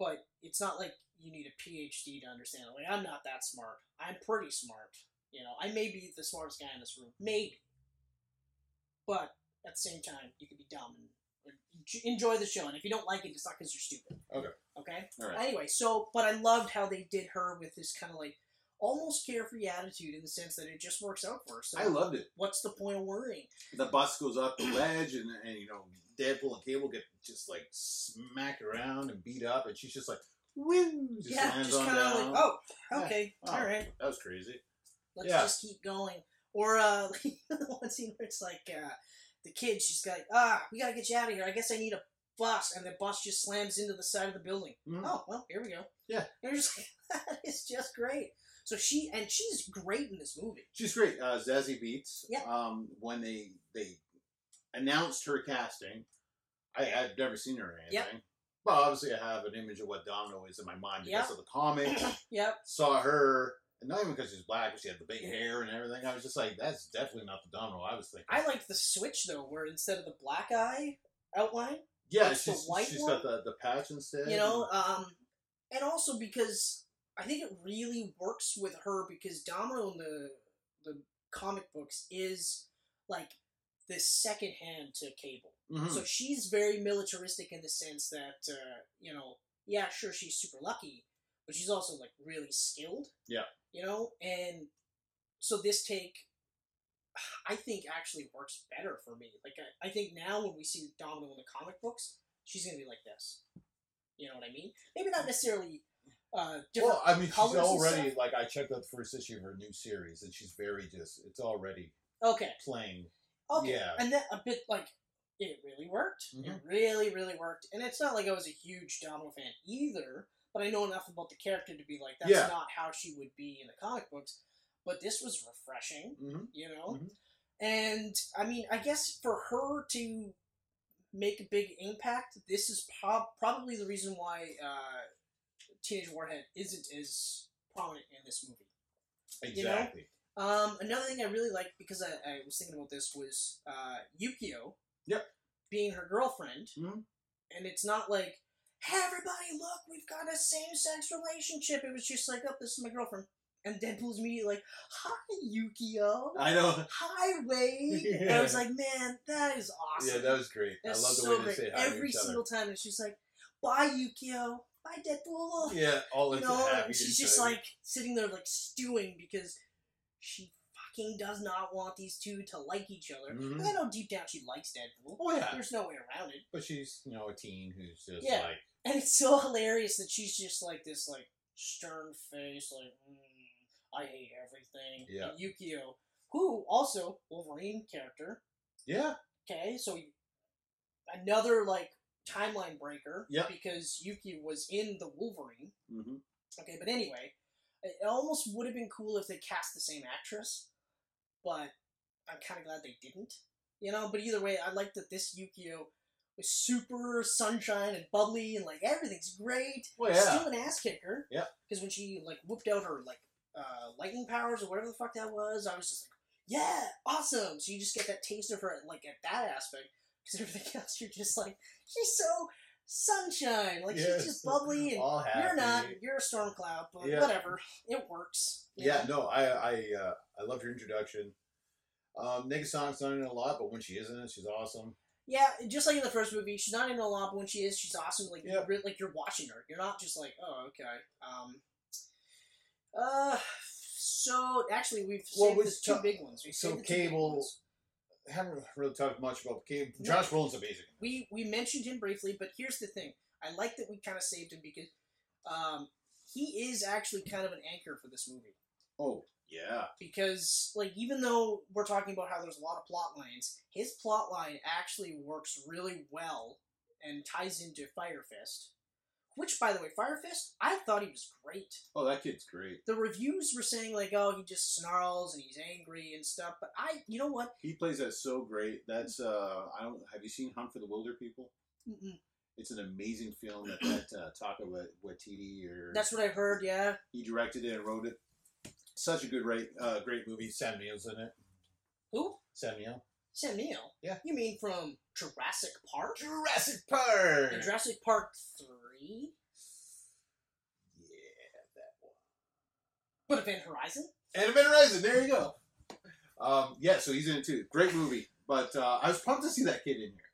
S2: But it's not like you need a PhD to understand. it. Like I'm not that smart. I'm pretty smart. You know, I may be the smartest guy in this room, maybe. But at the same time, you could be dumb and and en- enjoy the show. And if you don't like it, it's not because you're stupid.
S3: Okay.
S2: Okay.
S3: All right.
S2: Anyway, so but I loved how they did her with this kind of like almost carefree attitude in the sense that it just works out for her. So
S3: I loved it.
S2: what's the point of worrying?
S3: The bus goes off the ledge, and, and you know, Deadpool and Cable get just like smacked around and beat up, and she's just like, woo! Just lands
S2: just
S3: on
S2: kind of
S3: down.
S2: like, oh,
S3: Yeah.
S2: okay,
S3: Oh,
S2: all right,
S3: That was crazy.
S2: let's
S3: Yeah.
S2: just keep going. Or uh, like, the one scene where it's like uh, the kid, she's like, ah, we gotta get you out of here. I guess I need a bus, and the bus just slams into the side of the building.
S3: Mhm.
S2: Oh, well, here we go.
S3: Yeah.
S2: and you're just like, that is just great. So she and she's great in this movie.
S3: She's great. Uh, Zazie Beats.
S2: Yeah.
S3: Um, when they they announced her casting, I, I've never seen her or
S2: Yeah.
S3: anything. But obviously, I have an image of what Domino is in my mind because of the comic.
S2: Yep.
S3: Saw her, and not even because she's black, but she had the big hair and everything. I was just like, that's definitely not the Domino I was thinking.
S2: I like the switch though, where instead of the black eye outline,
S3: yeah,
S2: it's the
S3: she's,
S2: white
S3: she's
S2: one.
S3: got the, the patch instead.
S2: you know um and also because i think it really works with her because domino in the the comic books is like the second hand to cable
S3: Mhm.
S2: so she's very militaristic in the sense that uh, you know yeah sure she's super lucky but she's also like really skilled
S3: Yeah.
S2: you know and so this take i think actually works better for me like i, I think now when we see domino in the comic books she's gonna be like this you know what i mean maybe not necessarily uh, different
S3: well, I mean, she's
S2: colors and
S3: already
S2: stuff.
S3: like I checked out the first issue of her new series, and she's very just it's already
S2: okay
S3: plain.
S2: Okay.
S3: Yeah.
S2: And that a bit like it really worked. It
S3: Mhm.
S2: really, really worked. And it's not like I was a huge Domino fan either, but I know enough about the character to be like, that's
S3: Yeah.
S2: not how she would be in the comic books. But this was refreshing,
S3: Mm-hmm.
S2: you know?
S3: Mhm.
S2: And I mean, I guess for her to make a big impact, this is prob- probably the reason why uh, Teenage Warhead isn't as prominent in this movie. You know?
S3: Exactly.
S2: Um, another thing I really liked because I, I was thinking about this was uh, Yukio.
S3: Yep.
S2: Being her girlfriend,
S3: Mhm.
S2: and it's not like, "Hey, everybody, look, we've got a same-sex relationship." It was just like, "Oh, this is my girlfriend," and Deadpool's immediately like, "Hi, Yukio.
S3: I know.
S2: Hi, Wade." And I was like, "Man, that is awesome."
S3: Yeah, that was great.
S2: That's
S3: I love the
S2: so
S3: way they
S2: great.
S3: say hi to
S2: Every
S3: each other.
S2: single time, and she's like, "Bye, Yukio. Bye, Deadpool."
S3: Yeah, all
S2: you
S3: into
S2: know,
S3: happy.
S2: and she's
S3: each
S2: just
S3: other.
S2: like sitting there like stewing because she fucking does not want these two to like each other.
S3: Mhm.
S2: And I know deep down she likes Deadpool.
S3: Oh, yeah.
S2: there's no way around it.
S3: but she's you know a teen who's just
S2: Yeah.
S3: like
S2: And it's so hilarious that she's just like this like stern face, like mm, I hate everything.
S3: Yeah.
S2: And Yukio, who also Wolverine character.
S3: yeah,
S2: Okay, so another like timeline breaker.
S3: Yep.
S2: Because Yuki was in the Wolverine.
S3: mm-hmm.
S2: Okay, but anyway, it it almost would have been cool if they cast the same actress, but I'm kind of glad they didn't. You know, but either way, I like that this Yukio was super sunshine and bubbly and like everything's great.
S3: well Oh, yeah,
S2: Still an ass kicker.
S3: Yeah.
S2: Because when she like whooped out her like uh, lightning powers or whatever the fuck that was, I was just like, yeah, awesome. So you just get that taste of her like at that aspect. Because everything else, you're just like, she's so sunshine. Like
S3: Yes.
S2: she's just bubbly and
S3: all happy.
S2: you're not. You're a storm cloud, but
S3: Yeah.
S2: whatever. It works. you
S3: Yeah,
S2: know?
S3: no, I I uh, I loved your introduction. Um, Negason's not in it a lot, but when she is in it, she's awesome.
S2: Yeah, just like in the first movie, she's not in a lot, but when she is, she's awesome. Like,
S3: Yeah.
S2: you re- like you're watching her. You're not just like, oh, okay. Um. Uh. So actually, we've
S3: Well,
S2: saved
S3: we
S2: the two
S3: talk-
S2: big ones. We've
S3: so
S2: saved the two big
S3: Cable-
S2: ones.
S3: I haven't really talked much about Cable.
S2: No.
S3: Josh Brolin's amazing.
S2: We we mentioned him briefly, but here's the thing. I like that we kind of saved him because, um, he is actually kind of an anchor for this movie.
S3: Oh yeah,
S2: because like even though we're talking about how there's a lot of plot lines, his plot line actually works really well and ties into Fire Fist. Which, by the way, Fire Fist, I thought he was great.
S3: oh that kid's great.
S2: The reviews were saying like, "Oh, he just snarls and he's angry and stuff," but I, you know what?
S3: He plays that so great. That's uh, I don't have you seen Hunt for the Wilder People?
S2: Mm-mm.
S3: It's an amazing film that that uh, Taka Wa- Waititi or
S2: That's what I heard. Yeah,
S3: he directed it and wrote it. Such a good, rate, uh, great movie. Sam Neill's in it.
S2: who?
S3: Sam Neill.
S2: Sam Neill.
S3: Yeah.
S2: You mean from Jurassic Park?
S3: Jurassic Park.
S2: The Jurassic Park three
S3: yeah, that one.
S2: would have been Horizon.
S3: And Event Horizon. There you go. Um, yeah, so he's in it too. Great movie. But uh, I was pumped to see that kid in here.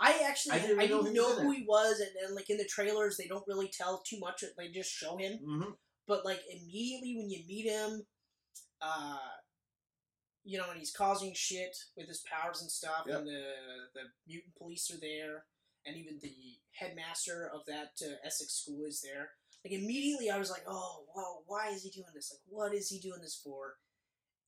S2: I actually, I didn't, know,
S3: he was in
S2: who
S3: it.
S2: he was, and then like in the trailers, they don't really tell too much. They just show him.
S3: Mm-hmm.
S2: But like immediately when you meet him, uh, you know, and he's causing shit with his powers and stuff,
S3: Yep.
S2: and the the mutant police are there, and even the headmaster of that uh, Essex school is there. Like immediately, I was like, oh, whoa, why is he doing this? Like, what is he doing this for?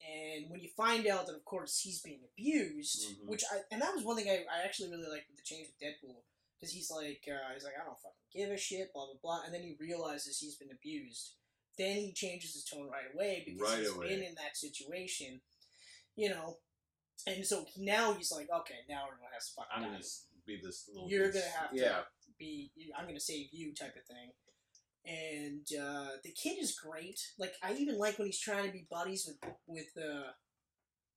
S2: And when you find out that, of course, he's being abused,
S3: Mhm.
S2: which I and that was one thing I, I actually really liked with the change with Deadpool because he's like uh, he's like I don't fucking give a shit, blah blah blah, and then he realizes he's been abused. Then he changes his tone right away because
S3: Right
S2: he's
S3: away.
S2: been in that situation, you know. And so now he's like, okay, now everyone has to
S3: I'm
S2: fucking
S3: gonna
S2: die.
S3: s- be this little.
S2: You're
S3: piece.
S2: gonna have to
S3: Yeah.
S2: be I'm gonna save you type of thing. And uh, the kid is great. Like I even like when he's trying to be buddies with with uh,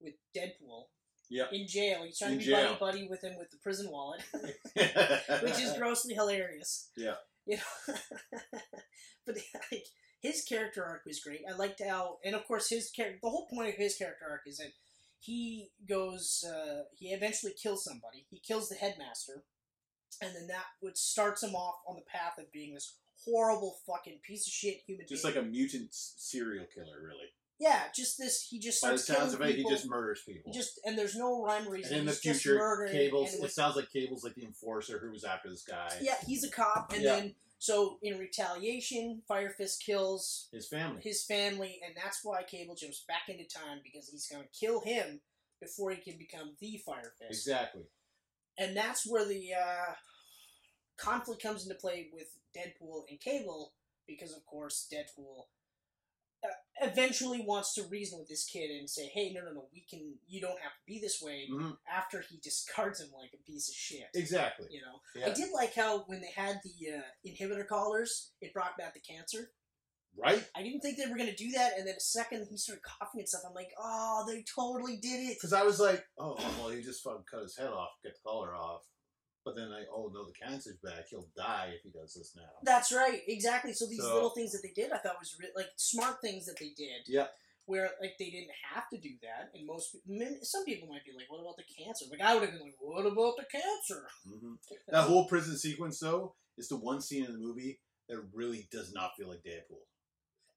S2: with Deadpool.
S3: Yep.
S2: In jail, he's trying
S3: In
S2: to be
S3: jail.
S2: buddy buddy with him with the prison wallet, which
S3: Which
S2: is grossly hilarious.
S3: Yeah.
S2: You know, but like his character arc was great. I liked how, and of course his character. The whole point of his character arc is that he goes. Uh, he eventually kills somebody. He kills the headmaster, and then that would starts him off on the path of being this horrible fucking piece of shit human.
S3: just
S2: being.
S3: like a mutant s- serial killer, really.
S2: yeah, just this. He just
S3: By the
S2: starts
S3: sounds of
S2: killing
S3: it, he
S2: people.
S3: just murders people.
S2: He just and there's no rhyme or
S3: and
S2: reason.
S3: in the
S2: He's just
S3: future,
S2: murdering,
S3: Cable's.
S2: and
S3: It
S2: with-
S3: sounds like Cable's like the enforcer who was after this guy.
S2: yeah, he's a cop, and
S3: Yeah.
S2: then so in retaliation, Fire Fist kills
S3: His family.
S2: his family, and that's why Cable jumps back into time because he's going to kill him before he can become the Fire Fist.
S3: exactly.
S2: And that's where the uh, conflict comes into play with Deadpool and Cable because, of course, Deadpool uh, eventually wants to reason with this kid and say, "Hey, no, no, no, we can. You don't have to be this way."
S3: hmm
S2: After he discards him like a piece of shit.
S3: Exactly.
S2: You know,
S3: Yeah.
S2: I did like how when they had the uh, inhibitor collars, it brought back the cancer.
S3: Right.
S2: I didn't think they were gonna do that, and then a second he started coughing and stuff. I'm like, oh, they totally did it.
S3: Because I was like, oh, well, he just fucking cut his head off, get the collar off. But then I, oh no, the cancer's back. He'll die if he does this now.
S2: That's right, exactly. So these
S3: So-
S2: little things that they did, I thought was re- like smart things that they did.
S3: Yeah.
S2: Where like they didn't have to do that, and most men- some people might be like, what about the cancer? Like I would have been like, what about the cancer?
S3: hmm That whole prison sequence, though, is the one scene in the movie that really does not feel like Deadpool.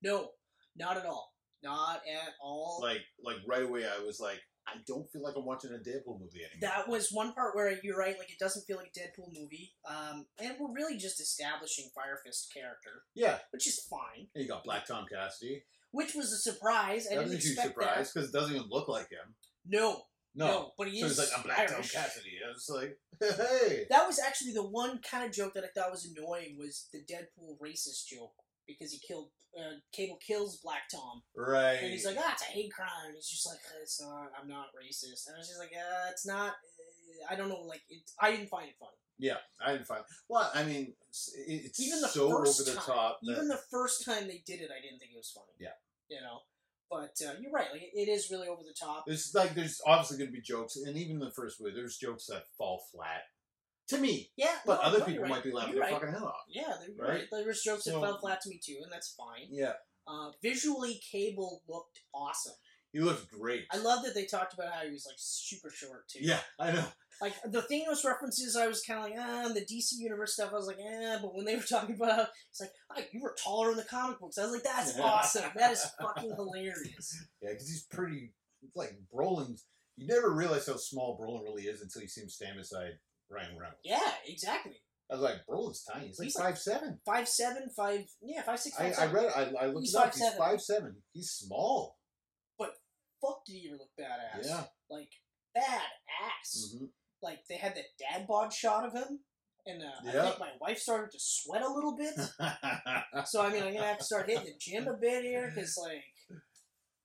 S2: no, not at all, not at all.
S3: Like, like right away, I was like, I don't feel like I'm watching a Deadpool movie anymore.
S2: that was one part where you're right. Like it doesn't feel like a Deadpool movie, um, and we're really just establishing Fire Fist character,
S3: yeah,
S2: which is fine.
S3: and you got Black Tom Cassidy.
S2: Which was a surprise. I
S3: That
S2: didn't
S3: was a huge
S2: expect that.
S3: surprise because it doesn't even look like him.
S2: No, no,
S3: No,
S2: but he
S3: so
S2: is
S3: he's like, I'm Black Tom
S2: Irish.
S3: Cassidy. I was like, hey,
S2: That was actually the one kind of joke that I thought was annoying was the Deadpool racist joke because he killed uh, Cable kills Black Tom
S3: right.
S2: and he's like, ah, it's a hate crime. And he's just like, it's not. I'm not racist. And I was just like, uh, it's not. Uh, I don't know. Like, it, I didn't find it funny.
S3: yeah, I didn't find. Well, I mean, it's, it's
S2: Even the
S3: so
S2: first
S3: over the
S2: time,
S3: top. that-
S2: Even the first time they did it, I didn't think it was funny.
S3: Yeah.
S2: you know. But uh, you're right. Like, it is really over the top.
S3: There's like there's obviously going to be jokes, and even in the first movie, there's jokes that fall flat to me.
S2: Yeah,
S3: But
S2: no,
S3: other
S2: no,
S3: people
S2: you're
S3: might
S2: right.
S3: be laughing
S2: You're
S3: their
S2: right.
S3: fucking head off.
S2: Yeah, there, you're
S3: Right?
S2: right. There was jokes that
S3: So-
S2: fell flat to me too, and that's fine.
S3: Yeah,
S2: Uh, visually, Cable looked awesome.
S3: he looks great.
S2: I love that they talked about how he was like super short too.
S3: Yeah, I know.
S2: Like the Thanos references, I was kind of like, ah, and the DC universe stuff. I was like, eh, but when they were talking about, how it's like, ah, you were taller in the comic books. I was like, that's awesome. That is fucking hilarious.
S3: Yeah, because he's pretty like Brolin's. You never realize how small Brolin really is until you see him stand beside Ryan Reynolds.
S2: Yeah, exactly.
S3: I was like, Brolin's tiny. He's like
S2: He's like-
S3: five seven.
S2: Five seven, five yeah, five six,
S3: I,
S2: five
S3: I
S2: seven.
S3: read. it. I, I looked
S2: He's
S3: it up. He's
S2: 5'7".
S3: five seven. He's small.
S2: Fuck, did he ever look badass?
S3: Yeah. Mm-hmm.
S2: like badass. Like they had that dad bod shot of him, and uh, I
S3: Yeah.
S2: think my wife started to sweat a little bit.
S3: Mhm.
S2: so I mean, I'm gonna have to start hitting the gym a bit here because like.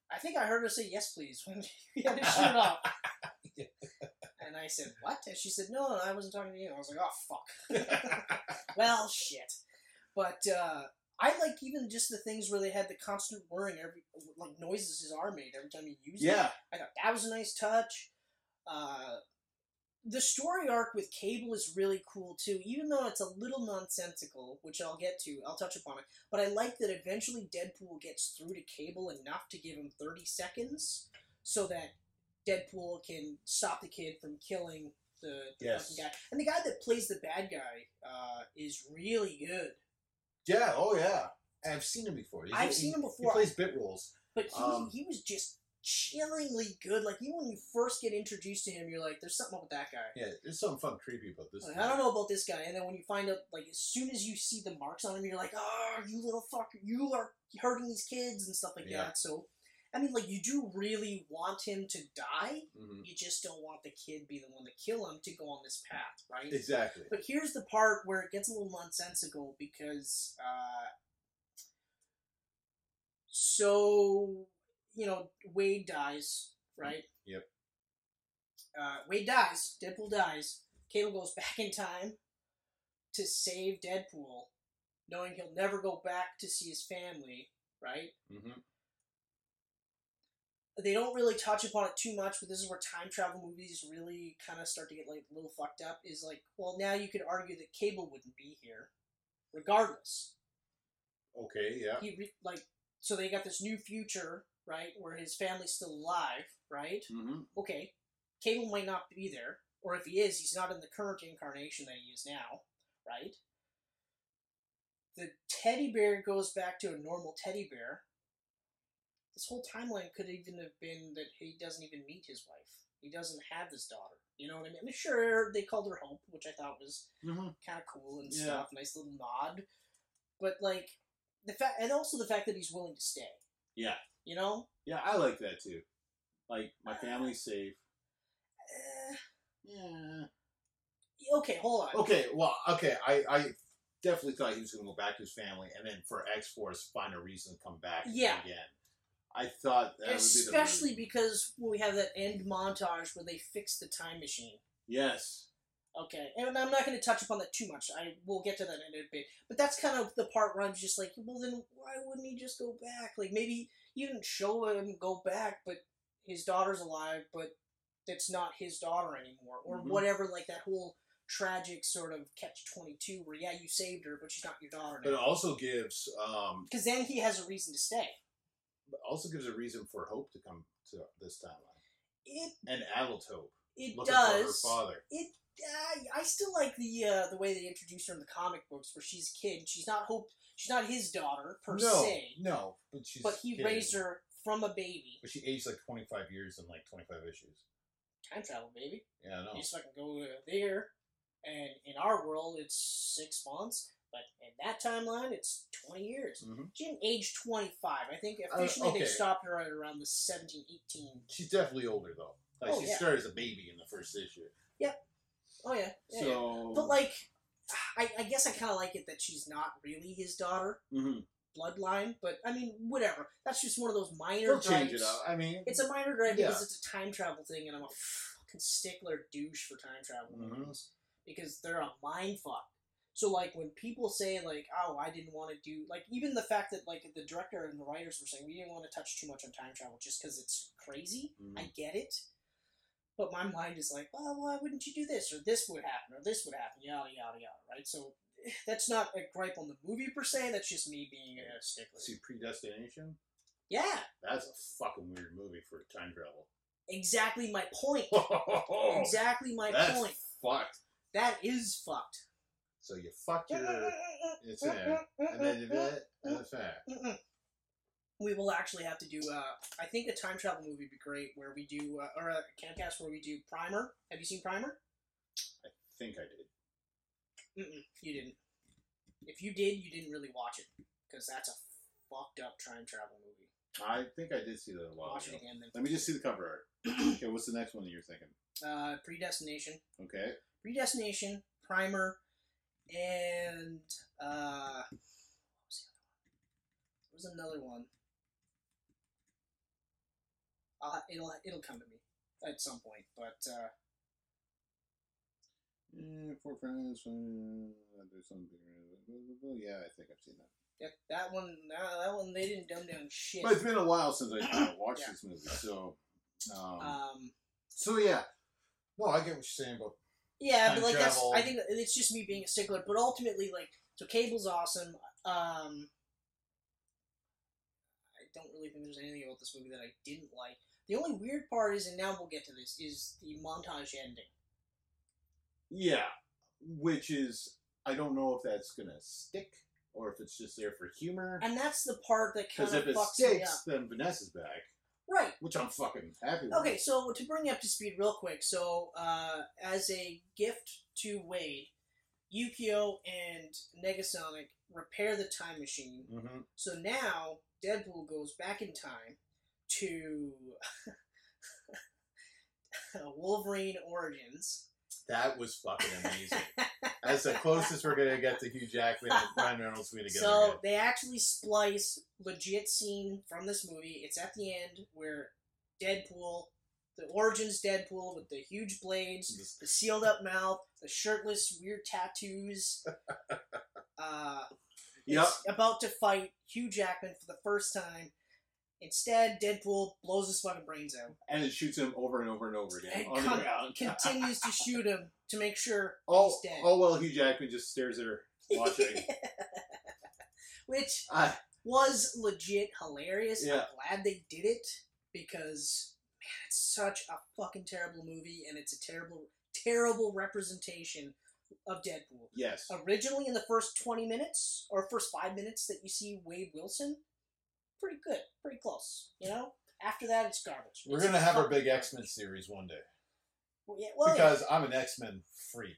S2: I think I heard her say yes, please when she had his shirt off. And I said, "What?" And she said, "No, no, I wasn't talking to you." I was like, "Oh fuck." well, shit. But uh, I like even just the things where they had the constant whirring, every like noises his arm made every time he used it.
S3: yeah.
S2: I thought that was a nice touch. Uh, the story arc with Cable is really cool too, even though it's a little nonsensical, which I'll get to. I'll touch upon it. But I like that eventually Deadpool gets through to Cable enough to give him 30 seconds so that Deadpool can stop the kid from killing the, the
S3: Yes.
S2: fucking guy. And the guy that plays the bad guy uh, is really good.
S3: Yeah. Oh yeah. I've seen him before. He's-
S2: I've
S3: he-
S2: seen him
S3: He
S2: before.
S3: plays bit roles.
S2: But he,
S3: Um,
S2: he was just chillingly good. Like, even when you first get introduced to him, you're like, there's something up with that guy.
S3: Yeah. There's something fun creepy about this.
S2: Like, Oh, I don't know about this guy. And then when you find out, like, as soon as you see the marks on him, you're like, oh, you little fucker, you are hurting these kids and stuff like
S3: Yeah.
S2: that. So, I mean, like, you do really want him to die.
S3: hmm
S2: You just don't want the kid be the one to kill him to go on this path, right?
S3: Exactly.
S2: But here's the part where it gets a little nonsensical because, uh, so you know, Wade dies, right?
S3: Yep.
S2: Uh, Wade dies. Deadpool dies. Cable goes back in time to save Deadpool, knowing he'll never go back to see his family, right?
S3: hmm
S2: they don't really touch upon it too much, but this is where time travel movies really kind of start to get like a little fucked up. Is like, well, now you could argue that Cable wouldn't be here, regardless.
S3: Okay. Yeah.
S2: He re- like, so they got this new future, right, where his family's still alive, right?
S3: hmm
S2: Okay, Cable might not be there, or if he is, he's not in the current incarnation that he is now, right? The teddy bear goes back to a normal teddy bear. This whole timeline could even have been that he doesn't even meet his wife. He doesn't have his daughter. You know what I mean? I mean, sure, they called her Hope, which I thought was
S3: hmm
S2: kind of cool and
S3: Yeah.
S2: stuff. Nice little nod. But, like, the fact, and also the fact that he's willing to stay.
S3: Yeah.
S2: You know?
S3: Yeah. I like that too. Like my family's safe.
S2: Eh,
S3: Yeah.
S2: okay, hold on.
S3: Okay, well, okay, I, I definitely thought he was going to go back to his family, and then for X Force, find a reason to come back.
S2: Yeah.
S3: again. I thought that
S2: Especially
S3: would be
S2: because we have that end montage where they fix the time machine.
S3: the yes,
S2: Okay, and I'm not going to touch upon that too much. I will get to that in a bit. But that's kind of the part where I'm just like, well, then why wouldn't he just go back? Like maybe you didn't show him go back, but his daughter's alive, but that's not his daughter anymore, or
S3: Mhm.
S2: whatever. Like that whole tragic sort of catch twenty two, where yeah, you saved her, but she's not your daughter
S3: but uh, it
S2: now.
S3: also gives um
S2: Because then he has a reason to stay.
S3: also gives a reason for Hope to come to this timeline
S2: It
S3: and adult Hope
S2: it
S3: looking for her
S2: does.
S3: father.
S2: it I I still like the uh, the way they introduced her in the comic books, where she's a kid. She's not hope. She's not his daughter per
S3: no,
S2: se,
S3: no, but she's
S2: but he
S3: kidding.
S2: raised her from a baby.
S3: But she aged like twenty five years in like twenty five issues.
S2: Time travel, baby.
S3: Yeah, I know.
S2: You just fucking go uh, there, and in our world, it's six months. But in that timeline, it's twenty years.
S3: Mhm.
S2: She didn't age twenty five. I think
S3: Uh,
S2: officially they
S3: okay.
S2: stopped her at around the 17, 18.
S3: She's definitely older though. Like
S2: Oh,
S3: she
S2: yeah.
S3: started as a baby in the first issue.
S2: Oh yeah, yeah, yeah.
S3: so,
S2: But like, I, I guess I kind of like it that she's not really his daughter.
S3: Mhm.
S2: bloodline, but I mean, whatever. That's just one of those minor
S3: They'll
S2: gripes.
S3: change it up. I mean,
S2: It's a minor gripe
S3: Yeah.
S2: because it's a time travel thing, and I'm a fucking stickler douche for time travel
S3: Mhm.
S2: movies because they're a mind fuck. So like when people say like, oh, I didn't want to do like even the fact that like the director and the writers were saying we didn't want to touch too much on time travel just because it's crazy.
S3: Mhm.
S2: I get it. But my mind is like, well, why wouldn't you do this? Or this would happen, or this would happen, yada, yada, yada, right? So that's not a gripe on the movie per se, that's just me being a stickler.
S3: see predestination.
S2: Yeah,
S3: That's a fucking weird movie for time travel.
S2: exactly my point. exactly my
S3: That's
S2: point.
S3: fucked.
S2: That is fucked.
S3: So you fucked your. It's in, and then you did, and it's that.
S2: Mm-mm. We will actually have to do. Uh, I think a time travel movie would be great, where we do, uh, or a camcast where we do Primer. Have you seen Primer?
S3: I think I did.
S2: Mm-mm, you didn't. If you did, you didn't really watch it because that's a fucked up time travel movie.
S3: I think I did see that a while
S2: Watch
S3: ago.
S2: it again then.
S3: Let me just see the cover art. okay, what's the next one that you're thinking?
S2: Uh, Predestination,
S3: Okay.
S2: Predestination, Primer, and uh, what was the other one? There was another one. I'll, it'll it'll come to me at some point, but uh,
S3: Yeah, four friends. uh, There's something. blah, blah, blah. Yeah, I think I've seen that.
S2: that, that one that, that one they didn't dumb down shit.
S3: But it's been a while since I uh, watched
S2: Yeah.
S3: this movie, so. Um,
S2: Um,
S3: so yeah. No, I get what you're saying, but
S2: Yeah,
S3: time
S2: but like
S3: travel.
S2: that's I think that it's just me being a stickler. But ultimately, like so, Cable's awesome. Um, I don't really think there's anything about this movie that I didn't like. The only weird part is, and now we'll get to this, is the montage ending.
S3: yeah, which is I don't know if that's gonna stick or if it's just there for humor.
S2: And that's the part that kind
S3: Because
S2: of
S3: if it
S2: fucks me up.
S3: sticks, then Vanessa's back,
S2: Right.
S3: which I'm fucking happy. with.
S2: Okay, so to bring you up to speed real quick, so uh, as a gift to Wade, Yukio and Negasonic repair the time machine
S3: Mm-hmm.
S2: So now Deadpool goes back in time to Wolverine Origins.
S3: That was fucking amazing. That's the closest we're gonna get to Hugh Jackman and Ryan Reynolds being together.
S2: so
S3: again.
S2: they actually splice legit scene from this movie. It's at the end where Deadpool, the Origins Deadpool with the huge blades,
S3: This-
S2: the sealed up mouth, the shirtless weird tattoos. uh,
S3: Yep.
S2: is about to fight Hugh Jackman for the first time. Instead, Deadpool blows his fucking brains out
S3: And it shoots him over and over and over again
S2: and
S3: on the
S2: con-
S3: ground.
S2: continues to shoot him to make sure
S3: Oh,
S2: he's dead.
S3: oh well, Hugh Jackman just stares at her watching. Ah,
S2: Which
S3: I,
S2: was legit hilarious.
S3: Yeah.
S2: I'm glad they did it because man, it's such a fucking terrible movie and it's a terrible, terrible representation of Deadpool.
S3: yes.
S2: Originally, in the first 20 minutes or first five minutes that you see Wade Wilson, pretty good, pretty close. You know, after that, it's garbage.
S6: We're
S2: It's
S6: gonna have our
S2: fucking
S6: big
S2: garbage.
S6: X Men series one day
S2: Well, yeah, well,
S6: because I'm an X Men freak.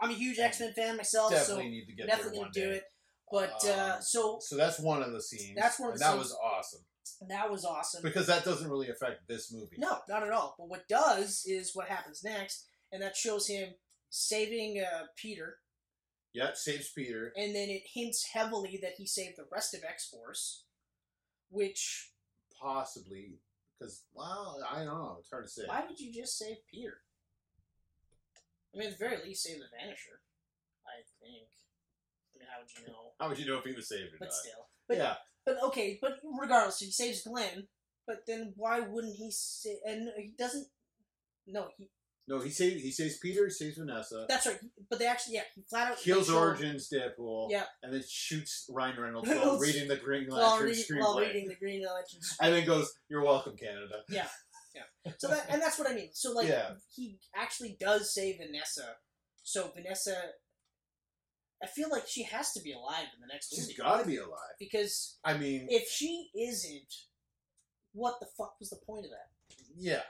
S2: I'm a huge X Men fan myself,
S6: Definitely need to
S2: so
S6: get there
S2: definitely
S6: one
S2: gonna
S6: day.
S2: do it. But uh,
S6: Um,
S2: so
S6: so that's one of the scenes.
S2: That's one of
S6: and
S2: the
S6: that
S2: scenes.
S6: was awesome
S2: that was awesome.
S6: because that doesn't really affect this movie.
S2: No, not at all. But what does is what happens next, and that shows him saving uh, Peter,
S6: Yeah, saves Peter.
S2: and then it hints heavily that he saved the rest of X Force, which
S3: Possibly. Because, well, I don't know. It's hard to say.
S2: Why would you just save Peter? I mean, at the very least, save the Vanisher. I think. I mean, how would you know?
S3: How would you know if he was saved or
S2: But
S3: not?
S2: still. But,
S3: yeah.
S2: But okay. But regardless, he saves Glenn. But then why wouldn't he? Sa- and he doesn't. No, he.
S3: No, he saves, he saves Peter, he saves Vanessa,
S2: That's right. But they actually, yeah, he flat out
S3: kills
S2: they show-
S3: Origins Deadpool,
S2: Yeah.
S3: and then shoots Ryan Reynolds while
S2: Reynolds.
S3: reading the Green
S2: While,
S3: Lantern
S2: reading, while
S3: screenplay.
S2: reading the Green Lantern.
S3: and then goes, You're welcome, Canada.
S2: So that and that's what I mean. So like
S6: Yeah.
S2: he actually does say Vanessa. So Vanessa, I feel like she has to be alive in the next
S3: She's
S2: movie
S3: got to be alive.
S2: because
S6: I mean,
S2: if she isn't, what the fuck was the point of that?
S6: yeah.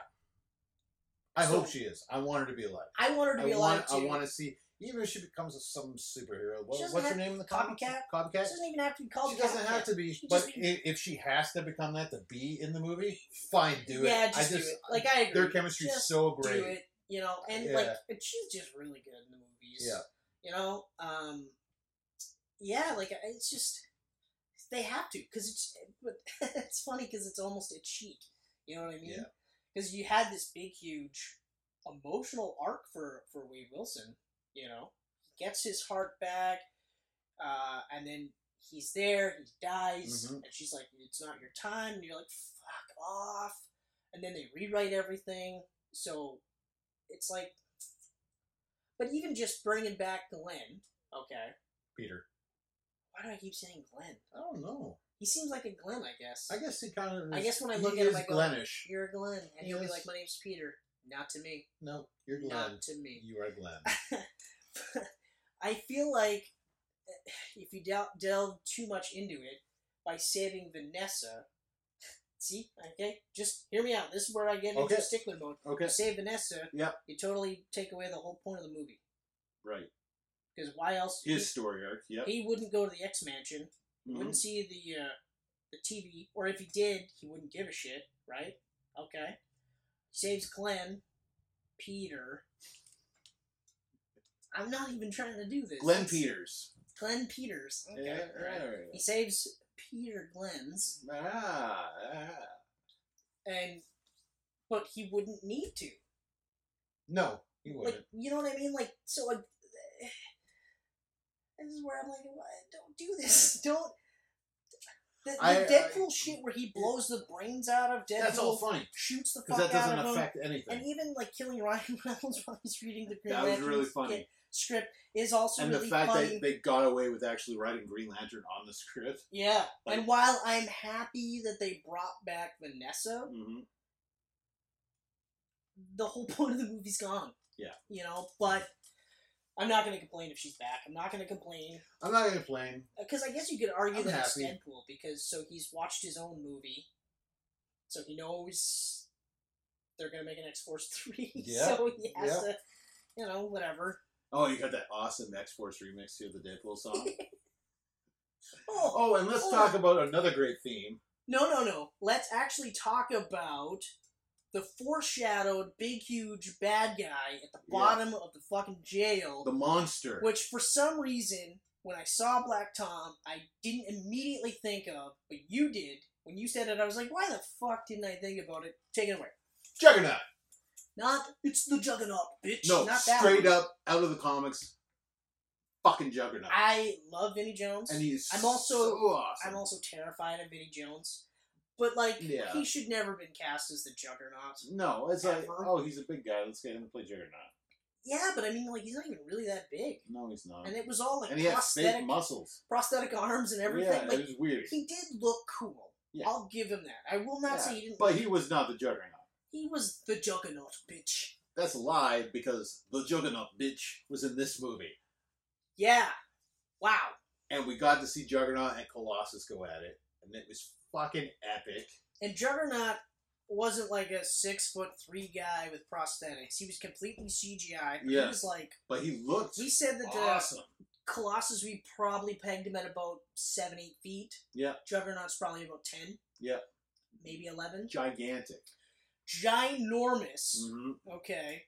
S6: I
S2: So-
S6: hope she is. I want her to be alive.
S2: I want her to
S6: I
S2: be alive
S6: want. I
S2: too.
S6: want to see. Even if she becomes some superhero, what,
S2: She doesn't
S6: what's her
S2: have-
S6: name in the
S2: Copycat?
S6: Copycat.
S2: It doesn't even have to be called.
S6: she doesn't
S2: Catwoman.
S6: have to be,
S2: She
S6: but
S2: just-
S6: i if she has to become that to be in the movie, fine, do it.
S2: Yeah, just,
S6: I just
S2: do it. Like I agree.
S6: their chemistry
S2: Just
S6: is so
S2: do
S6: great.
S2: it, You know, and like,
S6: Yeah.
S2: and she's just really good in the movies.
S6: Yeah.
S2: You know, um, yeah, like it's just they have to because it's but it's funny because it's almost a cheat. You know what I mean?
S6: Yeah.
S2: Because you had this big, huge emotional arc for for Wade Wilson. You know, he gets his heart back, uh, and then he's there. He dies,
S6: Mhm.
S2: and she's like, "It's not your time." And you're like, "Fuck off!" And then they rewrite everything. So it's like, but even just bringing back Glenn. Okay,
S6: Peter,
S2: why do I keep saying Glenn?
S6: I don't know.
S2: He seems like a Glenn, I guess.
S6: I guess he kind of.
S2: I guess when I
S6: he
S2: look at him,
S6: is
S2: I go,
S6: Glenish.
S2: You're a Glenn, and he'll be
S6: Yes.
S2: like, "My name's Peter." Not to me.
S6: No, you're Glenn.
S2: Not to me.
S6: You are Glenn.
S2: I feel like eh, if you del- delve too much into it by saving Vanessa, see, okay, just hear me out. This is where I get
S3: Okay.
S2: into stickler mode.
S3: Okay.
S2: You save Vanessa,
S3: Yep.
S2: you totally take away the whole point of the movie.
S3: Right.
S2: Because why else?
S3: His story arc. Yep.
S2: he wouldn't go to the X Mansion.
S3: Mhm.
S2: Wouldn't see the uh, the TV, or if he did, he wouldn't give a shit, right? Okay. Saves Glenn, Peter. I'm not even trying to do this.
S3: Glenn Peters.
S2: Glenn Peters. Okay.
S3: Yeah,
S2: all right.
S3: right, right,
S2: He saves Peter Glenn's,
S3: right. Ah, ah.
S2: and but he wouldn't need to.
S6: No, he
S2: Like
S6: wouldn't.
S2: you know what I mean? Like so like this is where I'm like, "Why- don't do this. Don't. The, the
S3: I- uh, I-
S2: Deadpool shit where he blows the brains out of Deadpool,
S6: That's all fine
S2: shoots the
S6: because
S2: fuck
S6: that doesn't
S2: out of him,
S6: affect
S2: and
S6: anything.
S2: even like killing Ryan Reynolds while he's reading the Green
S3: That was
S2: Lantern
S3: really funny.
S2: skit- script is also
S3: And the
S2: really
S3: fact
S2: funny.
S3: that they got away with actually writing Green Lantern on the script.
S2: yeah,
S3: like-
S2: and while I'm happy that they brought back Vanessa,
S3: hmm
S2: the whole point of the movie's gone.
S3: Yeah.
S2: you know, but. I'm not going to complain if she's back. I'm not going to complain.
S6: I'm not gonna complain.
S2: Because I guess you could argue
S6: I'm
S2: that it's
S6: happy.
S2: Deadpool because so he's watched his own movie, so he knows they're gonna make an X Force three.
S6: Yeah,
S2: So he has to, you know, whatever.
S3: Oh, you got that awesome X Force remix to the Deadpool song.
S2: Oh
S3: oh, and let's talk about another great theme.
S2: no no no! Let's actually talk about the foreshadowed big huge bad guy at the
S3: Yeah.
S2: bottom of the fucking jail,
S3: The monster.
S2: which for some reason when I saw Black Tom, I didn't immediately think of, but you did. When you said it, I was like, why the fuck didn't I think about it? Take it away.
S3: Juggernaut.
S2: Not it's the juggernaut, bitch.
S3: No,
S2: not that
S3: straight
S2: one.
S3: up out of the comics. Fucking Juggernaut.
S2: I love Vinnie Jones.
S3: and he's
S2: I'm also-
S3: so awesome.
S2: I'm also terrified of Vinnie Jones, but like
S3: Yeah.
S2: he should never have been cast as the juggernaut.
S3: no, it's like,
S2: Ever.
S3: oh, he's a big guy. Let's get him to play Juggernaut.
S2: Yeah, but I mean, like he's not even really that big,
S3: No, he's not.
S2: and it was all like
S3: And he had
S2: prosthetic,
S3: fake muscles.
S2: prosthetic arms and everything.
S3: Yeah,
S2: like
S3: it was weird.
S2: he did look cool.
S3: Yeah.
S2: I'll give him that. I will not
S3: Yeah,
S2: say he didn't.
S3: But he was not the Juggernaut.
S2: he was the juggernaut, bitch.
S3: That's a lie because the Juggernaut bitch was in this movie.
S2: Yeah. Wow.
S3: And we got to see Juggernaut and Colossus go at it. And it was fucking epic.
S2: And Juggernaut wasn't like a six foot three guy with prosthetics. He was completely CGI. But He
S3: Yeah.
S2: was like
S3: But he looked
S2: he said that uh,
S3: awesome.
S2: Colossus we probably pegged him at about seven eight feet.
S3: Yeah.
S2: Juggernaut's probably about ten.
S3: Yeah.
S2: Maybe eleven.
S3: Gigantic.
S2: Ginormous.
S3: hmm
S2: Okay.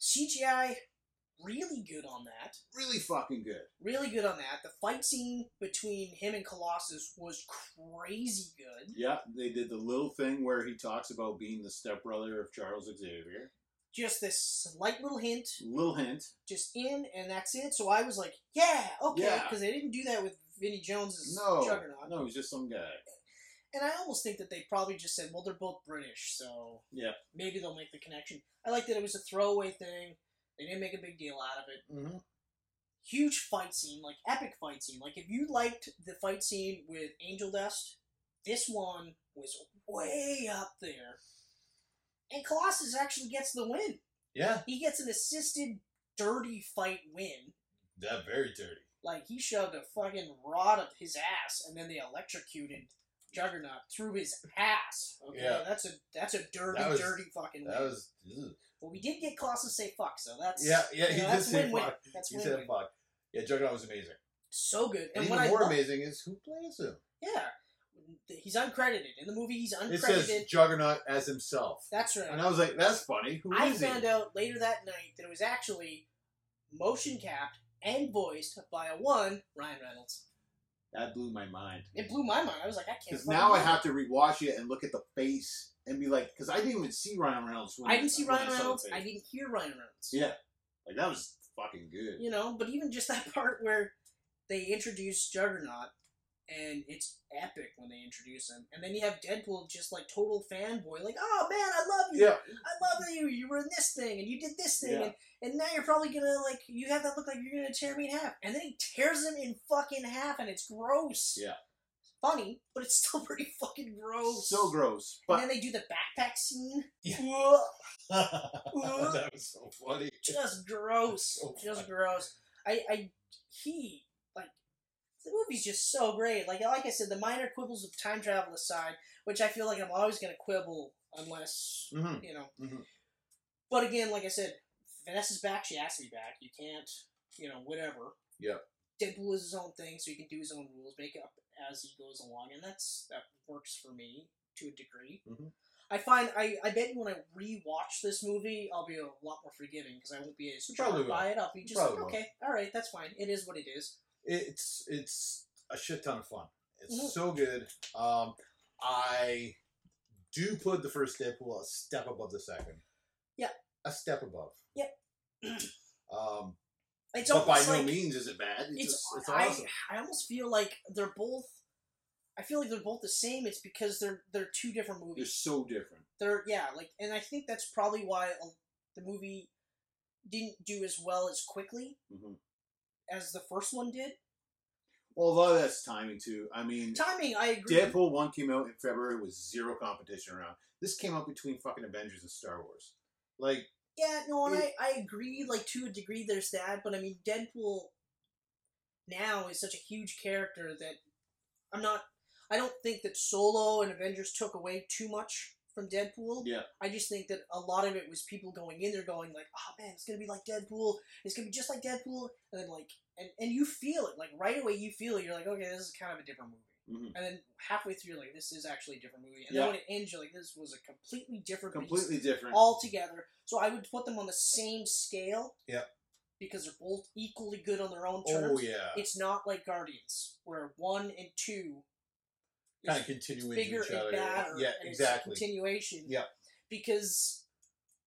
S2: CGI really good on that.
S3: Really fucking good.
S2: Really good on that. The fight scene between him and Colossus was crazy good.
S3: Yeah, they did the little thing where he talks about being the stepbrother of Charles Xavier.
S2: Just this slight little hint
S3: Little hint.
S2: just in and that's it. So I was like, yeah, okay,
S3: Yeah.
S2: because they didn't do that with Vinnie Jones's
S3: No.
S2: Juggernaut.
S3: No, he's just some guy.
S2: And I almost think that they probably just said, well, they're both British, so
S3: Yeah.
S2: maybe they'll make the connection. I like that it was a throwaway thing. They didn't make a big deal out of it.
S3: Mm-hmm.
S6: hmm
S2: Huge fight scene, like epic fight scene. Like if you liked the fight scene with Angel Dust, this one was way up there. And Colossus actually gets the win.
S6: Yeah,
S2: He gets an assisted, dirty fight win.
S6: that very dirty.
S2: Like he shoved a fucking rod up his ass, and then they electrocuted Juggernaut through his ass. Okay,
S6: Yeah.
S2: that's a that's a dirty,
S6: That was-
S2: dirty fucking.
S6: That
S2: win.
S6: was ugh.
S2: But we did get Colossus say fuck, so that's
S6: yeah, yeah.
S2: you
S6: He
S2: know,
S6: did
S2: that's
S6: say
S2: win-win.
S6: fuck.
S2: That's
S6: He said
S2: win-win.
S6: fuck. Yeah, Juggernaut was amazing.
S2: So good,
S6: And,
S2: and,
S6: even
S2: what I
S6: more
S2: love,
S6: amazing is who plays him.
S2: yeah, he's uncredited in the movie. He's
S6: It
S2: uncredited.
S6: says Juggernaut as himself,
S2: that's
S6: and
S2: right.
S6: I was like, "That's funny." Who is
S2: I
S6: he?
S2: found out later that night that it was actually motion capped and voiced by a one Ryan Reynolds.
S3: That blew my mind.
S2: It blew my mind. I was like, I can't.
S3: Because
S2: fucking
S3: now I
S2: believe
S3: have to rewatch it and look at the face and be like, because I didn't even see Ryan Reynolds. When
S2: I didn't see
S3: when
S2: Ryan
S3: saw the
S2: Reynolds.
S3: face.
S2: I didn't hear Ryan Reynolds.
S3: Yeah. Like that was fucking good.
S2: You know, but even just that part where they introduce Juggernaut, and it's epic when they introduce him, and then you have Deadpool just like total fanboy, like, "Oh man, I love you!
S3: Yeah.
S2: I love you! You were in this thing, and you did this thing,
S3: Yeah.
S2: and, and now you're probably gonna like you have that look like you're gonna tear me in half." And then he tears him in fucking half, and it's gross.
S3: Yeah.
S2: funny, but it's still pretty fucking gross.
S3: So gross.
S2: And
S3: But
S2: then they do the backpack scene.
S6: Yeah.
S2: Ugh.
S6: that was so funny.
S2: just gross.
S6: So
S2: just
S6: funny.
S2: gross. I, I, he, like, the movie's just so great. Like, like I said, the minor quibbles of time travel aside, which I feel like I'm always going to quibble unless,
S6: hmm
S7: Mm-hmm.
S2: you know.
S8: Mm-hmm.
S6: Mhm.
S2: But again, like I said, Vanessa's back. She has to be back. You can't you know, whatever.
S8: Yep.
S2: Deadpool is his own thing, so he can do his own rules, make it up as he goes along, and that's that works for me to a degree.
S8: Mhm.
S2: I find I, I bet you when I rewatch this movie, I'll be a lot more forgiving because I won't be as
S8: You probably
S2: charmed by it. I'll be just like,
S8: probably won't.
S2: okay, all right, that's fine. It is what it is.
S7: it's it's a shit ton of fun. It's
S2: Mhm.
S7: so good. Um, I do put the first Deadpool a step above the second.
S2: Yeah.
S7: a step above.
S2: Yep.
S7: um,
S2: It's
S8: But by
S2: almost
S8: no
S2: like,
S8: means is it bad. It's,
S2: It's,
S8: just, it's
S2: I,
S8: awesome.
S2: I almost feel like they're both. I feel like they're both the same. It's because they're they're two different
S3: They're
S2: movies.
S3: so different.
S2: They're yeah, like, and I think that's probably why uh, the movie didn't do as well as quickly
S3: Mhm.
S2: as the first one did.
S3: Well, a lot of that's timing too. I mean,
S2: Timing, I agree.
S3: Deadpool one came out in February with zero competition around. This came out between fucking Avengers and Star Wars. Like,
S2: Yeah, no, and
S3: It-
S2: I, I agree, like, to a degree there's that, but I mean, Deadpool now is such a huge character that I'm not. I don't think that Solo and Avengers took away too much from Deadpool.
S3: Yeah.
S2: I just think that a lot of it was people going in there going, like, oh man, it's going to be like Deadpool. It's going to be just like Deadpool. And then, like, and, and you feel it. Like, right away, you feel it. You're like, okay, this is kind of a different movie.
S3: mhm.
S2: And then halfway through, you're like, this is actually a different movie. And
S3: Yeah.
S2: then when it ends, you're like, this was a completely different beast
S3: completely different.
S2: altogether. So I would put them on the same scale.
S7: Yep.
S2: Because they're both equally good on their own terms.
S7: oh yeah,
S2: It's not like Guardians, where one and two is
S7: kind of continuing to
S2: bigger
S7: each other.
S2: and badder.
S7: yeah,
S2: and it's a
S7: exactly.
S2: continuation.
S7: Yep.
S2: Because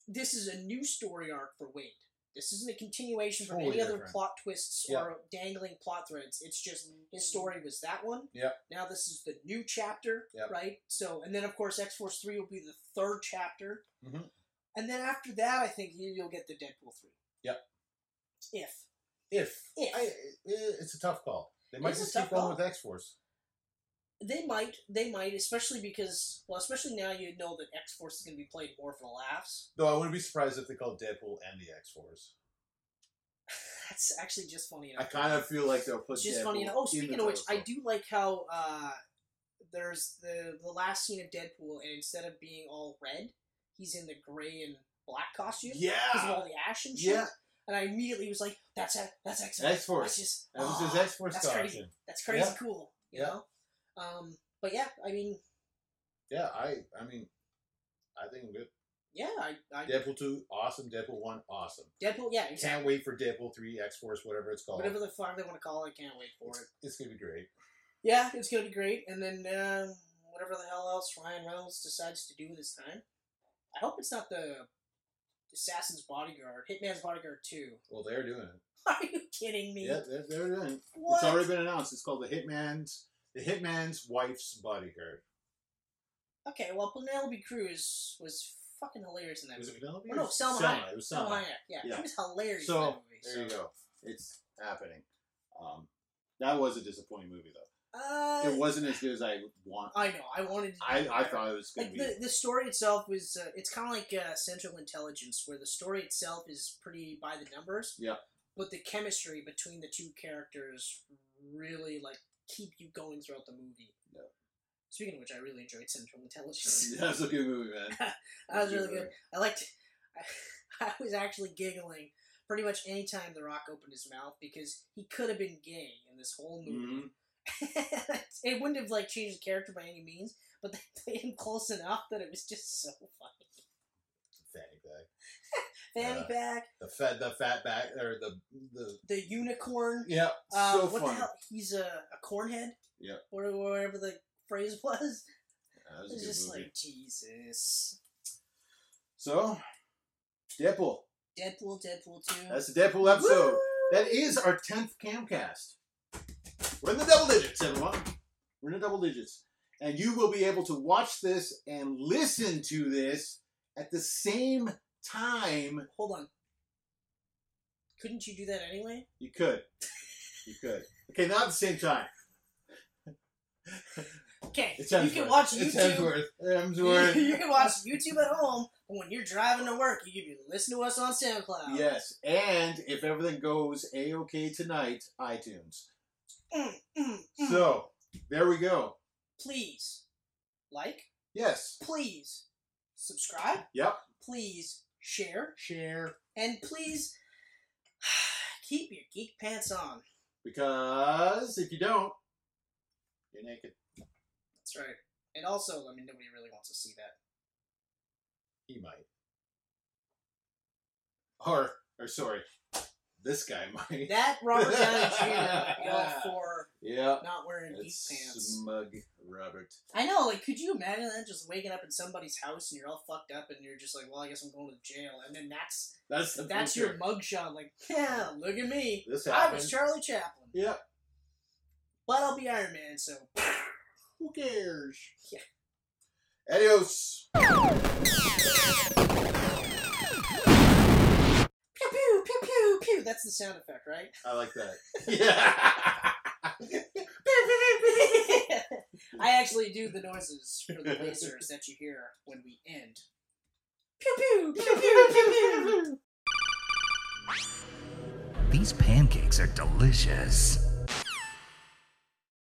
S2: this is a new story arc for Wade. This isn't a continuation from
S7: Totally
S2: any other
S7: different.
S2: plot twists
S7: Yep.
S2: or dangling plot threads. It's just his story was that one.
S7: Yep.
S2: Now this is the new chapter,
S7: Yep.
S2: right? So, and then of course X Force Three will be the third chapter,
S7: Mhm.
S2: and then after that, I think you, you'll get the Deadpool Three.
S7: Yep.
S2: If
S7: if
S2: If.
S7: I, it, it's a tough call, they might
S2: It's a
S7: just
S2: tough
S7: keep going
S2: call.
S7: with X Force.
S2: They might, they might, especially because, well, especially now you know that X Force is going to be played more for laughs.
S7: Though I wouldn't be surprised if they called Deadpool and the X Force.
S2: That's actually just funny
S3: I
S2: enough.
S3: kind of feel like they'll put.
S2: It's just
S3: Deadpool
S2: funny enough. Oh,
S3: in
S2: speaking
S3: the
S2: of which, I
S3: title.
S2: do like how uh, there's the the last scene of Deadpool, and instead of being all red, he's in the gray and black costume. Because of
S3: Yeah,
S2: all the ash and shit.
S3: yeah.
S2: And I immediately was like, "That's it. That's excellent.
S3: X Force.
S2: That's just
S3: That was
S2: ah,
S3: his X Force
S2: that's crazy.
S3: costume.
S2: That's crazy
S7: Yeah.
S2: cool. You
S7: Yeah.
S2: know. Um, but yeah, I mean,
S7: Yeah, I, I mean, I think I'm good.
S2: yeah, I, I
S7: Deadpool two, awesome. Deadpool one, awesome.
S2: Deadpool. Yeah, exactly.
S7: Can't wait for Deadpool three, X Force, whatever it's called.
S2: Whatever the fuck they want to call it, I can't wait for it.
S7: it's, it's gonna be great.
S2: Yeah, it's gonna be great. And then uh, whatever the hell else Ryan Reynolds decides to do this time, I hope it's not the Assassin's Bodyguard, Hitman's Bodyguard Two.
S7: Well, they're doing it.
S2: Are you kidding me?
S3: Yeah, they're, they're doing. it. It's
S2: What?
S3: already been announced. It's called the Hitman's the Hitman's Wife's Bodyguard.
S2: Okay, well Penelope Cruz was fucking hilarious in that
S3: Was it
S2: movie.
S3: Penelope?
S2: Oh, no, Selma Hayek.
S3: It was
S2: Selma
S3: Selma.
S2: Hayek, yeah,
S3: Yeah.
S2: she was hilarious
S3: So,
S2: in that movie.
S3: There you
S2: so-
S3: go. It's happening. Um, that was a disappointing movie though.
S2: Uh,
S3: It wasn't as good as I want.
S2: I know. I wanted. To do
S3: I, I
S2: better.
S3: thought it was going
S2: like
S3: to be.
S2: the, the story itself was uh, it's kind of like uh, central intelligence where the story itself is pretty by the numbers
S3: Yeah.
S2: but the chemistry between the two characters really like keep you going throughout the movie
S3: Yeah.
S2: speaking of which i really enjoyed central intelligence
S3: That was a good movie, man.
S2: that was
S3: a
S2: really good
S3: movie.
S2: i liked I, I was actually giggling pretty much any time the rock opened his mouth because he could have been gay in this whole movie
S3: Mhm. Mm-hmm.
S2: it wouldn't have like changed the character by any means, but they played him close enough that it was just so funny.
S7: Fanny bag.
S2: Fanny
S7: Yeah.
S2: pack,
S7: The fat, the fat back, or the the
S2: the unicorn.
S7: yeah.
S2: Uh,
S3: so
S2: what the
S3: funny.
S2: hell? He's a, a cornhead.
S3: Yeah.
S2: Or whatever the phrase was.
S3: That was a
S2: It was
S3: good
S2: just
S3: movie.
S2: like Jesus.
S3: So, Deadpool.
S2: Deadpool, Deadpool two.
S3: That's the Deadpool episode.
S2: Woo!
S3: That is our tenth camcast. We're in the double digits, everyone. We're in the double digits, and you will be able to watch this and listen to this at the same time.
S2: Hold on. Couldn't you do that anyway?
S3: You could, you could. Okay, not at the same time.
S2: Okay, you
S3: It's
S2: can
S3: Hemsworth.
S2: watch
S7: It's
S2: YouTube.
S7: Hemsworth.
S2: you
S3: Hemsworth.
S2: can watch YouTube at home, but when you're driving to work, you can listen to us on SoundCloud.
S3: Yes, and if everything goes a okay tonight, iTunes.
S2: Mm, mm.
S3: So there we go.
S2: please like,
S3: Yes.
S2: please subscribe,
S3: Yep.
S2: please share,
S7: Share.
S2: and please keep your geek pants on.
S3: Because if you don't, you're naked.
S2: That's right. And also, I mean, nobody really wants to see that.
S3: He might. Or, or sorry, this guy might.
S2: That Robert Downey Jr. got for
S3: Yeah.
S2: not wearing geek
S3: It's
S2: pants.
S3: smug Robert.
S2: I know, like, could you imagine that? Just waking up in somebody's house and you're all fucked up and you're just like, well, I guess I'm going to jail. And then that's
S3: That's the
S2: that's
S3: picture.
S2: your mugshot. Like, yeah, look at me.
S3: This
S2: I
S3: happened.
S2: was Charlie Chaplin.
S3: yeah.
S2: But I'll be Iron Man, so.
S3: Who cares?
S2: Yeah.
S3: Adios.
S2: Pew, pew, pew, pew, pew. That's the sound effect, right?
S3: I like that. yeah.
S2: I actually do the noises for the lasers that you hear when we end. Pew, pew, pew, pew, pew, pew.
S1: These pancakes are delicious.